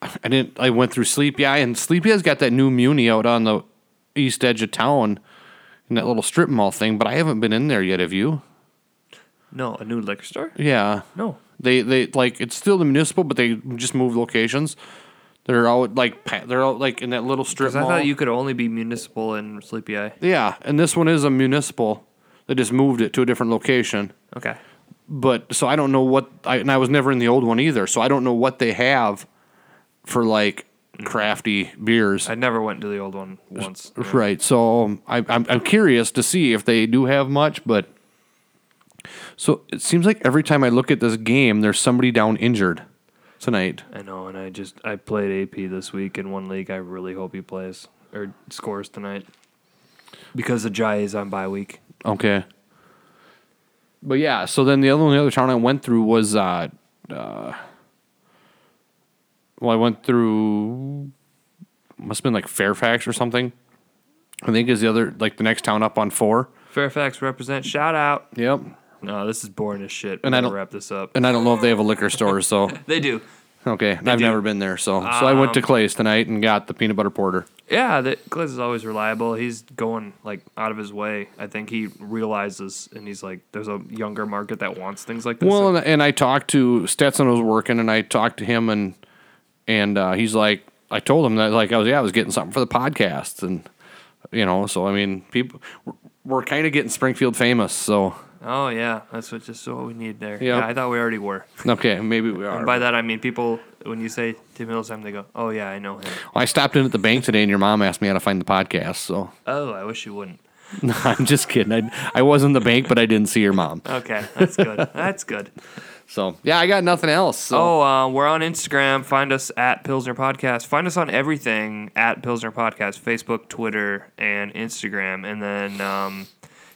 F: I didn't. I went through Sleepy Eye, and Sleepy Eye's got that new Muni out on the east edge of town in that little strip mall thing, but I haven't been in there yet. Have you?
A: no a new liquor store?
F: Yeah.
A: No.
F: They they like it's still the municipal, but they just moved locations. They're out like pa- they're out like in that little strip
A: Because I
F: mall.
A: thought you could only be municipal in Sleepy Eye.
F: yeah, and this one is a municipal. They just moved it to a different location.
A: Okay.
F: But so I don't know what I and I was never in the old one either, so I don't know what they have for like crafty beers.
A: I never went to the old one once.
F: Right. So um, I, I'm I'm curious to see if they do have much, but so it seems like every time I look at this game, there's somebody down injured tonight.
A: I know, and I just I played AP this week in one league. I really hope he plays or scores tonight because the Jai is on bye week.
F: Okay. But yeah, so then the other the other town I went through was uh, uh well I went through must have been like Fairfax or something. I think is the other like the next town up on four.
A: Fairfax represent shout out.
F: Yep.
A: No, this is boring as shit.
F: And
A: And
F: I
A: I do
F: don't-
A: wrap this up.
F: And I don't know if they have a liquor store, so
A: They do.
F: okay.
A: do.
F: I've never been there, so so I went to Clay's tonight and got the peanut butter porter.
A: Yeah, that Gliss is always reliable. He's going like out of his way. I think he realizes, and he's like, there's a younger market that wants things like this.
F: Well, and, and I talked to Stetson was working, and I talked to him, and and uh, he's like, I told him that like I was yeah I was getting something for the podcast, and you know, so I mean, people we're, we're kind of getting Springfield famous. So
A: Oh yeah, that's what just what we need there.
F: Yeah.
A: Yeah, I thought we already were.
F: okay, maybe we are.
A: And by that I mean people when you say Tim Hillsheim, they go, "Oh yeah, I know him."
F: I stopped in at the bank today, and your mom asked me how to find the podcast. So
A: Oh, I wish you wouldn't.
F: no, I'm just kidding. I I was in the bank, but I didn't see your mom.
A: Okay, that's good. that's good.
F: So yeah, I got nothing else. So
A: Oh, uh, we're on Instagram. Find us at Pilsner Podcast. Find us on everything at Pilsner Podcast Facebook, Twitter, and Instagram. And then, um,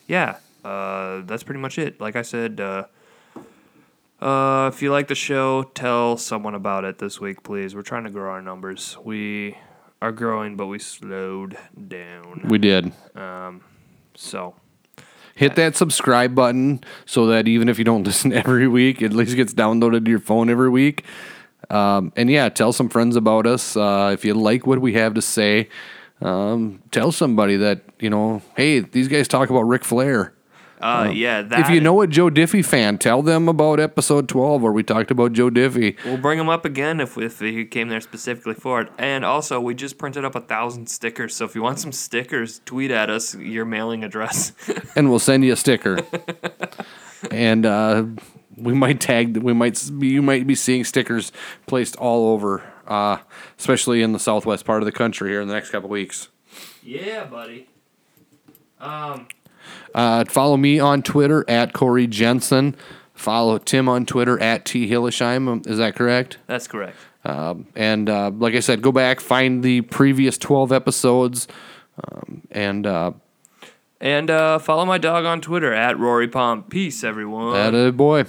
A: yeah, uh, that's pretty much it. Like I said, uh, uh, if you like the show, tell someone about it this week, please. We're trying to grow our numbers. We are growing, but we slowed down.
F: we did.
A: So,
F: Hit that subscribe button so that even if you don't listen every week, it at least gets downloaded to your phone every week. Um, and yeah, tell some friends about us. Uh, if you like what we have to say, um, tell somebody that, you know, hey, these guys talk about Ric Flair.
A: uh, yeah, that
F: Oh. if you know a Joe Diffie fan, tell them about episode 12 where we talked about Joe Diffie.
A: We'll bring them up again if if you came there specifically for it. And also, we just printed up a thousand stickers. So if you want some stickers, tweet at us your mailing address.
F: and we'll send you a sticker. and uh, we might tag. We might. s- You might be seeing stickers placed all over, uh, especially in the southwest part of the country here in the next couple weeks.
A: yeah, buddy.
F: Uh, follow me on Twitter at Corey Jensen. Follow Tim on Twitter at T Hillesheim. Is that correct?
A: That's correct.
F: Um, and uh, like I said, go back, find the previous twelve episodes, um, and uh,
A: And uh, follow my dog on Twitter at Rory Pomp. Peace, everyone.
F: that a boy.